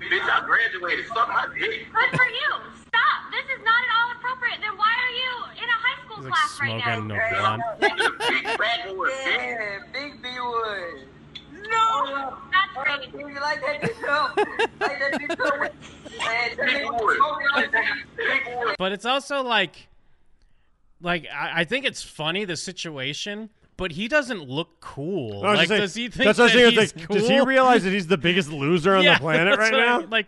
Speaker 17: Bitch, I graduated. Suck my dick.
Speaker 18: Good for you. Stop. This is not at all appropriate. Then why are you in a high school
Speaker 7: He's like
Speaker 18: class right now?
Speaker 7: smoking a blunt.
Speaker 16: Yeah, Big B Wood. No! That's great. You like that yourself? like that yourself? Man, Big Wood.
Speaker 7: But it's also like, like I, I think it's funny the situation. But he doesn't look cool.
Speaker 6: I was just
Speaker 7: Like,
Speaker 6: saying-
Speaker 7: does he think
Speaker 6: that's what I
Speaker 7: that
Speaker 6: was
Speaker 7: he's
Speaker 6: thinking,
Speaker 7: cool?
Speaker 6: Does he realize that he's the biggest loser on
Speaker 7: Yeah,
Speaker 6: the planet
Speaker 7: that's
Speaker 6: right
Speaker 7: what I
Speaker 6: now?
Speaker 7: mean, like,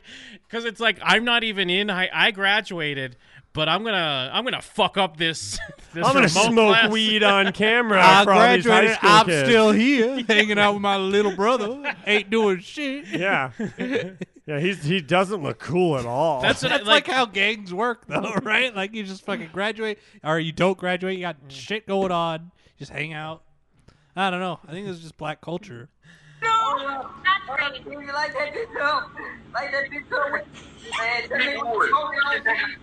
Speaker 7: because it's like I'm not even in. High, I graduated, but I'm gonna I'm gonna fuck up this. this
Speaker 6: I'm gonna
Speaker 7: remote
Speaker 6: smoke
Speaker 7: class.
Speaker 6: weed on camera.
Speaker 8: I
Speaker 6: for all these high
Speaker 8: graduated.
Speaker 6: school
Speaker 8: I'm
Speaker 6: kids.
Speaker 8: still here, hanging out with my little brother. Ain't doing shit.
Speaker 6: Yeah. Yeah, he's he doesn't look cool at all.
Speaker 8: That's, like, how gangs work, though, right? Like you just fucking graduate, or you don't graduate. You got shit going on. Just hang out. I don't know. I think it's just black culture.
Speaker 16: No! That's great. You like that yourself? Like that yourself? Man, Big Wood.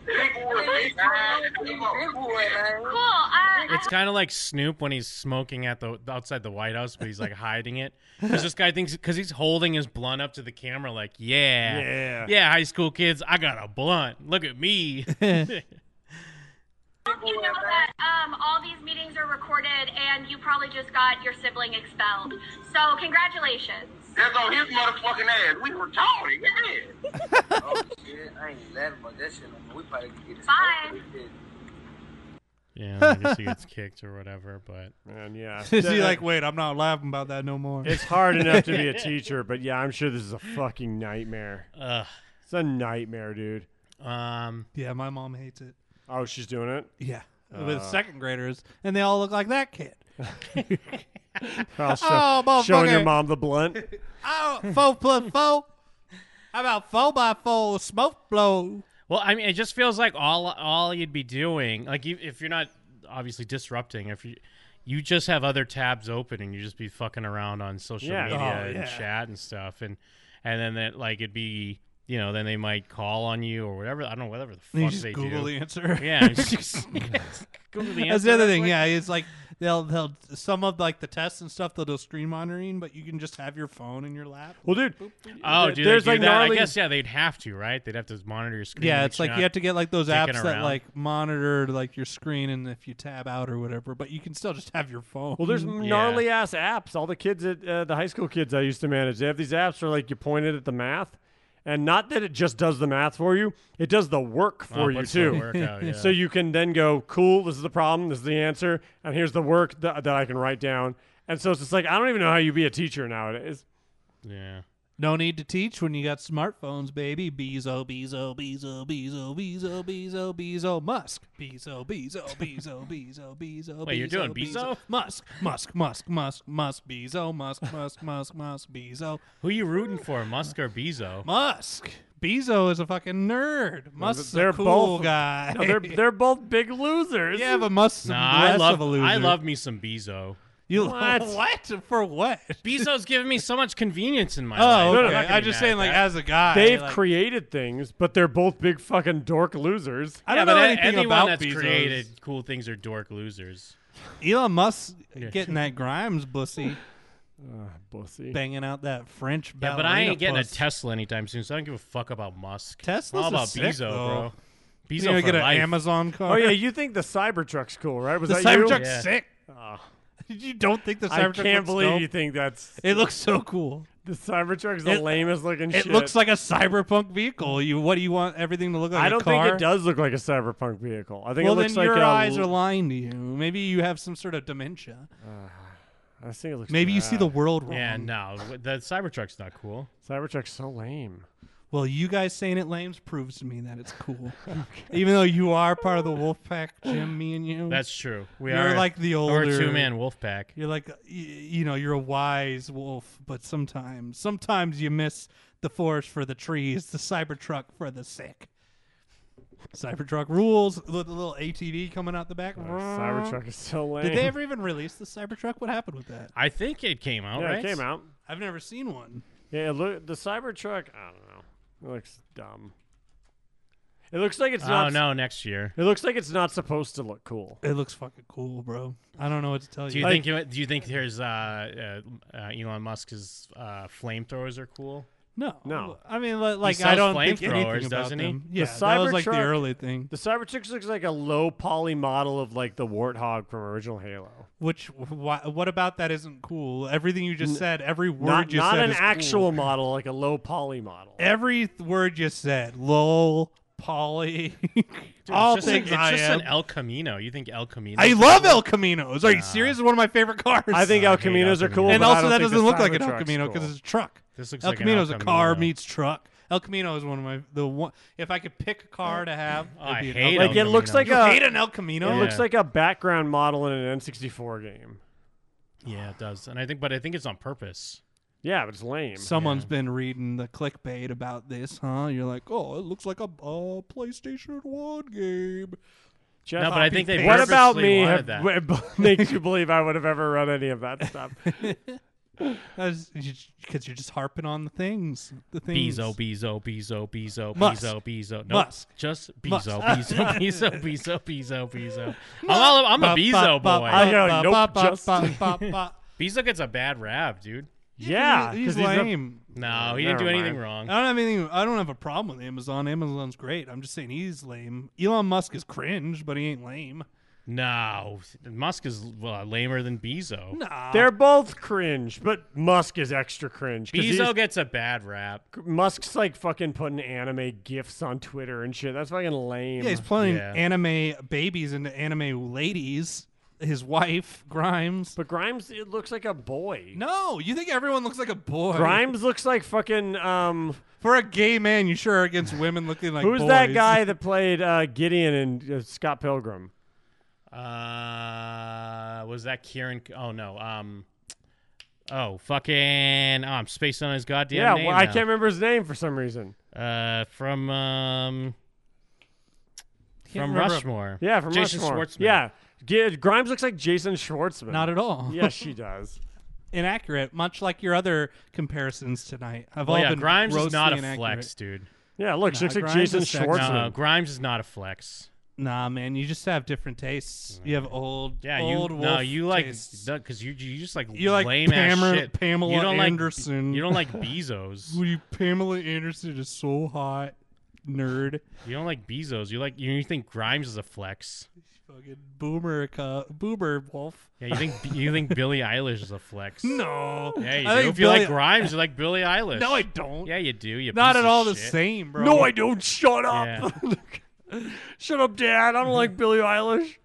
Speaker 16: Big Wood. Big Wood, man.
Speaker 18: Cool. Uh,
Speaker 7: It's kind of like Snoop when he's smoking at the outside the White House, but he's like hiding it because this guy thinks because he's holding his blunt up to the camera, like yeah,
Speaker 6: Yeah.
Speaker 7: yeah, high school kids, I got a blunt. Look at me.
Speaker 18: I hope you know that um, all these meetings are recorded, and you probably just got your sibling expelled. So congratulations.
Speaker 17: That's on his motherfucking ass. We retarded. Yeah.
Speaker 16: Oh, shit. I ain't laughing about that shit. no more. We probably could get this.
Speaker 18: Bye.
Speaker 7: yeah, I guess he gets kicked or whatever. But
Speaker 6: man, yeah,
Speaker 8: Is he like, wait, I'm not laughing about that no more.
Speaker 6: It's hard enough to be a teacher, but yeah, I'm sure this is a fucking nightmare.
Speaker 7: Ugh.
Speaker 6: It's a nightmare, dude.
Speaker 7: Um.
Speaker 8: Yeah, my mom hates it.
Speaker 6: Oh, she's doing it.
Speaker 8: Yeah,
Speaker 6: Uh,
Speaker 8: with second graders, and they all look like that kid.
Speaker 6: I'll show-
Speaker 8: oh,
Speaker 6: showing your
Speaker 8: motherfucker.
Speaker 6: mom the blunt.
Speaker 8: Oh, four plus four. How about four by four smoke blow?
Speaker 7: Well, I mean, it just feels like all all you'd be doing, like you, if you're not obviously disrupting, if you you just have other tabs open and you just be fucking around on social
Speaker 6: Yeah.
Speaker 7: media
Speaker 6: Oh,
Speaker 7: and
Speaker 6: yeah.
Speaker 7: chat and stuff, and and then that like it'd be you know then they might call on you or whatever. I don't know whatever the
Speaker 8: Then you
Speaker 7: fuck
Speaker 8: just
Speaker 7: they
Speaker 8: Google
Speaker 7: do.
Speaker 8: the answer.
Speaker 7: Yeah, just- Google the answer.
Speaker 8: That's the other
Speaker 7: real
Speaker 8: thing.
Speaker 7: quick.
Speaker 8: Yeah, it's like they'll they'll some of like the tests and stuff they'll do screen monitoring, but you can just have your phone in your lap.
Speaker 6: Well, dude.
Speaker 7: Oh,
Speaker 8: There-
Speaker 7: do
Speaker 8: there's
Speaker 7: they do
Speaker 8: like
Speaker 7: that?
Speaker 8: gnarly-
Speaker 7: I guess yeah, they'd have to, right? They'd have to monitor your screen.
Speaker 8: Yeah,
Speaker 7: make
Speaker 8: it's like
Speaker 7: sure
Speaker 8: you
Speaker 7: not
Speaker 8: have to get like those
Speaker 7: dicking
Speaker 8: apps that
Speaker 7: around.
Speaker 8: like monitor like your screen and if you tab out or whatever, but you can still just have your phone.
Speaker 6: Well, there's
Speaker 7: Mm,
Speaker 6: gnarly ass apps. All the kids at uh, the high school kids I used to manage, they have these apps where like you point it at the math, and not that it just does the math for you, it does the work
Speaker 7: Oh,
Speaker 6: for
Speaker 7: it
Speaker 6: you
Speaker 7: puts the
Speaker 6: too.
Speaker 7: work out, yeah.
Speaker 6: So you can then go, cool, this is the problem, this is the answer, and here's the work that, that I can write down. And so it's just like I don't even know how you be a teacher nowadays.
Speaker 7: Yeah.
Speaker 8: No need to teach when you got smartphones, baby. Bezo, Bezo, Bezo, Bezo, Bezo, Bezo, Bezo, Musk. Bezo, Bezo, Bezo, Bezo, Bezo.
Speaker 7: Wait, you're doing Bezo?
Speaker 8: Musk, Musk, Musk, Musk, Musk, Bezo, Musk, Musk, Musk, Musk, Bezo.
Speaker 7: Who you rooting for, Musk or Bezo?
Speaker 8: Musk. Bezo is a fucking nerd. Musk's
Speaker 7: they're
Speaker 8: a cool
Speaker 7: both-
Speaker 8: guy.
Speaker 7: No, they're- they're
Speaker 6: both big losers.
Speaker 8: Yeah, but Musk's
Speaker 7: Nah, I
Speaker 8: less
Speaker 7: love
Speaker 8: of a loser.
Speaker 7: I love me some Bezo.
Speaker 8: You
Speaker 7: What?
Speaker 8: what? For what?
Speaker 7: Bezo's given me so much convenience in my
Speaker 8: Oh,
Speaker 7: life.
Speaker 8: okay.
Speaker 7: I'm not gonna
Speaker 8: I'm
Speaker 7: be
Speaker 8: just
Speaker 7: mad
Speaker 8: saying,
Speaker 7: at
Speaker 8: like,
Speaker 7: that.
Speaker 8: as a guy,
Speaker 6: They've
Speaker 8: like-
Speaker 6: created things, but they're both big fucking dork losers.
Speaker 8: I
Speaker 7: yeah,
Speaker 8: don't
Speaker 7: but
Speaker 8: know
Speaker 7: a-
Speaker 8: anything
Speaker 7: anyone
Speaker 8: about
Speaker 7: that's
Speaker 8: Bezos.
Speaker 7: created cool things are dork losers.
Speaker 8: Elon Musk
Speaker 7: Yeah.
Speaker 8: getting that Grimes bussy.
Speaker 6: bussy.
Speaker 8: Banging out that French
Speaker 7: Yeah, but I
Speaker 8: ballerina
Speaker 7: ain't getting
Speaker 8: puss.
Speaker 7: a Tesla anytime soon, so I don't give a fuck about Musk.
Speaker 8: Tesla's
Speaker 7: All about
Speaker 8: a sick,
Speaker 7: Bezo,
Speaker 8: though.
Speaker 7: bro.
Speaker 8: You
Speaker 7: Bezo
Speaker 8: gonna
Speaker 7: for
Speaker 8: get an
Speaker 7: life.
Speaker 8: Amazon car?
Speaker 6: Oh yeah, you think the Cybertruck's cool, right? Was
Speaker 8: the
Speaker 6: that
Speaker 8: Cybertruck's
Speaker 6: you?
Speaker 8: sick. You don't think the
Speaker 6: I
Speaker 8: Cybertruck
Speaker 6: can't
Speaker 8: looks
Speaker 6: believe
Speaker 8: dope?
Speaker 6: you think that's.
Speaker 8: It looks so cool.
Speaker 6: The Cybertruck is the
Speaker 8: It-
Speaker 6: lamest looking.
Speaker 8: It
Speaker 6: shit.
Speaker 8: looks like a cyberpunk vehicle. You what do you want everything to look like?
Speaker 6: I
Speaker 8: a
Speaker 6: don't
Speaker 8: car?
Speaker 6: think it does look like a cyberpunk vehicle. I think
Speaker 8: well,
Speaker 6: it looks
Speaker 8: then
Speaker 6: like uh,
Speaker 8: your
Speaker 6: a
Speaker 8: eyes are lying to you. Maybe you have some sort of dementia.
Speaker 6: I think it looks.
Speaker 8: Maybe you see
Speaker 6: bad.
Speaker 8: the world wrong.
Speaker 7: Yeah, no, the Cybertruck's not cool.
Speaker 6: Cybertruck's so lame.
Speaker 8: Well, you guys saying it lames proves to me that it's cool. Even though you are part of the wolf pack, Jim, me and you.
Speaker 7: That's true. We
Speaker 8: you're
Speaker 7: are-
Speaker 8: like the
Speaker 7: we're a
Speaker 8: older
Speaker 7: two-man wolf pack.
Speaker 8: You're like y- you know, you're a wise wolf, but sometimes sometimes you miss the forest for the trees, the Cybertruck for the sick. Cybertruck rules. The the little ATV coming out the back.
Speaker 6: Cybertruck is so
Speaker 8: Uh, Did they
Speaker 6: lame.
Speaker 8: ever even release the Cybertruck? What happened with that?
Speaker 7: I think it came out.
Speaker 6: yeah,
Speaker 7: right?
Speaker 6: it came out.
Speaker 8: I've never seen one.
Speaker 6: Yeah, look, the Cybertruck. I don't know. It looks dumb. It looks like it's
Speaker 7: oh
Speaker 6: not.
Speaker 7: no, next year.
Speaker 6: It looks like it's not supposed to look cool.
Speaker 8: It looks fucking cool, bro. I don't know what to tell you.
Speaker 7: Do you
Speaker 6: Like-
Speaker 7: think? you- Do you think there's uh, uh, uh, Elon Musk's uh, flamethrowers are cool?
Speaker 8: No,
Speaker 6: No.
Speaker 8: I mean, li-
Speaker 7: He
Speaker 8: like I
Speaker 7: sells
Speaker 8: don't think anything
Speaker 7: flamethrowers,
Speaker 8: about
Speaker 7: doesn't he?
Speaker 8: them.
Speaker 7: The
Speaker 8: Yeah, that was like the
Speaker 6: Cybertruck-
Speaker 8: early thing,
Speaker 6: The Cybertruck looks like a low poly model of like the Warthog from original Halo.
Speaker 8: which why, what about that isn't cool? Everything you just
Speaker 6: N-
Speaker 8: said, every word
Speaker 6: not,
Speaker 8: you
Speaker 6: not
Speaker 8: said
Speaker 6: an
Speaker 8: is cool.
Speaker 6: actual model, like a low poly model.
Speaker 8: Every th- word you said, lol, poly,
Speaker 7: Dude,
Speaker 8: all
Speaker 7: it's just,
Speaker 8: things
Speaker 7: an,
Speaker 8: I
Speaker 7: it's just
Speaker 8: am.
Speaker 7: an El Camino. You think El Camino?
Speaker 8: I love El Caminos. Are you serious? It's one of my favorite cars.
Speaker 6: I think El Caminos are cool,
Speaker 8: and
Speaker 6: but I
Speaker 8: also
Speaker 6: don't
Speaker 8: that
Speaker 6: think
Speaker 8: doesn't
Speaker 6: the
Speaker 8: look like an El
Speaker 6: Cybertruck's
Speaker 8: Camino because
Speaker 6: cool.
Speaker 8: it's a truck.
Speaker 7: This looks
Speaker 8: El
Speaker 7: like an El
Speaker 8: Camino's a car
Speaker 7: Camino.
Speaker 8: meets truck. El Camino is one of my the one. If I could pick a car to have,
Speaker 7: Oh, I
Speaker 8: it'd be an
Speaker 7: hate
Speaker 8: El
Speaker 6: like it looks like
Speaker 8: You
Speaker 6: a
Speaker 8: hate an El Camino.
Speaker 6: It looks
Speaker 7: Yeah.
Speaker 6: like a background model in an N64 game.
Speaker 7: Yeah, it does. And I think, but I think it's on purpose.
Speaker 6: Yeah, but it's lame.
Speaker 8: Someone's been reading the clickbait about this, huh? You're like, oh, it looks like a uh, PlayStation One game.
Speaker 6: Jeff,
Speaker 7: No, but I think they
Speaker 6: What about
Speaker 7: purposely
Speaker 6: me?
Speaker 7: wanted
Speaker 6: have- makes you believe I would have ever run any of that stuff.
Speaker 8: Because you're just harping on the things. The things.
Speaker 7: Bezo, Bezo, Bezo, Bezo,
Speaker 8: Musk.
Speaker 7: Bezo, Bezo. No,
Speaker 8: Musk.
Speaker 7: just
Speaker 8: Musk.
Speaker 7: Bezo, Bezo, Bezo, Bezo, Bezo, Bezo. I'm, all, I'm a
Speaker 8: Ba- ba-
Speaker 7: Bezo
Speaker 8: ba-
Speaker 7: boy.
Speaker 8: ba- ba- ba- ba- ba- ba- ba-
Speaker 7: Bezo gets a bad rap, dude.
Speaker 6: Yeah,
Speaker 8: he's
Speaker 6: 'cause he's a-
Speaker 8: lame.
Speaker 7: No, he didn't do
Speaker 6: Never
Speaker 7: anything
Speaker 6: mind.
Speaker 8: I
Speaker 7: wrong.
Speaker 8: don't have anything. I don't have a problem with Amazon. Amazon's great. I'm just saying he's lame. Elon Musk is cringe, but he ain't lame.
Speaker 7: No, Musk is uh, lamer than Bezo.
Speaker 8: Nah.
Speaker 6: They're both cringe, but Musk is extra cringe. 'cause
Speaker 7: Bezo
Speaker 6: he's-
Speaker 7: gets a bad rap.
Speaker 6: Musk's like fucking putting anime gifs on Twitter and shit. That's fucking lame.
Speaker 8: Yeah, he's playing
Speaker 7: Yeah.
Speaker 8: anime babies into anime ladies. His wife Grimes.
Speaker 6: But Grimes, it looks like a boy.
Speaker 8: No, you think everyone looks like a boy?
Speaker 6: Grimes looks like fucking um.
Speaker 8: For a gay man, you sure are against women looking like.
Speaker 6: who's that
Speaker 8: boys.
Speaker 6: guy that played uh, Gideon and uh, Scott Pilgrim?
Speaker 7: Uh, was that Kieran? Oh no. Um. Oh fucking! Oh, I'm spacing on his goddamn
Speaker 6: yeah,
Speaker 7: name.
Speaker 6: well, I
Speaker 7: now.
Speaker 6: can't remember his name for some reason.
Speaker 7: Uh, from um,
Speaker 8: Can't
Speaker 7: from
Speaker 8: remember.
Speaker 7: Rushmore.
Speaker 6: Yeah, from
Speaker 7: Jason
Speaker 6: Rushmore.
Speaker 7: Schwartzman.
Speaker 6: Yeah, G- Grimes looks like Jason Schwartzman.
Speaker 8: Not at all.
Speaker 6: yes, she does.
Speaker 8: Inaccurate, much like your other comparisons tonight. Have
Speaker 7: Well,
Speaker 8: all
Speaker 7: Oh, yeah,
Speaker 8: been
Speaker 7: Grimes is
Speaker 8: grossly
Speaker 7: not a
Speaker 8: inaccurate.
Speaker 7: flex, dude.
Speaker 6: Yeah, look, she
Speaker 8: Nah,
Speaker 6: looks like
Speaker 8: Grimes
Speaker 6: Jason
Speaker 8: is sexy.
Speaker 6: Schwartzman.
Speaker 7: No, Grimes is not a flex.
Speaker 8: Nah, man, you just have different tastes. You have old,
Speaker 7: Yeah,
Speaker 8: old
Speaker 7: you
Speaker 8: wolf
Speaker 7: no, you like
Speaker 8: tastes.
Speaker 7: because you you just like
Speaker 8: You like
Speaker 7: lame
Speaker 8: Pamela-
Speaker 7: ass shit.
Speaker 8: Pamela
Speaker 7: you don't like-
Speaker 8: Anderson.
Speaker 7: you don't like Bezos.
Speaker 8: Will you- Pamela Anderson is so hot, nerd.
Speaker 7: You don't like Bezos. You like you think Grimes is a flex.
Speaker 8: Fucking boomer, cu- boomer wolf.
Speaker 7: Yeah, you think you think Billie Eilish is a flex?
Speaker 8: No,
Speaker 7: Yeah, you
Speaker 8: I
Speaker 7: do.
Speaker 8: think
Speaker 7: If you like
Speaker 8: Billie-
Speaker 7: Grimes, you like Billie Eilish.
Speaker 8: No, I don't.
Speaker 7: Yeah, you do. You
Speaker 8: Not
Speaker 7: piece of
Speaker 8: at all the
Speaker 7: shit.
Speaker 8: same, bro.
Speaker 6: No, I don't. Shut up. Shut up, Dad. I don't like Billie Eilish.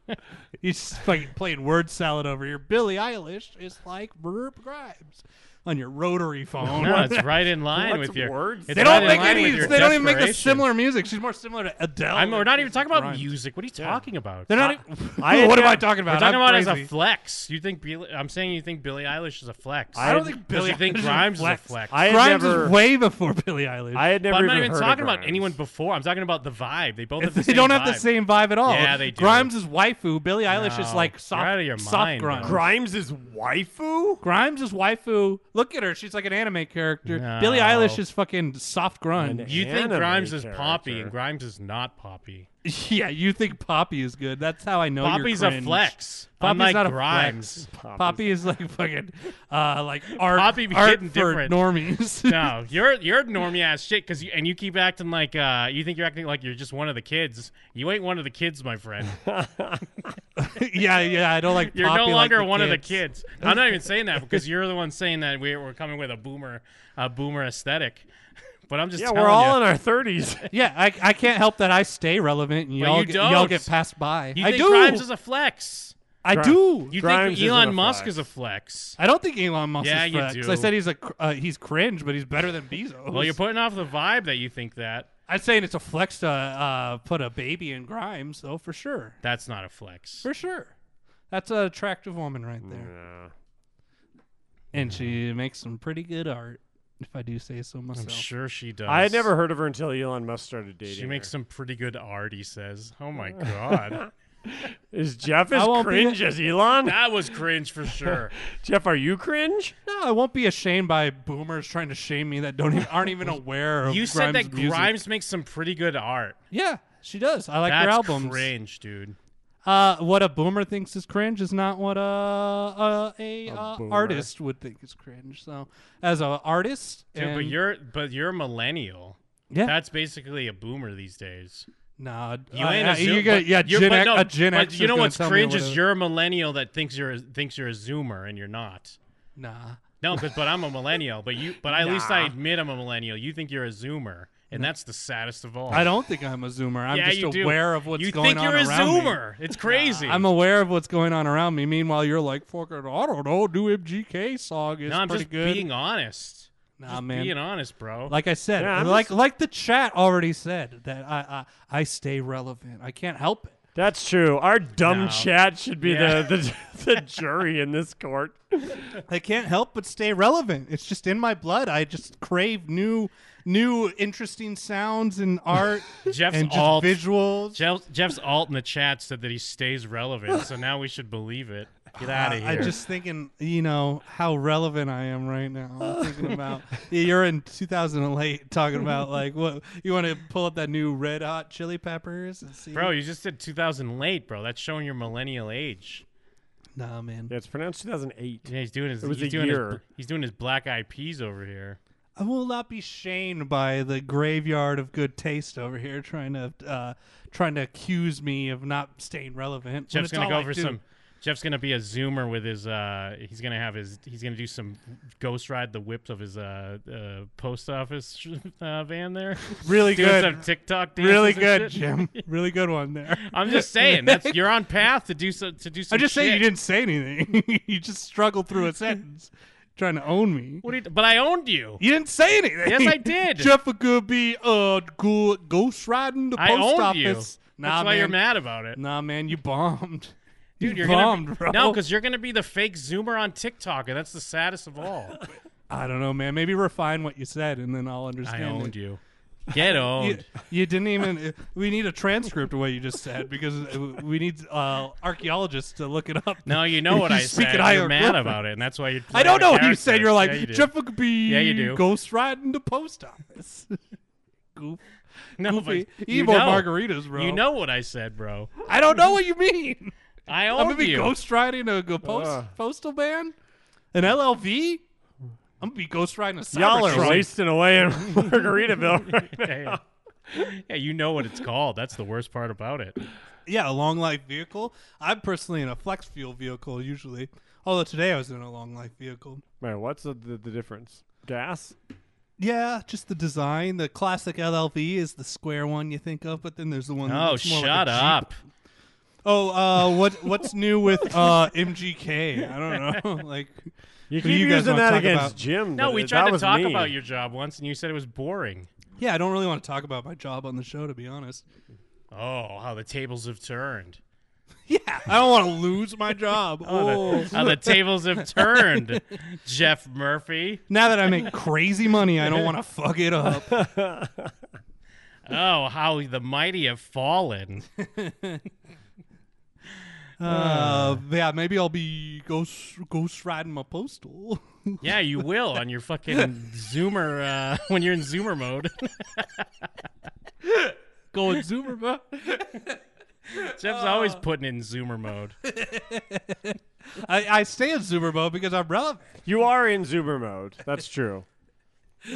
Speaker 8: He's fucking playing word salad over here. Billie Eilish is like Burp Grimes on your rotary phone.
Speaker 7: No, it's right in line
Speaker 6: Lots
Speaker 7: with
Speaker 6: of
Speaker 7: your
Speaker 6: words.
Speaker 7: it's
Speaker 8: they
Speaker 7: right
Speaker 8: don't
Speaker 7: in
Speaker 8: make
Speaker 7: line
Speaker 8: any.
Speaker 7: with your
Speaker 8: They don't even make the
Speaker 7: desperation.
Speaker 8: similar music. She's more similar to Adele.
Speaker 7: I'm,
Speaker 8: than
Speaker 7: we're not even talking about
Speaker 8: Grimes.
Speaker 7: music. What are you talking about?
Speaker 8: They're not.
Speaker 7: I-
Speaker 8: even,
Speaker 6: I-
Speaker 8: what am I
Speaker 6: yeah,
Speaker 8: talking about?
Speaker 7: We're talking
Speaker 8: I'm
Speaker 7: about as a
Speaker 8: crazy.
Speaker 7: flex. You think Billie, I'm saying you think Billie Eilish is a flex?
Speaker 6: I
Speaker 8: don't
Speaker 6: had-
Speaker 8: think
Speaker 7: 'Cause
Speaker 8: Billie
Speaker 7: you think
Speaker 8: Eilish is
Speaker 7: Grimes is a
Speaker 8: flex.
Speaker 7: flex.
Speaker 6: I had
Speaker 8: Grimes
Speaker 6: never.
Speaker 8: is way before Billie Eilish.
Speaker 6: I had
Speaker 7: But
Speaker 6: never.
Speaker 7: I'm not even
Speaker 6: heard of
Speaker 7: talking about
Speaker 6: Grimes.
Speaker 7: anyone before. I'm talking about the vibe. They both have the
Speaker 8: they
Speaker 7: same
Speaker 8: don't have the
Speaker 7: vibe.
Speaker 8: same vibe at all.
Speaker 7: Yeah, they do.
Speaker 8: Grimes is waifu. Billie Eilish is
Speaker 7: No,
Speaker 8: like
Speaker 7: you're
Speaker 8: soft,
Speaker 7: out of your
Speaker 8: soft
Speaker 7: mind, bro.
Speaker 8: Grimes.
Speaker 6: Grimes is waifu.
Speaker 8: Grimes is waifu. Look at her. She's like an anime character.
Speaker 7: No.
Speaker 8: Billie Eilish is fucking soft grunge.
Speaker 7: You think
Speaker 6: Anime
Speaker 7: Grimes is poppy
Speaker 6: character.
Speaker 7: and Grimes is not poppy.
Speaker 8: yeah, you think Poppy is good. That's how I know
Speaker 7: Poppy's
Speaker 8: you're
Speaker 7: a
Speaker 8: cringe.
Speaker 7: flex,
Speaker 8: Poppy's
Speaker 7: unlike
Speaker 8: not a
Speaker 7: Grimes.
Speaker 8: flex.
Speaker 6: Poppy's-
Speaker 8: Poppy is like fucking uh like art,
Speaker 7: Poppy be
Speaker 8: art for
Speaker 7: hitting different.
Speaker 8: normies.
Speaker 7: no, you're you're normie ass shit because you and you keep acting like uh, you think you're acting like you're just one of the kids. You ain't one of the kids, my friend.
Speaker 8: yeah, yeah, I don't like
Speaker 7: You're
Speaker 8: Poppy
Speaker 7: no
Speaker 8: like
Speaker 7: longer one of the kids. I'm not even saying that because you're the one saying that we, we're coming with a boomer, a boomer aesthetic. But I'm just
Speaker 6: Yeah,
Speaker 7: telling
Speaker 6: we're all
Speaker 7: you.
Speaker 6: in our thirties.
Speaker 8: Yeah, I, I can't help that I stay relevant and
Speaker 7: But
Speaker 8: y'all
Speaker 7: you
Speaker 8: get, y'all
Speaker 7: don't.
Speaker 8: get passed by.
Speaker 7: You
Speaker 8: I
Speaker 7: think
Speaker 8: do.
Speaker 7: Grimes is a flex?
Speaker 8: I do.
Speaker 7: You think Elon Musk is a flex?
Speaker 8: I don't think Elon Musk
Speaker 7: Yeah,
Speaker 8: is
Speaker 7: you
Speaker 8: flex.
Speaker 7: do.
Speaker 8: I said he's a cr- uh, he's cringe, but he's better than Bezos.
Speaker 7: Well, you're putting off the vibe that you think that.
Speaker 8: I'm saying it's a flex to uh, put a baby in Grimes, though, for sure.
Speaker 7: That's not a flex.
Speaker 8: For sure. That's an attractive woman right
Speaker 7: Mm,
Speaker 8: there. And she makes some pretty good art, if I do say so myself.
Speaker 7: sure she does.
Speaker 6: I had never heard of her until Elon Musk started dating.
Speaker 7: She makes some pretty good art. He says, "Oh my god."
Speaker 6: Is Jeff
Speaker 7: I
Speaker 6: as
Speaker 7: won't be-
Speaker 6: cringe as Elon?
Speaker 7: That was cringe for sure.
Speaker 6: Jeff, are you cringe?
Speaker 8: No, I won't be ashamed by boomers trying to shame me that don't even, aren't even aware of
Speaker 7: you said
Speaker 8: Grimes'
Speaker 7: that
Speaker 8: music.
Speaker 7: Grimes makes some pretty good art.
Speaker 8: Yeah, she does. I like
Speaker 7: That's
Speaker 8: her albums.
Speaker 7: Cringe, dude.
Speaker 8: Uh, what a boomer thinks is cringe is not what a a, a, uh,
Speaker 7: boomer.
Speaker 8: artist would think is cringe. So, as an artist,
Speaker 7: Dude, but
Speaker 8: and-
Speaker 7: you're but you're a millennial.
Speaker 8: Yeah.
Speaker 7: that's basically a boomer these days.
Speaker 8: Nah,
Speaker 7: you
Speaker 8: I-
Speaker 7: ain't
Speaker 8: I-
Speaker 7: a Zoom,
Speaker 8: you got- yeah,
Speaker 7: you're-
Speaker 8: Gen
Speaker 7: but
Speaker 8: X-
Speaker 7: no,
Speaker 8: a Gen
Speaker 7: but
Speaker 8: X
Speaker 7: You
Speaker 8: is
Speaker 7: know
Speaker 8: gonna
Speaker 7: what's
Speaker 8: tell me
Speaker 7: cringe
Speaker 8: what
Speaker 7: is
Speaker 8: a-
Speaker 7: you're a millennial that thinks you're a- thinks you're a Zoomer and you're not.
Speaker 8: Nah.
Speaker 7: No, but but I'm a millennial. But you, but at least I
Speaker 8: Nah.
Speaker 7: admit I'm a millennial. You think you're a Zoomer, and
Speaker 8: No.
Speaker 7: that's the saddest of all.
Speaker 8: I don't think I'm a Zoomer. I'm
Speaker 7: Yeah, you
Speaker 8: just
Speaker 7: do.
Speaker 8: aware of what's
Speaker 7: You
Speaker 8: going
Speaker 7: think
Speaker 8: on
Speaker 7: you're a
Speaker 8: around me.
Speaker 7: Zoomer. It's crazy.
Speaker 8: I'm aware of what's going on around me. Meanwhile, you're like, fucking, I don't know, new MGK song is
Speaker 7: no, I'm
Speaker 8: pretty
Speaker 7: just
Speaker 8: good.
Speaker 7: being honest.
Speaker 8: Nah,
Speaker 7: Just
Speaker 8: man.
Speaker 7: being honest, bro.
Speaker 8: Like I said,
Speaker 7: Yeah, I'm
Speaker 8: like
Speaker 7: just-
Speaker 8: like the chat already said that I, I I stay relevant. I can't help it.
Speaker 6: That's true. Our dumb
Speaker 8: No.
Speaker 6: chat should be
Speaker 8: Yeah.
Speaker 6: the, the the jury in this court.
Speaker 8: I can't help but stay relevant. It's just in my blood. I just crave new new interesting sounds and art
Speaker 7: Jeff's
Speaker 8: and just
Speaker 7: alt
Speaker 8: visuals.
Speaker 7: Jeff, Jeff's alt in the chat said that he stays relevant, so now we should believe it. Get out of
Speaker 8: I
Speaker 7: here.
Speaker 8: just thinking, you know, how relevant I am right now. I'm thinking about Yeah, you're in 2008 talking about like what you want to pull up that new Red Hot Chili Peppers and see.
Speaker 7: bro, you just did 2000 late, bro. That's showing your millennial age.
Speaker 8: nah, man.
Speaker 6: Yeah, it's pronounced 2008.
Speaker 7: Yeah, he's doing his.
Speaker 6: It was
Speaker 7: he's
Speaker 6: a
Speaker 7: doing his
Speaker 6: year.
Speaker 7: bl- he's doing his black eyed peas over here.
Speaker 8: I will not be shamed by the graveyard of good taste over here trying to uh, trying to accuse me of not staying relevant. when
Speaker 7: Jeff's
Speaker 8: it's
Speaker 7: gonna
Speaker 8: all
Speaker 7: go
Speaker 8: I
Speaker 7: for
Speaker 8: do.
Speaker 7: some. Jeff's gonna be a zoomer with his. Uh, he's gonna have his. He's gonna do some ghost ride the whips of his uh, uh, post office uh, van there.
Speaker 8: Really
Speaker 7: Doing
Speaker 8: good.
Speaker 7: some TikTok dances.
Speaker 8: Really
Speaker 7: and
Speaker 8: good,
Speaker 7: shit.
Speaker 8: Jim. Really good one there.
Speaker 7: I'm just saying that's you're on path to do so to do some.
Speaker 8: I'm just
Speaker 7: shit.
Speaker 8: saying you didn't say anything. you just struggled through a sentence, trying to own me.
Speaker 7: What do you, but I owned you.
Speaker 8: You didn't say anything.
Speaker 7: Yes, I did.
Speaker 8: Jeff could be uh go, ghost riding the
Speaker 7: I
Speaker 8: post
Speaker 7: owned
Speaker 8: office.
Speaker 7: you.
Speaker 8: Nah,
Speaker 7: That's
Speaker 8: man.
Speaker 7: why you're mad about it.
Speaker 8: Nah, man, you bombed.
Speaker 7: Dude,
Speaker 8: you
Speaker 7: you're
Speaker 8: bombed,
Speaker 7: gonna be,
Speaker 8: bro.
Speaker 7: no, because you're gonna be the fake Zoomer on TikTok, and that's the saddest of all.
Speaker 8: I don't know, man. Maybe refine what you said, and then I'll understand. it.
Speaker 7: owned you. Get owned.
Speaker 8: You, you didn't even. uh, We need a transcript of what you just said because we need uh, archaeologists to look it up.
Speaker 7: No, you know what I
Speaker 8: speak
Speaker 7: said.
Speaker 8: in
Speaker 7: You're mad
Speaker 8: hieroglyphics.
Speaker 7: about it, and that's why you're.
Speaker 8: I don't
Speaker 7: playing
Speaker 8: know
Speaker 7: the
Speaker 8: what you said.
Speaker 7: character.
Speaker 8: You're like
Speaker 7: Yeah, you do.
Speaker 8: Jeff McBee.
Speaker 7: Yeah, you do.
Speaker 8: Ghost riding the post office. Goof.
Speaker 7: No,
Speaker 8: Goofy.
Speaker 7: but you
Speaker 8: Evil
Speaker 7: know.
Speaker 8: margaritas, bro.
Speaker 7: You know what I said, bro.
Speaker 8: I don't know what you mean.
Speaker 7: I
Speaker 8: I'm gonna
Speaker 7: owned
Speaker 8: be
Speaker 7: you. Uh.
Speaker 8: ghost riding a, go post,
Speaker 7: Ugh.
Speaker 8: postal van, an LLV. I'm gonna be ghost riding a.
Speaker 6: Y'all are
Speaker 8: Cybertruck.
Speaker 6: wasting away in Margaritaville. Right now.
Speaker 7: yeah, yeah. Yeah, you know what it's called. That's the worst part about it.
Speaker 8: Yeah, a long life vehicle. I'm personally in a flex fuel vehicle usually. Although today I was in a long life vehicle.
Speaker 6: Man, what's the, the, the difference? Gas?
Speaker 8: Yeah, just the design. The classic LLV is the square one you think of, but then there's the one. that
Speaker 7: Oh,
Speaker 8: looks more like a
Speaker 7: shut
Speaker 8: Jeep.
Speaker 7: up.
Speaker 8: Oh, uh, what what's new with uh, MGK? I don't know. like,
Speaker 6: You
Speaker 8: what do
Speaker 6: keep
Speaker 8: guys
Speaker 6: using
Speaker 8: wanna
Speaker 6: that
Speaker 8: talk
Speaker 6: against
Speaker 8: about?
Speaker 6: Jim,
Speaker 7: No, we tried to talk about your job once, and you said it was boring.
Speaker 8: Yeah, I don't really want to talk about my job on the show, to be honest.
Speaker 7: Oh, how the tables have turned.
Speaker 8: I don't want to lose my job.
Speaker 7: How
Speaker 8: oh,
Speaker 7: the, how Uh, the tables have turned, Jeff Murphy.
Speaker 8: Now that I make crazy money, I don't want to fuck it up.
Speaker 7: Oh, how the mighty have fallen.
Speaker 8: Uh, yeah, maybe I'll be ghost ghost riding my postal.
Speaker 7: Yeah, you will on your fucking Zoomer uh, when you're in Zoomer mode.
Speaker 8: Going Zoomer mode.
Speaker 7: Jeff's
Speaker 6: Uh,
Speaker 7: always putting in Zoomer mode.
Speaker 8: I, I stay in Zoomer mode because I'm relevant.
Speaker 6: You are in Zoomer mode. That's true.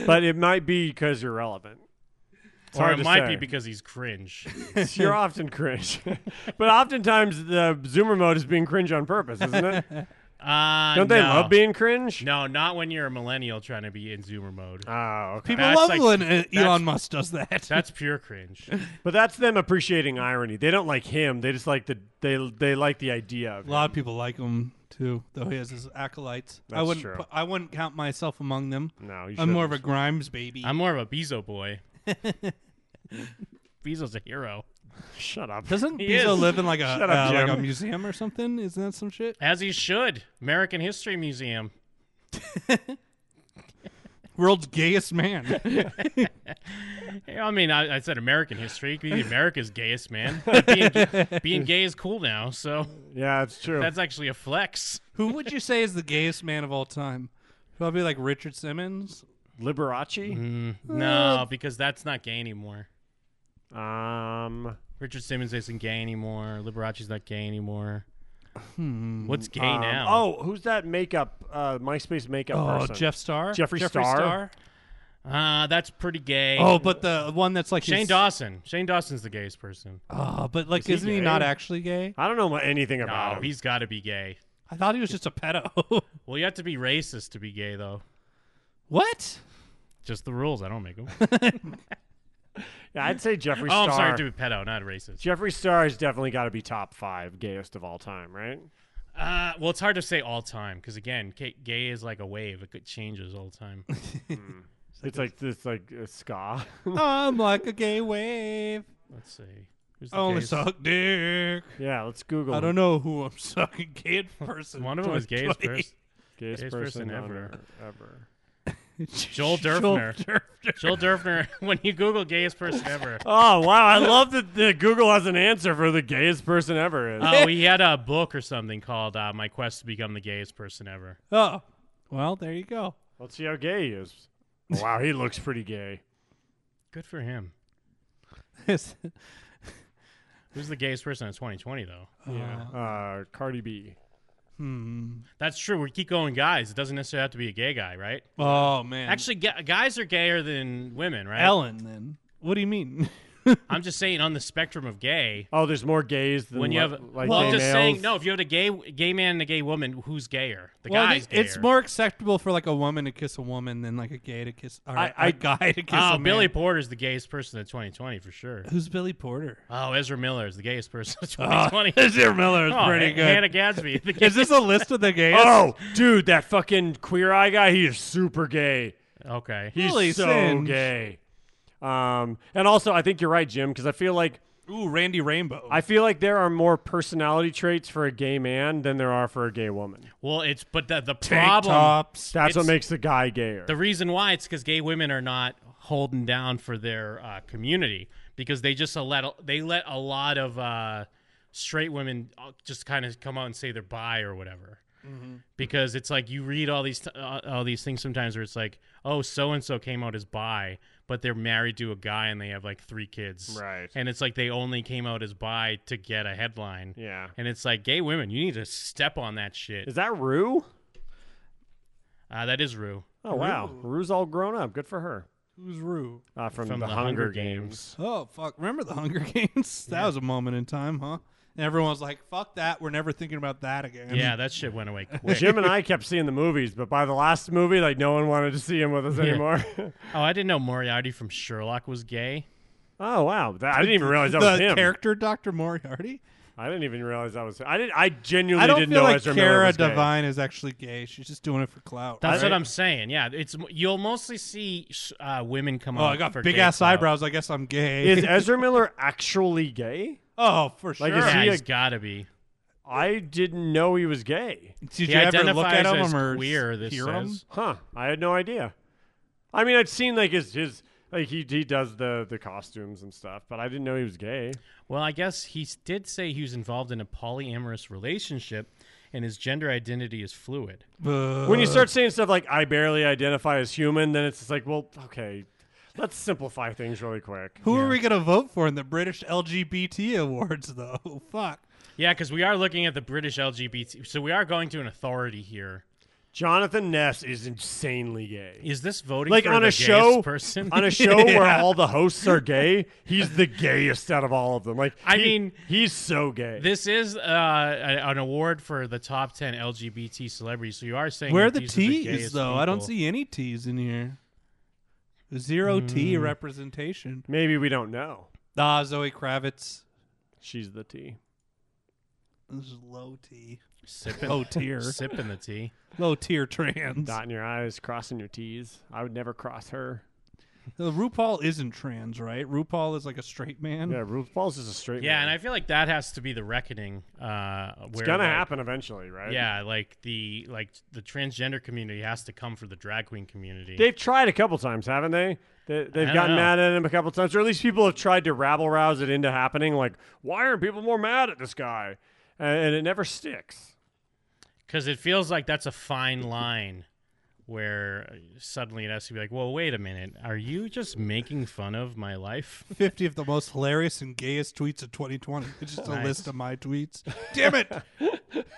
Speaker 6: but it might be because you're relevant. It's
Speaker 7: or
Speaker 6: hard
Speaker 7: it
Speaker 6: to
Speaker 7: might
Speaker 6: say.
Speaker 7: be because he's cringe.
Speaker 6: You're often cringe. but oftentimes the Zoomer mode is being cringe on purpose, isn't it?
Speaker 7: Uh,
Speaker 6: Don't they
Speaker 7: no.
Speaker 6: love being cringe?
Speaker 7: No, not when you're a millennial trying to be in Zoomer mode.
Speaker 6: Oh, okay.
Speaker 8: People love when, uh, Elon Musk does that.
Speaker 7: That's pure cringe.
Speaker 6: But that's them appreciating irony. They don't like him. They just like the they they like the idea of.
Speaker 8: A lot of people like him too, though he has his acolytes. I
Speaker 6: That's
Speaker 8: wouldn't.
Speaker 6: true.
Speaker 8: pu- I wouldn't count myself among them.
Speaker 6: No, you
Speaker 8: I'm more of
Speaker 6: shouldn't.
Speaker 8: a Grimes baby.
Speaker 7: I'm more of a Bezo boy. Bezo's a hero.
Speaker 6: Shut up.
Speaker 8: Doesn't
Speaker 7: He
Speaker 8: Bezos
Speaker 7: is.
Speaker 8: live in like a
Speaker 7: Shut up,
Speaker 8: uh, like a
Speaker 7: Jim.
Speaker 8: museum or something? Isn't that some shit?
Speaker 7: As he should. American History Museum.
Speaker 8: World's gayest man.
Speaker 7: Yeah, I mean, I, I said American history. He could be America's gayest man. But being, being gay is cool now, so
Speaker 6: yeah, it's true.
Speaker 7: that's actually a flex.
Speaker 8: Who would you say is the gayest man of all time? Probably like Richard Simmons.
Speaker 6: Liberace?
Speaker 7: No, because that's not gay anymore.
Speaker 6: Um,
Speaker 7: Richard Simmons isn't gay anymore. Liberace's not gay anymore.
Speaker 8: Hmm.
Speaker 7: What's gay
Speaker 6: Um,
Speaker 7: now?
Speaker 6: Oh, who's that makeup? Uh, MySpace makeup
Speaker 8: Oh,
Speaker 6: person?
Speaker 8: Jeff Star?
Speaker 6: Jeffree
Speaker 8: Jeffree
Speaker 6: Star.
Speaker 8: Star?
Speaker 7: Uh, that's pretty gay.
Speaker 8: Oh, but the one that's like
Speaker 7: Shane
Speaker 8: his-
Speaker 7: Dawson. Shane Dawson's the gayest person.
Speaker 8: Oh, but like,
Speaker 7: Is he
Speaker 8: isn't he, not
Speaker 7: gay?
Speaker 8: actually gay?
Speaker 6: I don't know anything
Speaker 7: No, he's got to be gay.
Speaker 8: I thought he was just a pedo.
Speaker 7: Well, you have to be racist to be gay, though.
Speaker 8: what?
Speaker 7: Just the rules. I don't make them.
Speaker 6: Yeah, I'd say Jeffree
Speaker 7: Oh, I'm sorry
Speaker 6: Star.
Speaker 7: to be pedo, not racist.
Speaker 6: Jeffree Star has definitely got to be top five gayest of all time, right?
Speaker 7: Uh, well, it's hard to say all time because again, ca- gay is like a wave; it could- changes all the time.
Speaker 6: It's like it's like uh, ska.
Speaker 8: I'm like a gay wave.
Speaker 7: Let's see.
Speaker 8: I only suck dick.
Speaker 6: Yeah, let's Google.
Speaker 8: I
Speaker 6: him.
Speaker 8: don't know who I'm sucking gay in person.
Speaker 7: One of them is gayest
Speaker 8: 2020.
Speaker 7: person.
Speaker 6: Gayest,
Speaker 7: Gayest
Speaker 6: person,
Speaker 7: person
Speaker 6: ever. Ever.
Speaker 7: Joel Durfner. Joel Durfner. when you Google gayest person ever.
Speaker 6: Oh wow! I love that the Google has an answer for the gayest person ever. Is.
Speaker 7: Oh, he had a book or something called uh, "My Quest to Become the Gayest Person Ever."
Speaker 8: Oh, well, there you go.
Speaker 6: Let's see how gay he is. Wow, he looks pretty gay.
Speaker 7: Good for him.
Speaker 8: Yes.
Speaker 7: Who's the gayest person in 2020 though?
Speaker 6: Yeah. Uh, Cardi B.
Speaker 8: Hmm.
Speaker 7: That's true. We keep going, guys. It doesn't necessarily have to be a gay guy, right?
Speaker 8: Oh man.
Speaker 7: Actually, ga- guys are gayer than women, right?
Speaker 8: Ellen. Then what do you mean?
Speaker 7: I'm just saying on the spectrum of gay.
Speaker 6: Oh, there's more gays than
Speaker 7: when you
Speaker 6: li-
Speaker 7: have
Speaker 6: like
Speaker 7: well,
Speaker 6: gay
Speaker 7: I'm just
Speaker 6: males.
Speaker 7: saying no. If you had a gay gay man and a gay woman, who's gayer? The
Speaker 8: well,
Speaker 7: guy's
Speaker 8: it-
Speaker 7: gayer.
Speaker 8: it's more acceptable for like a woman to kiss a woman than like a gay to kiss or
Speaker 7: I
Speaker 8: a guy to kiss
Speaker 7: oh,
Speaker 8: a man.
Speaker 7: Billy Porter's the gayest person in 2020 for sure.
Speaker 8: Who's Billy Porter?
Speaker 7: Oh, Ezra Miller is the gayest person in
Speaker 8: Oh,
Speaker 7: 2020.
Speaker 8: Ezra Miller is
Speaker 7: Oh,
Speaker 8: pretty
Speaker 7: Ha-
Speaker 8: good.
Speaker 7: Hannah Gadsby. The
Speaker 8: Is this a list of the gayest?
Speaker 6: Oh, dude, that fucking queer eye guy. He is super gay.
Speaker 7: Okay.
Speaker 6: He's
Speaker 8: Really
Speaker 6: so
Speaker 8: singed.
Speaker 6: gay. Um, and also, I think you're right, Jim, because I feel like
Speaker 8: Ooh, Randy Rainbow.
Speaker 6: I feel like there are more personality traits for a gay man than there are for a gay woman.
Speaker 7: Well, it's but the the
Speaker 8: Tank
Speaker 7: problem.
Speaker 8: tops.
Speaker 6: That's what
Speaker 7: It's-
Speaker 6: makes the guy gayer.
Speaker 7: The reason why it's because gay women are not holding down for their uh, community because they just let they let a lot of uh, straight women uh, just kind of come out and say they're bi or whatever.
Speaker 6: Mm-hmm.
Speaker 7: Because it's like you read all these t- uh, all these things sometimes where it's like, oh, so and so came out as bi, but they're married to a guy and they have like three kids,
Speaker 6: Right.
Speaker 7: And it's like they only came out as bi to get a headline,
Speaker 6: yeah.
Speaker 7: And it's like gay women, you need to step on that shit.
Speaker 6: Is that Rue?
Speaker 7: Uh, that is Rue.
Speaker 6: Oh wow, Rue's all grown up. Good for her.
Speaker 8: Who's Rue?
Speaker 6: Uh, from, the, Hunger, Games.
Speaker 8: Oh fuck! Remember the Hunger Games? That was a moment in time, huh? And everyone was like, "Fuck that! We're never thinking about that again."
Speaker 7: Yeah, that shit went away quick.
Speaker 6: Jim and I kept seeing the movies, but by the last movie, like no one wanted to see him with us anymore.
Speaker 7: Oh, I didn't know Moriarty from Sherlock was gay.
Speaker 6: oh wow, That- I didn't even realize that
Speaker 8: the
Speaker 6: was him.
Speaker 8: character Dr. Moriarty.
Speaker 6: I didn't even realize that was. I didn't. I genuinely
Speaker 8: I don't
Speaker 6: didn't
Speaker 8: feel
Speaker 6: know
Speaker 8: like
Speaker 6: Ezra Miller
Speaker 8: Cara
Speaker 6: was gay.
Speaker 8: Divine is actually gay. She's just doing it for clout.
Speaker 7: That's
Speaker 8: right?
Speaker 7: what I'm saying. Yeah, it's you'll mostly see sh- uh, women come
Speaker 8: Oh,
Speaker 7: out.
Speaker 8: I got
Speaker 7: for
Speaker 8: big
Speaker 7: gay
Speaker 8: ass
Speaker 7: club.
Speaker 8: eyebrows. I guess I'm gay.
Speaker 6: Is Ezra Miller actually gay?
Speaker 8: oh, for sure.
Speaker 6: Like, is
Speaker 7: Yeah,
Speaker 6: he a-
Speaker 7: he's gotta be.
Speaker 6: I didn't know he was gay.
Speaker 8: Did
Speaker 7: he
Speaker 8: you ever look
Speaker 7: identifies
Speaker 8: at him
Speaker 7: as
Speaker 8: or
Speaker 7: queer, this
Speaker 8: hear him?
Speaker 7: says.
Speaker 6: Huh? I had no idea. I mean, I'd seen like his his like he he does the the costumes and stuff, but I didn't know he was gay.
Speaker 7: Well, I guess he s- did say he was involved in a polyamorous relationship, and his gender identity is fluid.
Speaker 8: Uh,
Speaker 6: when you start saying stuff like "I barely identify as human," then it's just like, well, okay, let's simplify things really quick.
Speaker 8: Who are we gonna vote for in the British LGBT awards, though? Fuck.
Speaker 7: Yeah, because we are looking at the British LGBT, so we are going to an authority here.
Speaker 6: Jonathan Ness is insanely gay.
Speaker 7: Is this voting
Speaker 6: like
Speaker 7: for
Speaker 6: on
Speaker 7: the
Speaker 6: a show
Speaker 7: gayest person?
Speaker 6: on a show where
Speaker 7: Yeah.
Speaker 6: all the hosts are gay? He's the gayest out of all of them. Like
Speaker 7: I
Speaker 6: he-
Speaker 7: mean,
Speaker 6: he's so gay.
Speaker 7: This is uh, a- an award for the top ten LGBT celebrities. So you are saying
Speaker 8: Where are
Speaker 7: that
Speaker 8: the
Speaker 7: these
Speaker 8: T's,
Speaker 7: are the gayest
Speaker 8: though? I don't
Speaker 7: people.
Speaker 8: see any T's in here. Zero T
Speaker 6: Mm.
Speaker 8: representation.
Speaker 6: Maybe we don't know.
Speaker 8: Ah, Hmm. Zoe Kravitz.
Speaker 6: She's the T.
Speaker 8: This is low T.
Speaker 7: Sipping-
Speaker 8: Low tier.
Speaker 7: sipping the tea.
Speaker 8: Low tier trans.
Speaker 6: Dotting your I's, crossing your T's. I would never cross her.
Speaker 8: Uh, RuPaul isn't trans, right? RuPaul is like a straight man.
Speaker 6: Yeah, RuPaul's just a straight
Speaker 7: Yeah, and I feel like that has to be the reckoning. Uh, where,
Speaker 6: It's gonna
Speaker 7: like-
Speaker 6: happen eventually, right?
Speaker 7: Yeah, like the like the transgender community has to come for the drag queen community.
Speaker 6: They've tried a couple times, haven't they? they
Speaker 7: I
Speaker 6: they've
Speaker 7: don't
Speaker 6: gotten
Speaker 7: know.
Speaker 6: mad at him a couple times, or at least people have tried to rabble rouse it into happening. Like, why aren't people more mad at this guy? And, and it never sticks.
Speaker 7: Because it feels like that's a fine line where uh, suddenly it has to be like, well, wait a minute. Are you just making fun of my life?
Speaker 8: 50 of the most hilarious and gayest tweets of 2020. It's just a
Speaker 7: Nice.
Speaker 8: list of my tweets. Damn it.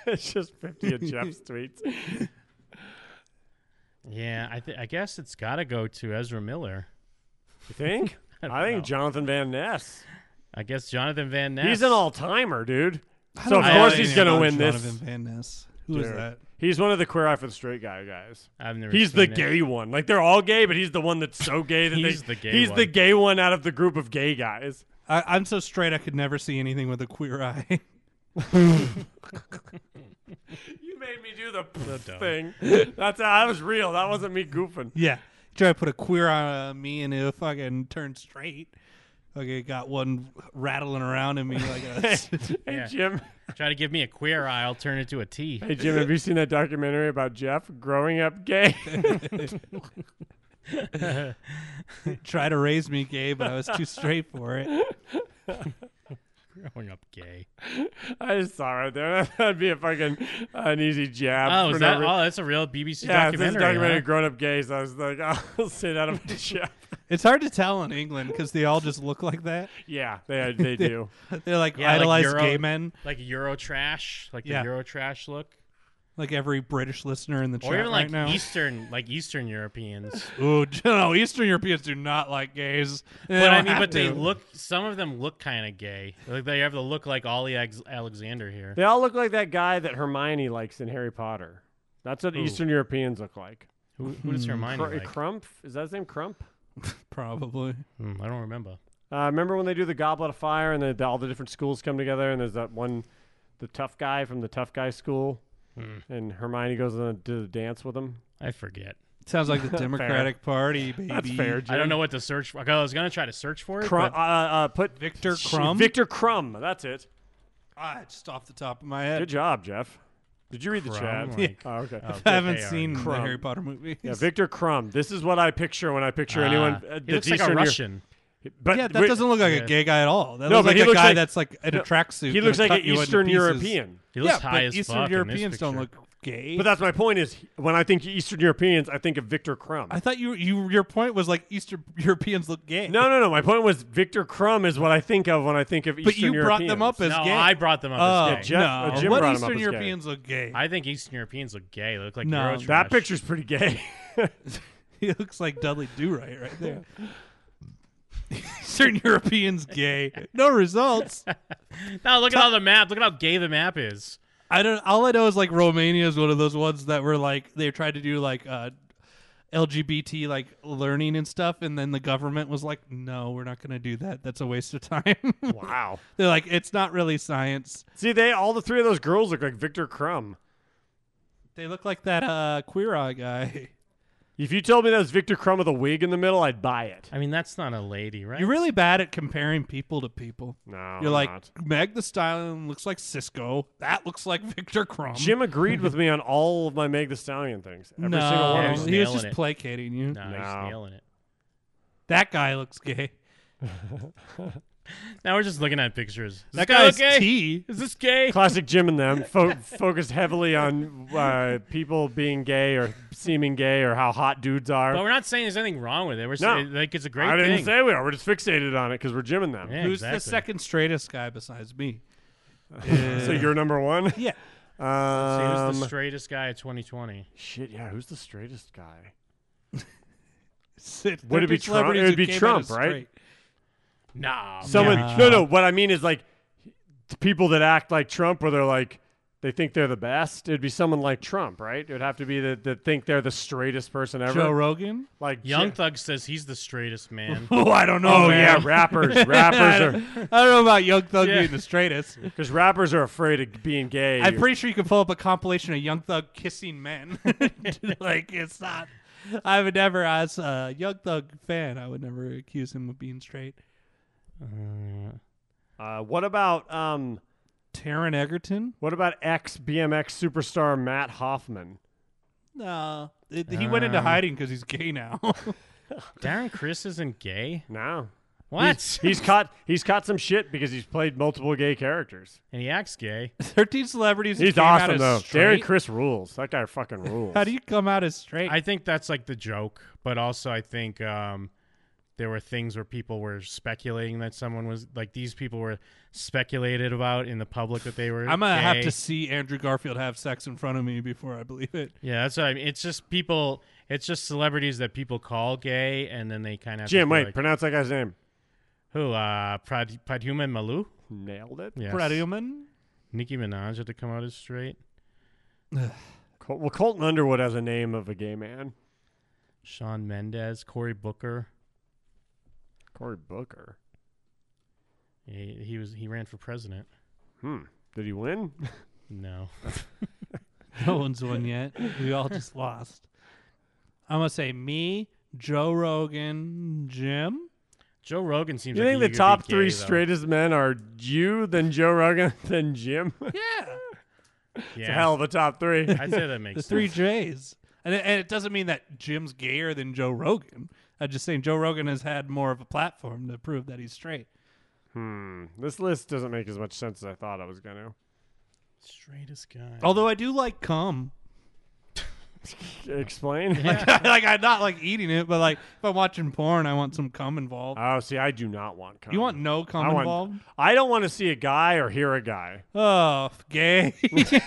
Speaker 6: it's just 50 of Jeff's tweets.
Speaker 7: Yeah, I, th- I guess it's got to go to Ezra Miller.
Speaker 6: You think?
Speaker 7: I, don't
Speaker 6: I think
Speaker 7: know.
Speaker 6: Jonathan Van Ness.
Speaker 7: I guess Jonathan Van Ness.
Speaker 6: He's an all timer, dude.
Speaker 7: I
Speaker 6: So
Speaker 7: don't
Speaker 6: of
Speaker 7: know
Speaker 6: course
Speaker 7: anything
Speaker 6: he's gonna
Speaker 7: about
Speaker 6: win this.
Speaker 8: Jonathan Van Ness. Who is that?
Speaker 6: He's one of the queer eye for the straight guy guys.
Speaker 7: I've never
Speaker 6: He's the
Speaker 7: seen it.
Speaker 6: gay one. Like they're all gay, but he's the one that's so gay that
Speaker 7: He's
Speaker 6: they,
Speaker 7: the gay
Speaker 6: he's
Speaker 7: one.
Speaker 6: the gay one out of the group of gay guys.
Speaker 8: I, I'm so straight I could never see anything with a queer eye.
Speaker 6: You made me do the
Speaker 7: So dumb.
Speaker 6: thing. That's that was real. That wasn't me goofing.
Speaker 8: yeah. Try to put a queer eye on me and it'll fucking turn straight. Okay, got one rattling around in me like a.
Speaker 7: Yeah. Try to give me a queer eye, I'll turn it to a T.
Speaker 6: Hey Jim, have you seen that documentary about Jeff growing up gay?
Speaker 8: Try to raise me gay, but I was too straight for it.
Speaker 7: Growing up gay.
Speaker 6: I just saw right there. That'd be a fucking an easy jab.
Speaker 7: Oh, is
Speaker 6: for
Speaker 7: that-
Speaker 6: no re-
Speaker 7: oh, that's a real BBC
Speaker 6: yeah, It's
Speaker 7: documentary,
Speaker 6: this documentary
Speaker 7: huh?
Speaker 6: grown up gays. I was like, I'll sit out of a jab.
Speaker 8: It's hard to tell in England because they all just look like that.
Speaker 6: Yeah, they they do.
Speaker 8: They're like
Speaker 7: Yeah,
Speaker 8: idolized
Speaker 7: Euro-
Speaker 8: gay men.
Speaker 7: Like Euro trash, like
Speaker 8: Yeah.
Speaker 7: the Euro trash look.
Speaker 8: Like every British listener in the chat
Speaker 7: Or even
Speaker 8: right
Speaker 7: like
Speaker 8: now.
Speaker 7: Eastern, like Eastern Europeans.
Speaker 8: Ooh, no, Eastern Europeans do not like gays. They
Speaker 7: but I
Speaker 8: don't
Speaker 7: mean,
Speaker 8: have
Speaker 7: but they
Speaker 8: to.
Speaker 7: look. Some of them look kind of gay. Like they have the look like Ollie Ex- Alexander here.
Speaker 6: They all look like that guy that Hermione likes in Harry Potter. That's what
Speaker 7: Who?
Speaker 6: Eastern Europeans look like.
Speaker 7: Who, who does
Speaker 8: Hmm.
Speaker 7: Hermione
Speaker 6: Cr-
Speaker 7: like?
Speaker 6: Crump? Is that his name? Crump?
Speaker 8: Probably.
Speaker 7: Hmm, I don't remember.
Speaker 6: Uh, remember when they do the Goblet of Fire and the, the- all the different schools come together and there's that one, the tough guy from the tough guy school,
Speaker 7: Hmm.
Speaker 6: and Hermione goes on to do the dance with him.
Speaker 7: I forget.
Speaker 8: Sounds like the
Speaker 6: Fair.
Speaker 8: Democratic Party, baby.
Speaker 6: That's fair. Jim.
Speaker 7: I don't know what to search for. Like, I was gonna try to search for it.
Speaker 6: Cru-
Speaker 7: but
Speaker 6: uh, uh, put
Speaker 8: Victor
Speaker 6: Sh-
Speaker 8: Crumb?
Speaker 6: Victor Crumb. That's it.
Speaker 8: Ah, just off the top of my head.
Speaker 6: Good job, Jeff. Did you read the
Speaker 7: Crumb,
Speaker 6: chat?
Speaker 7: like-
Speaker 6: oh, okay.
Speaker 7: Oh,
Speaker 8: I haven't
Speaker 7: they are
Speaker 8: seen the
Speaker 6: Crumb.
Speaker 8: Harry Potter movies.
Speaker 6: Yeah, Victor Crumb. This is what I picture when I picture anyone. Uh,
Speaker 7: Ah. He
Speaker 6: that's
Speaker 7: looks like a
Speaker 6: Eastern Euro-
Speaker 7: Russian.
Speaker 6: But
Speaker 8: yeah, that
Speaker 6: wait-
Speaker 8: doesn't look like
Speaker 7: Yeah.
Speaker 8: a gay guy at all. That
Speaker 6: No,
Speaker 8: looks
Speaker 6: but
Speaker 8: like
Speaker 6: he
Speaker 8: a
Speaker 6: looks
Speaker 8: guy
Speaker 6: like-
Speaker 8: that's like in
Speaker 6: no,
Speaker 8: a tracksuit.
Speaker 6: he looks
Speaker 8: gonna
Speaker 6: like
Speaker 8: cut
Speaker 6: an
Speaker 8: you into
Speaker 6: Eastern
Speaker 8: pieces.
Speaker 6: European.
Speaker 7: He looks
Speaker 8: yeah,
Speaker 7: high
Speaker 8: but
Speaker 7: as
Speaker 8: Eastern
Speaker 7: fuck in this
Speaker 8: Europeans don't
Speaker 7: picture.
Speaker 8: look gay.
Speaker 6: But that's my point is when I think Eastern Europeans, I think of Victor Crumb.
Speaker 8: I thought you, you your point was like Eastern Europeans look gay.
Speaker 6: no, no, no. My point was Victor Crumb is what I think of when I think of
Speaker 8: but
Speaker 6: Eastern
Speaker 8: you brought them up uh, as
Speaker 7: No,
Speaker 8: gay.
Speaker 7: I brought them up
Speaker 8: oh,
Speaker 7: as gay.
Speaker 6: Yeah, Jeff-
Speaker 8: no.
Speaker 6: uh, Jim
Speaker 8: what
Speaker 6: brought 'em up as
Speaker 8: Eastern
Speaker 6: gay.
Speaker 8: Europeans look gay?
Speaker 7: I think Eastern Europeans look gay. They look like
Speaker 8: No.
Speaker 7: Eurotrash.
Speaker 6: That picture's pretty gay.
Speaker 8: he looks like Dudley Do Right right there. Eastern Europeans gay. No results.
Speaker 7: No, look at all the map. Look at how gay the map is.
Speaker 8: I don't. All I know is like Romania is one of those ones that were like they tried to do like uh, LGBT like learning and stuff, and then the government was like, "No, we're not going to do that. That's a waste of time."
Speaker 6: wow.
Speaker 8: They're like, "It's not really science."
Speaker 6: See, they all the three of those girls look like Victor Crumb.
Speaker 8: They look like that uh, queer eye guy.
Speaker 6: If you told me that was Victor Crumb with a wig in the middle, I'd buy it.
Speaker 7: I mean, that's not a lady, right?
Speaker 8: You're really bad at comparing people to people.
Speaker 6: No,
Speaker 8: You're
Speaker 6: I'm
Speaker 8: like
Speaker 6: not.
Speaker 8: Meg the Stallion looks like Cisco. That looks like Victor Crumb.
Speaker 6: Jim agreed with me on all of my Meg the Stallion things. Every
Speaker 8: no,
Speaker 6: single one.
Speaker 7: Yeah,
Speaker 6: of
Speaker 7: he's
Speaker 6: them.
Speaker 8: he was
Speaker 7: nailing
Speaker 8: just
Speaker 7: it.
Speaker 8: placating you.
Speaker 7: No,
Speaker 6: No.
Speaker 7: he's nailing it.
Speaker 8: That guy looks gay.
Speaker 7: Now we're just looking at pictures. Is
Speaker 8: That
Speaker 7: this
Speaker 8: guy is
Speaker 7: gay?
Speaker 8: T.
Speaker 7: Is this gay?
Speaker 6: Classic Jim and them fo- focused heavily on uh, people being gay or seeming gay or how hot dudes are.
Speaker 7: But we're not saying there's anything wrong with it. We're saying like it's a great
Speaker 6: I didn't
Speaker 7: thing.
Speaker 6: say we are. We're just fixated on it because we're Jim and them.
Speaker 7: Yeah,
Speaker 8: Who's
Speaker 7: exactly.
Speaker 8: the second straightest guy besides me?
Speaker 6: So you're number one.
Speaker 8: Yeah.
Speaker 7: So
Speaker 6: Um,
Speaker 7: who's the straightest guy of 2020?
Speaker 6: Shit, yeah. Who's the straightest guy?
Speaker 8: Sit-
Speaker 6: Would
Speaker 8: there'd
Speaker 6: it be Trump?
Speaker 8: celebrities
Speaker 6: It would
Speaker 8: who
Speaker 6: be
Speaker 8: came out
Speaker 6: Trump,
Speaker 8: as
Speaker 6: right?
Speaker 8: straight.
Speaker 7: Nah.
Speaker 6: Someone,
Speaker 7: man.
Speaker 6: no, no. What I mean is like the people that act like Trump, where they're like they think they're the best. It'd be someone like Trump, right? It would have to be that that think they're the straightest person ever. like
Speaker 7: Young
Speaker 6: Je-
Speaker 7: Thug says he's the straightest man.
Speaker 6: Oh, I don't know. Oh, yeah, rappers. Rappers are.
Speaker 8: I don't know about Young Thug
Speaker 7: Yeah.
Speaker 8: being the straightest.
Speaker 6: Because rappers are afraid of being gay.
Speaker 8: I'm pretty sure you can pull up a compilation of Young Thug kissing men. like it's not. I would never, as a Young Thug fan, I would never accuse him of being straight.
Speaker 6: Uh, what about um,
Speaker 8: Taron Egerton?
Speaker 6: What about ex BMX superstar Matt Hoffman?
Speaker 8: No, It- he went into
Speaker 7: Um,
Speaker 8: hiding because he's gay now.
Speaker 7: Darren Chris isn't gay.
Speaker 6: No.
Speaker 7: What?
Speaker 6: He's, he's caught. He's caught some shit because he's played multiple gay characters.
Speaker 7: And he acts gay.
Speaker 8: Thirteen celebrities.
Speaker 6: He's awesome though. Darren Chris rules. That guy fucking rules.
Speaker 8: How do you come out as straight?
Speaker 7: I think that's like the joke, but also I think um, there were things where people were speculating that someone was like these people were speculated about in the public that they were.
Speaker 8: I'm gonna have
Speaker 7: gay.
Speaker 8: to see Andrew Garfield have sex in front of me before I believe it.
Speaker 7: Yeah, that's what I mean. It's just people. It's just celebrities that people call gay, and then they kind of
Speaker 6: Jim, wait, pronounce that guy's name.
Speaker 7: Who? Uh, Prad Pradhuman Maloo.
Speaker 6: Nailed it.
Speaker 7: Yes.
Speaker 8: Pradhuman?
Speaker 7: Nicki Minaj had to come out as straight.
Speaker 6: Col- well, Colton Underwood has a name of a gay man.
Speaker 7: Sean Mendez, Cory Booker.
Speaker 6: Cory Booker.
Speaker 7: He, he was he ran for president.
Speaker 6: Hmm. Did he win?
Speaker 7: No.
Speaker 8: No one's won yet. We all just lost. I'm gonna say me, Joe Rogan, Jim.
Speaker 7: Joe Rogan seems.
Speaker 6: you think the top three straightest men are you, then Joe Rogan, then Jim?
Speaker 8: Yeah.
Speaker 6: It's a hell of a top three.
Speaker 8: the three J's, and it, and it doesn't mean that Jim's gayer than Joe Rogan. I'm just saying Joe Rogan has had more of a platform to prove that he's straight.
Speaker 6: Hmm. This list doesn't make as much sense as I thought I was going to.
Speaker 7: straightest guy.
Speaker 8: Although I do like cum.
Speaker 6: Explain.
Speaker 8: Like, like I'm not like eating it, but like if I'm watching porn, I want some cum involved.
Speaker 6: Oh, see, I do not want cum.
Speaker 8: You want no cum
Speaker 6: I want-
Speaker 8: involved?
Speaker 6: I don't want to see a guy or hear a guy.
Speaker 8: Oh, f- gay.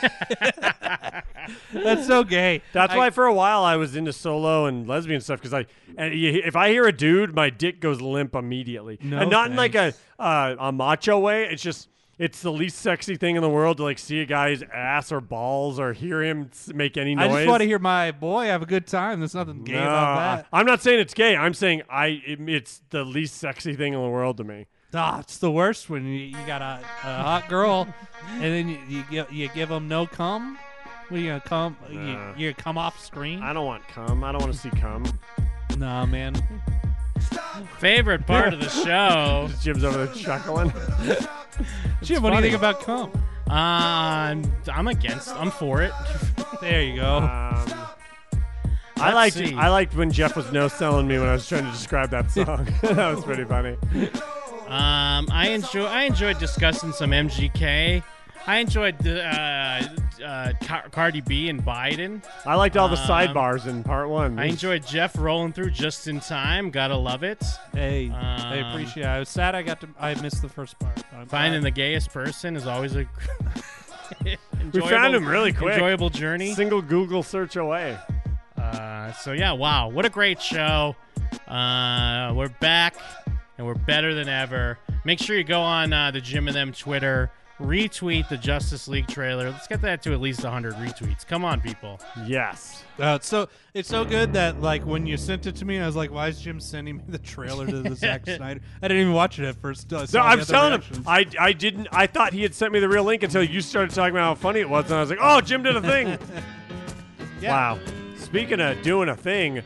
Speaker 8: That's so gay.
Speaker 6: That's
Speaker 8: I-
Speaker 6: why for a while I was into solo and lesbian stuff because like, and you, if I hear a dude, my dick goes limp immediately,
Speaker 8: No
Speaker 6: and not in like a uh, a macho way. It's just it's the least sexy thing in the world to like see a guy's ass or balls or hear him s- make any
Speaker 8: I
Speaker 6: noise.
Speaker 8: just want to hear my boy have a good time. There's nothing gay
Speaker 6: No,
Speaker 8: about
Speaker 6: I-
Speaker 8: that.
Speaker 6: I'm not saying it's gay. I'm saying I it, it's the least sexy thing in the world to me.
Speaker 8: Ah, it's the worst when you, you got a, a hot girl, and then you you, gi- you give them no cum. What you gonna come?
Speaker 6: Nah.
Speaker 8: You, you come off screen?
Speaker 6: I don't want cum. I don't want to see cum.
Speaker 8: Nah, man.
Speaker 7: Favorite part of the show.
Speaker 6: Jim's over there chuckling.
Speaker 8: Jim, what do you think about cum?
Speaker 7: Um, I'm against. I'm for it.
Speaker 8: There you go.
Speaker 6: Um, I liked I liked when Jeff was no selling me when I was trying to describe that song. that was pretty funny.
Speaker 7: Um, I enjoy. I enjoyed discussing some MGK. I enjoyed the uh, uh, Car- Cardi B and Biden.
Speaker 6: I liked all the
Speaker 7: Um,
Speaker 6: sidebars in part one.
Speaker 7: I enjoyed Jeff rolling through just in time. Gotta love it.
Speaker 8: Hey, I
Speaker 7: Um,
Speaker 8: appreciate. it. I was sad I got to. I missed the first part. Uh, I'm
Speaker 7: Finding the gayest person is always a.
Speaker 6: Uh, we found
Speaker 7: enjoyable-
Speaker 6: him really quick.
Speaker 7: Enjoyable journey.
Speaker 6: Single Google search away.
Speaker 7: Uh, so yeah, wow, what a great show. Uh, we're back and we're better than ever. Make sure you go on uh, the Jim and Them Twitter, retweet the Justice League trailer. Let's get that to at least 100 retweets. Come on, people.
Speaker 6: Yes.
Speaker 8: Uh, it's so it's so good that like when you sent it to me, I was like, "Why is Jim sending me the trailer to the Zack Snyder?" I didn't even watch it at first. till I
Speaker 6: No,
Speaker 8: saw the
Speaker 6: I'm
Speaker 8: other
Speaker 6: telling him.
Speaker 8: reactions.
Speaker 6: I, I didn't. I thought he had sent me the real link until you started talking about how funny it was, and I was like, "Oh, Jim did a thing." Wow. Speaking of doing a thing,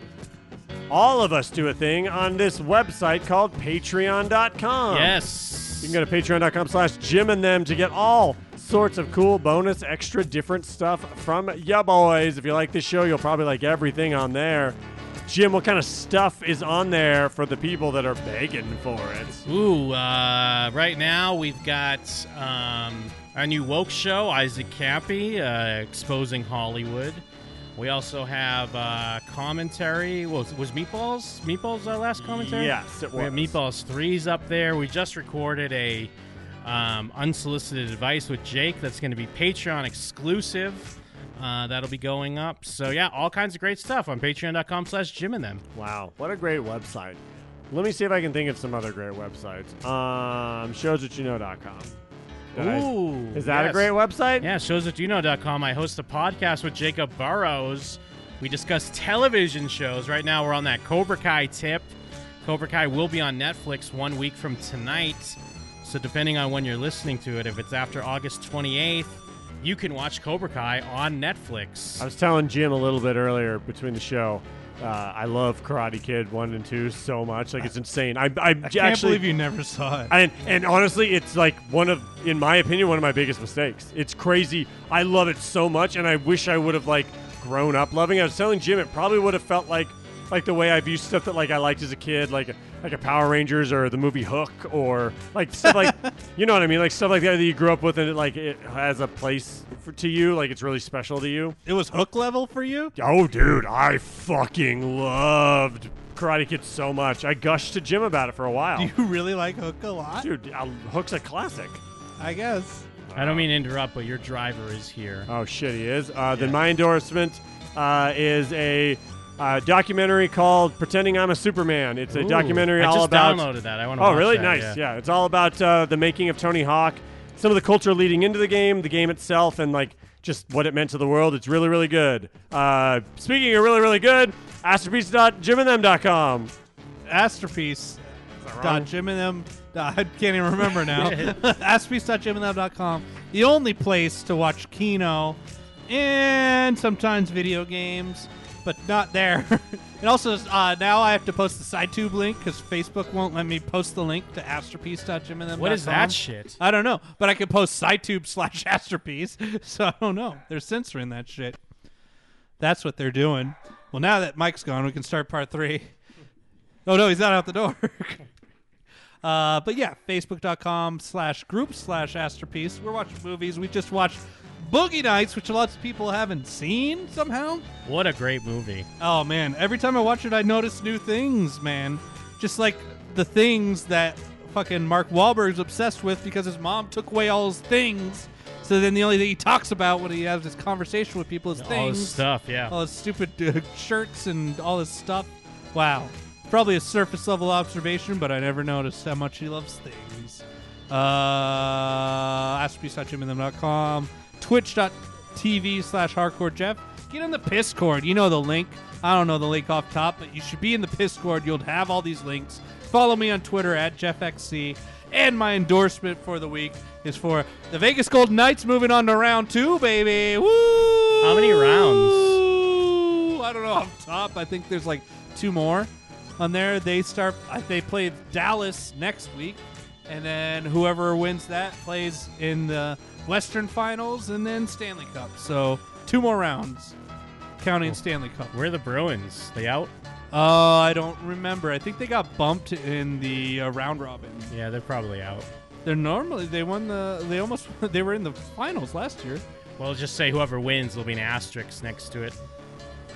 Speaker 6: all of us do a thing on this website called Patreon.com.
Speaker 7: Yes.
Speaker 6: Oh, You can go to patreon.com slash Jim and them to get all sorts of cool bonus, extra different stuff from ya boys. If you like this show, you'll probably like everything on there. Jim, what kind of stuff is on there for the people that are begging for it?
Speaker 7: Ooh, uh, right now we've got um, our new woke show, Isaac Cappy, uh, exposing Hollywood. We also have uh, commentary. Was, was Meatballs Meatballs our last commentary?
Speaker 6: Yes, it
Speaker 7: We have
Speaker 6: was.
Speaker 7: Meatballs threes up there. We just recorded a um, unsolicited advice with Jake. That's going to be Patreon exclusive. Uh, that'll be going up. So yeah, all kinds of great stuff on Patreon.com/slash Jim and them.
Speaker 6: Wow, what a great website! Let me see if I can think of some other great websites. Um, showswhatyouknow.com. Did I-
Speaker 7: Ooh,
Speaker 6: is that a
Speaker 7: yes.
Speaker 6: great website?
Speaker 7: Yeah, showsatyouknow.com. I host a podcast with Jacob Burrows. We discuss television shows. Right now, we're on that Cobra Kai tip. Cobra Kai will be on Netflix one week from tonight. So, depending on when you're listening to it, if it's after August 28th, you can watch Cobra Kai on Netflix.
Speaker 6: I was telling Jim a little bit earlier between the show. Uh, I love Karate Kid one and two so much. Like it's insane. I, I, I
Speaker 8: can't believe you never saw it.
Speaker 6: And, and honestly, it's like one of, in my opinion, one of my biggest mistakes. It's crazy. I love it so much, and I wish I would have like grown up loving. it. I was telling Jim it probably would have felt like, like the way I view stuff that like I liked as a kid, like like a Power Rangers or the movie Hook or like stuff like, you know what I mean, like stuff like that that you grew up with, and it like it has a place for, to you, like it's really special to you.
Speaker 8: It was Hook level for you?
Speaker 6: Oh, dude, I fucking loved Karate Kid so much. I gushed to Jim about it for a while.
Speaker 8: You really like Hook a lot?
Speaker 6: Dude, uh, Hook's a classic.
Speaker 8: I guess.
Speaker 7: I don't mean to interrupt, but your driver is here.
Speaker 6: Oh shit, he is. Uh, Then my endorsement uh, is a uh, documentary called "Pretending I'm a Superman." It's a
Speaker 7: Ooh,
Speaker 6: documentary
Speaker 7: I
Speaker 6: all
Speaker 7: just
Speaker 6: about.
Speaker 7: downloaded that. I wanna
Speaker 6: Oh,
Speaker 7: watch
Speaker 6: really?
Speaker 7: that,
Speaker 6: nice.
Speaker 7: yeah.
Speaker 6: Yeah. it's all about uh, the making of Tony Hawk, some of the culture leading into the game, the game itself, and like just what it meant to the world. It's really, really good. Uh, speaking of really, really good, masterpiece.jimandthem.com.
Speaker 8: Masterpiece.
Speaker 6: that wrong?
Speaker 8: Dot Jim and them. I can't even remember now. Aspies.jimandthem.com. The only place to watch Kino and sometimes video games, but not there. and also, uh, now I have to post the SciTube link because Facebook won't let me post the link to Asterpiece.jimandthem.com.
Speaker 7: What is that shit?
Speaker 8: I don't know, but I could post SciTube slash Asterpiece, so I don't know. They're censoring that shit. That's what they're doing. Well, now that Mike's gone, we can start part three. Oh no, he's not out the door. uh, but yeah, facebook.com slash group slash Asterpiece. We're watching movies. We just watched Boogie Nights, which lots of people haven't seen somehow.
Speaker 7: What a great movie.
Speaker 8: Oh man, every time I watch it, I notice new things, man. Just like the things that fucking Mark Wahlberg's obsessed with because his mom took away all his things. So then the only thing he talks about when he has his conversation with people is
Speaker 7: All
Speaker 8: things.
Speaker 7: his stuff, yeah.
Speaker 8: All his stupid uh, shirts and all his stuff. Wow. Probably a surface level observation, but I never noticed how much he loves things. Uh, AskBeast.jimandthem.com, twitch.tv slash hardcore Jeff. Get in the Piscord. You know the link. I don't know the link off top, but you should be in the Piscord. You'll have all these links. Follow me on Twitter at JeffXC. And my endorsement for the week is for the Vegas Golden Knights moving on to round two, baby. Woo!
Speaker 7: How many rounds?
Speaker 8: Ooh, I don't know off top. I think there's like two more on there. They start. I- They play Dallas next week, and then whoever wins that plays in the Western Finals and then Stanley Cup. So two more rounds, counting Stanley Cup.
Speaker 7: Where are the Bruins? They out?
Speaker 8: Uh, I don't remember. I think they got bumped in the uh, round robin.
Speaker 7: Yeah, they're probably out.
Speaker 8: They're normally they won the. They almost they were in the finals last year.
Speaker 7: Well, just say whoever wins will be an asterisk next to it.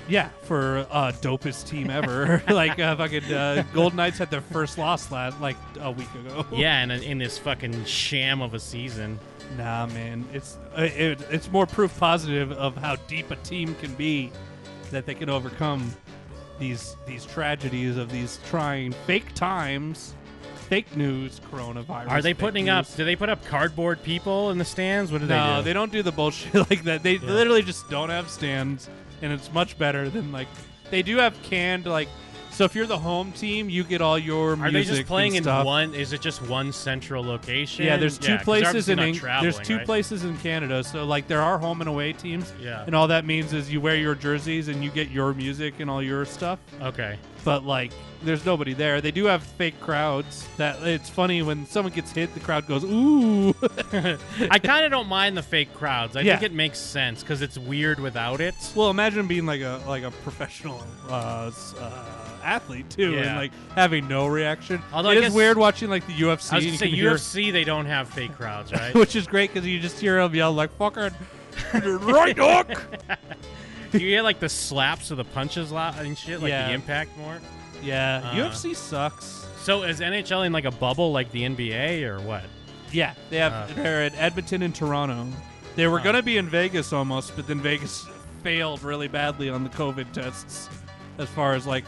Speaker 8: Yeah, for uh, dopest team ever. like uh, fucking uh, Golden Knights had their first loss last like a week ago.
Speaker 7: Yeah, and in- in this fucking sham of a season.
Speaker 8: Nah, man, it's uh, it, it's more proof positive of how deep a team can be that they can overcome these these tragedies of these trying fake times, fake news, coronavirus.
Speaker 7: Are they
Speaker 8: fake
Speaker 7: putting
Speaker 8: news.
Speaker 7: up? Do they put up cardboard people in the stands? What do
Speaker 8: no,
Speaker 7: they do?
Speaker 8: not do the bullshit like that. They literally just don't have stands, and it's much better than like they do have canned like. So if you're the home team, you get all your music.
Speaker 7: Are they just playing
Speaker 8: and
Speaker 7: in
Speaker 8: stuff.
Speaker 7: one? Is it just one central location?
Speaker 8: Yeah, there's
Speaker 7: 'cause
Speaker 8: two
Speaker 7: they're
Speaker 8: places
Speaker 7: obviously
Speaker 8: in
Speaker 7: not
Speaker 8: Eng- there's
Speaker 7: traveling,
Speaker 8: two
Speaker 7: right?
Speaker 8: places in Canada. So like there are home and away teams.
Speaker 7: Yeah.
Speaker 8: And all that means is you wear your jerseys and you get your music and all your stuff.
Speaker 7: Okay.
Speaker 8: But like there's nobody there. They do have fake crowds. That it's funny when someone gets hit, the crowd goes ooh.
Speaker 7: I kind of don't mind the fake crowds. I
Speaker 8: Yeah.
Speaker 7: think it makes sense because it's weird without it.
Speaker 8: well, imagine being like a like a professional uh, s- uh, athlete too,
Speaker 7: Yeah.
Speaker 8: and like having no reaction.
Speaker 7: Although
Speaker 8: it
Speaker 7: I
Speaker 8: is
Speaker 7: guess-
Speaker 8: weird watching like the UFC.
Speaker 7: I was
Speaker 8: and
Speaker 7: gonna
Speaker 8: you
Speaker 7: say
Speaker 8: can hear-
Speaker 7: UFC, they don't have fake crowds, right?
Speaker 8: which is great because you just hear him yell like "fucker," right hook.
Speaker 7: you hear like the slaps or the punches lot and shit, like
Speaker 8: Yeah.
Speaker 7: the impact more.
Speaker 8: Yeah,
Speaker 7: Uh,
Speaker 8: UFC sucks.
Speaker 7: So is NHL in like a bubble like the NBA or what?
Speaker 8: Yeah, they have. They're at Edmonton and Toronto. They were
Speaker 6: Huh.
Speaker 8: going to be in Vegas almost, but then Vegas failed really badly on the COVID tests. As far as like,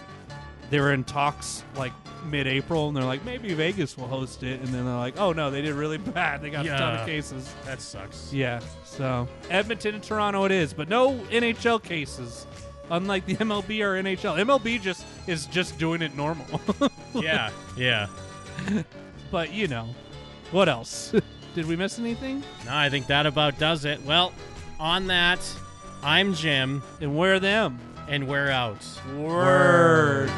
Speaker 8: they were in talks like mid-April, and they're like, maybe Vegas will host it, and then they're like, oh no, they did really bad. They got a ton
Speaker 7: Yeah.
Speaker 8: of cases.
Speaker 7: That sucks.
Speaker 8: Yeah. So Edmonton and Toronto, it is, but no NHL cases. Unlike the MLB or NHL, MLB just is just doing it normal.
Speaker 7: Yeah, yeah.
Speaker 8: but you know, what else? Did we miss anything?
Speaker 7: No, I think that about does it. Well, on that, I'm Jim.
Speaker 8: And we're them.
Speaker 7: And we're out.
Speaker 8: Word.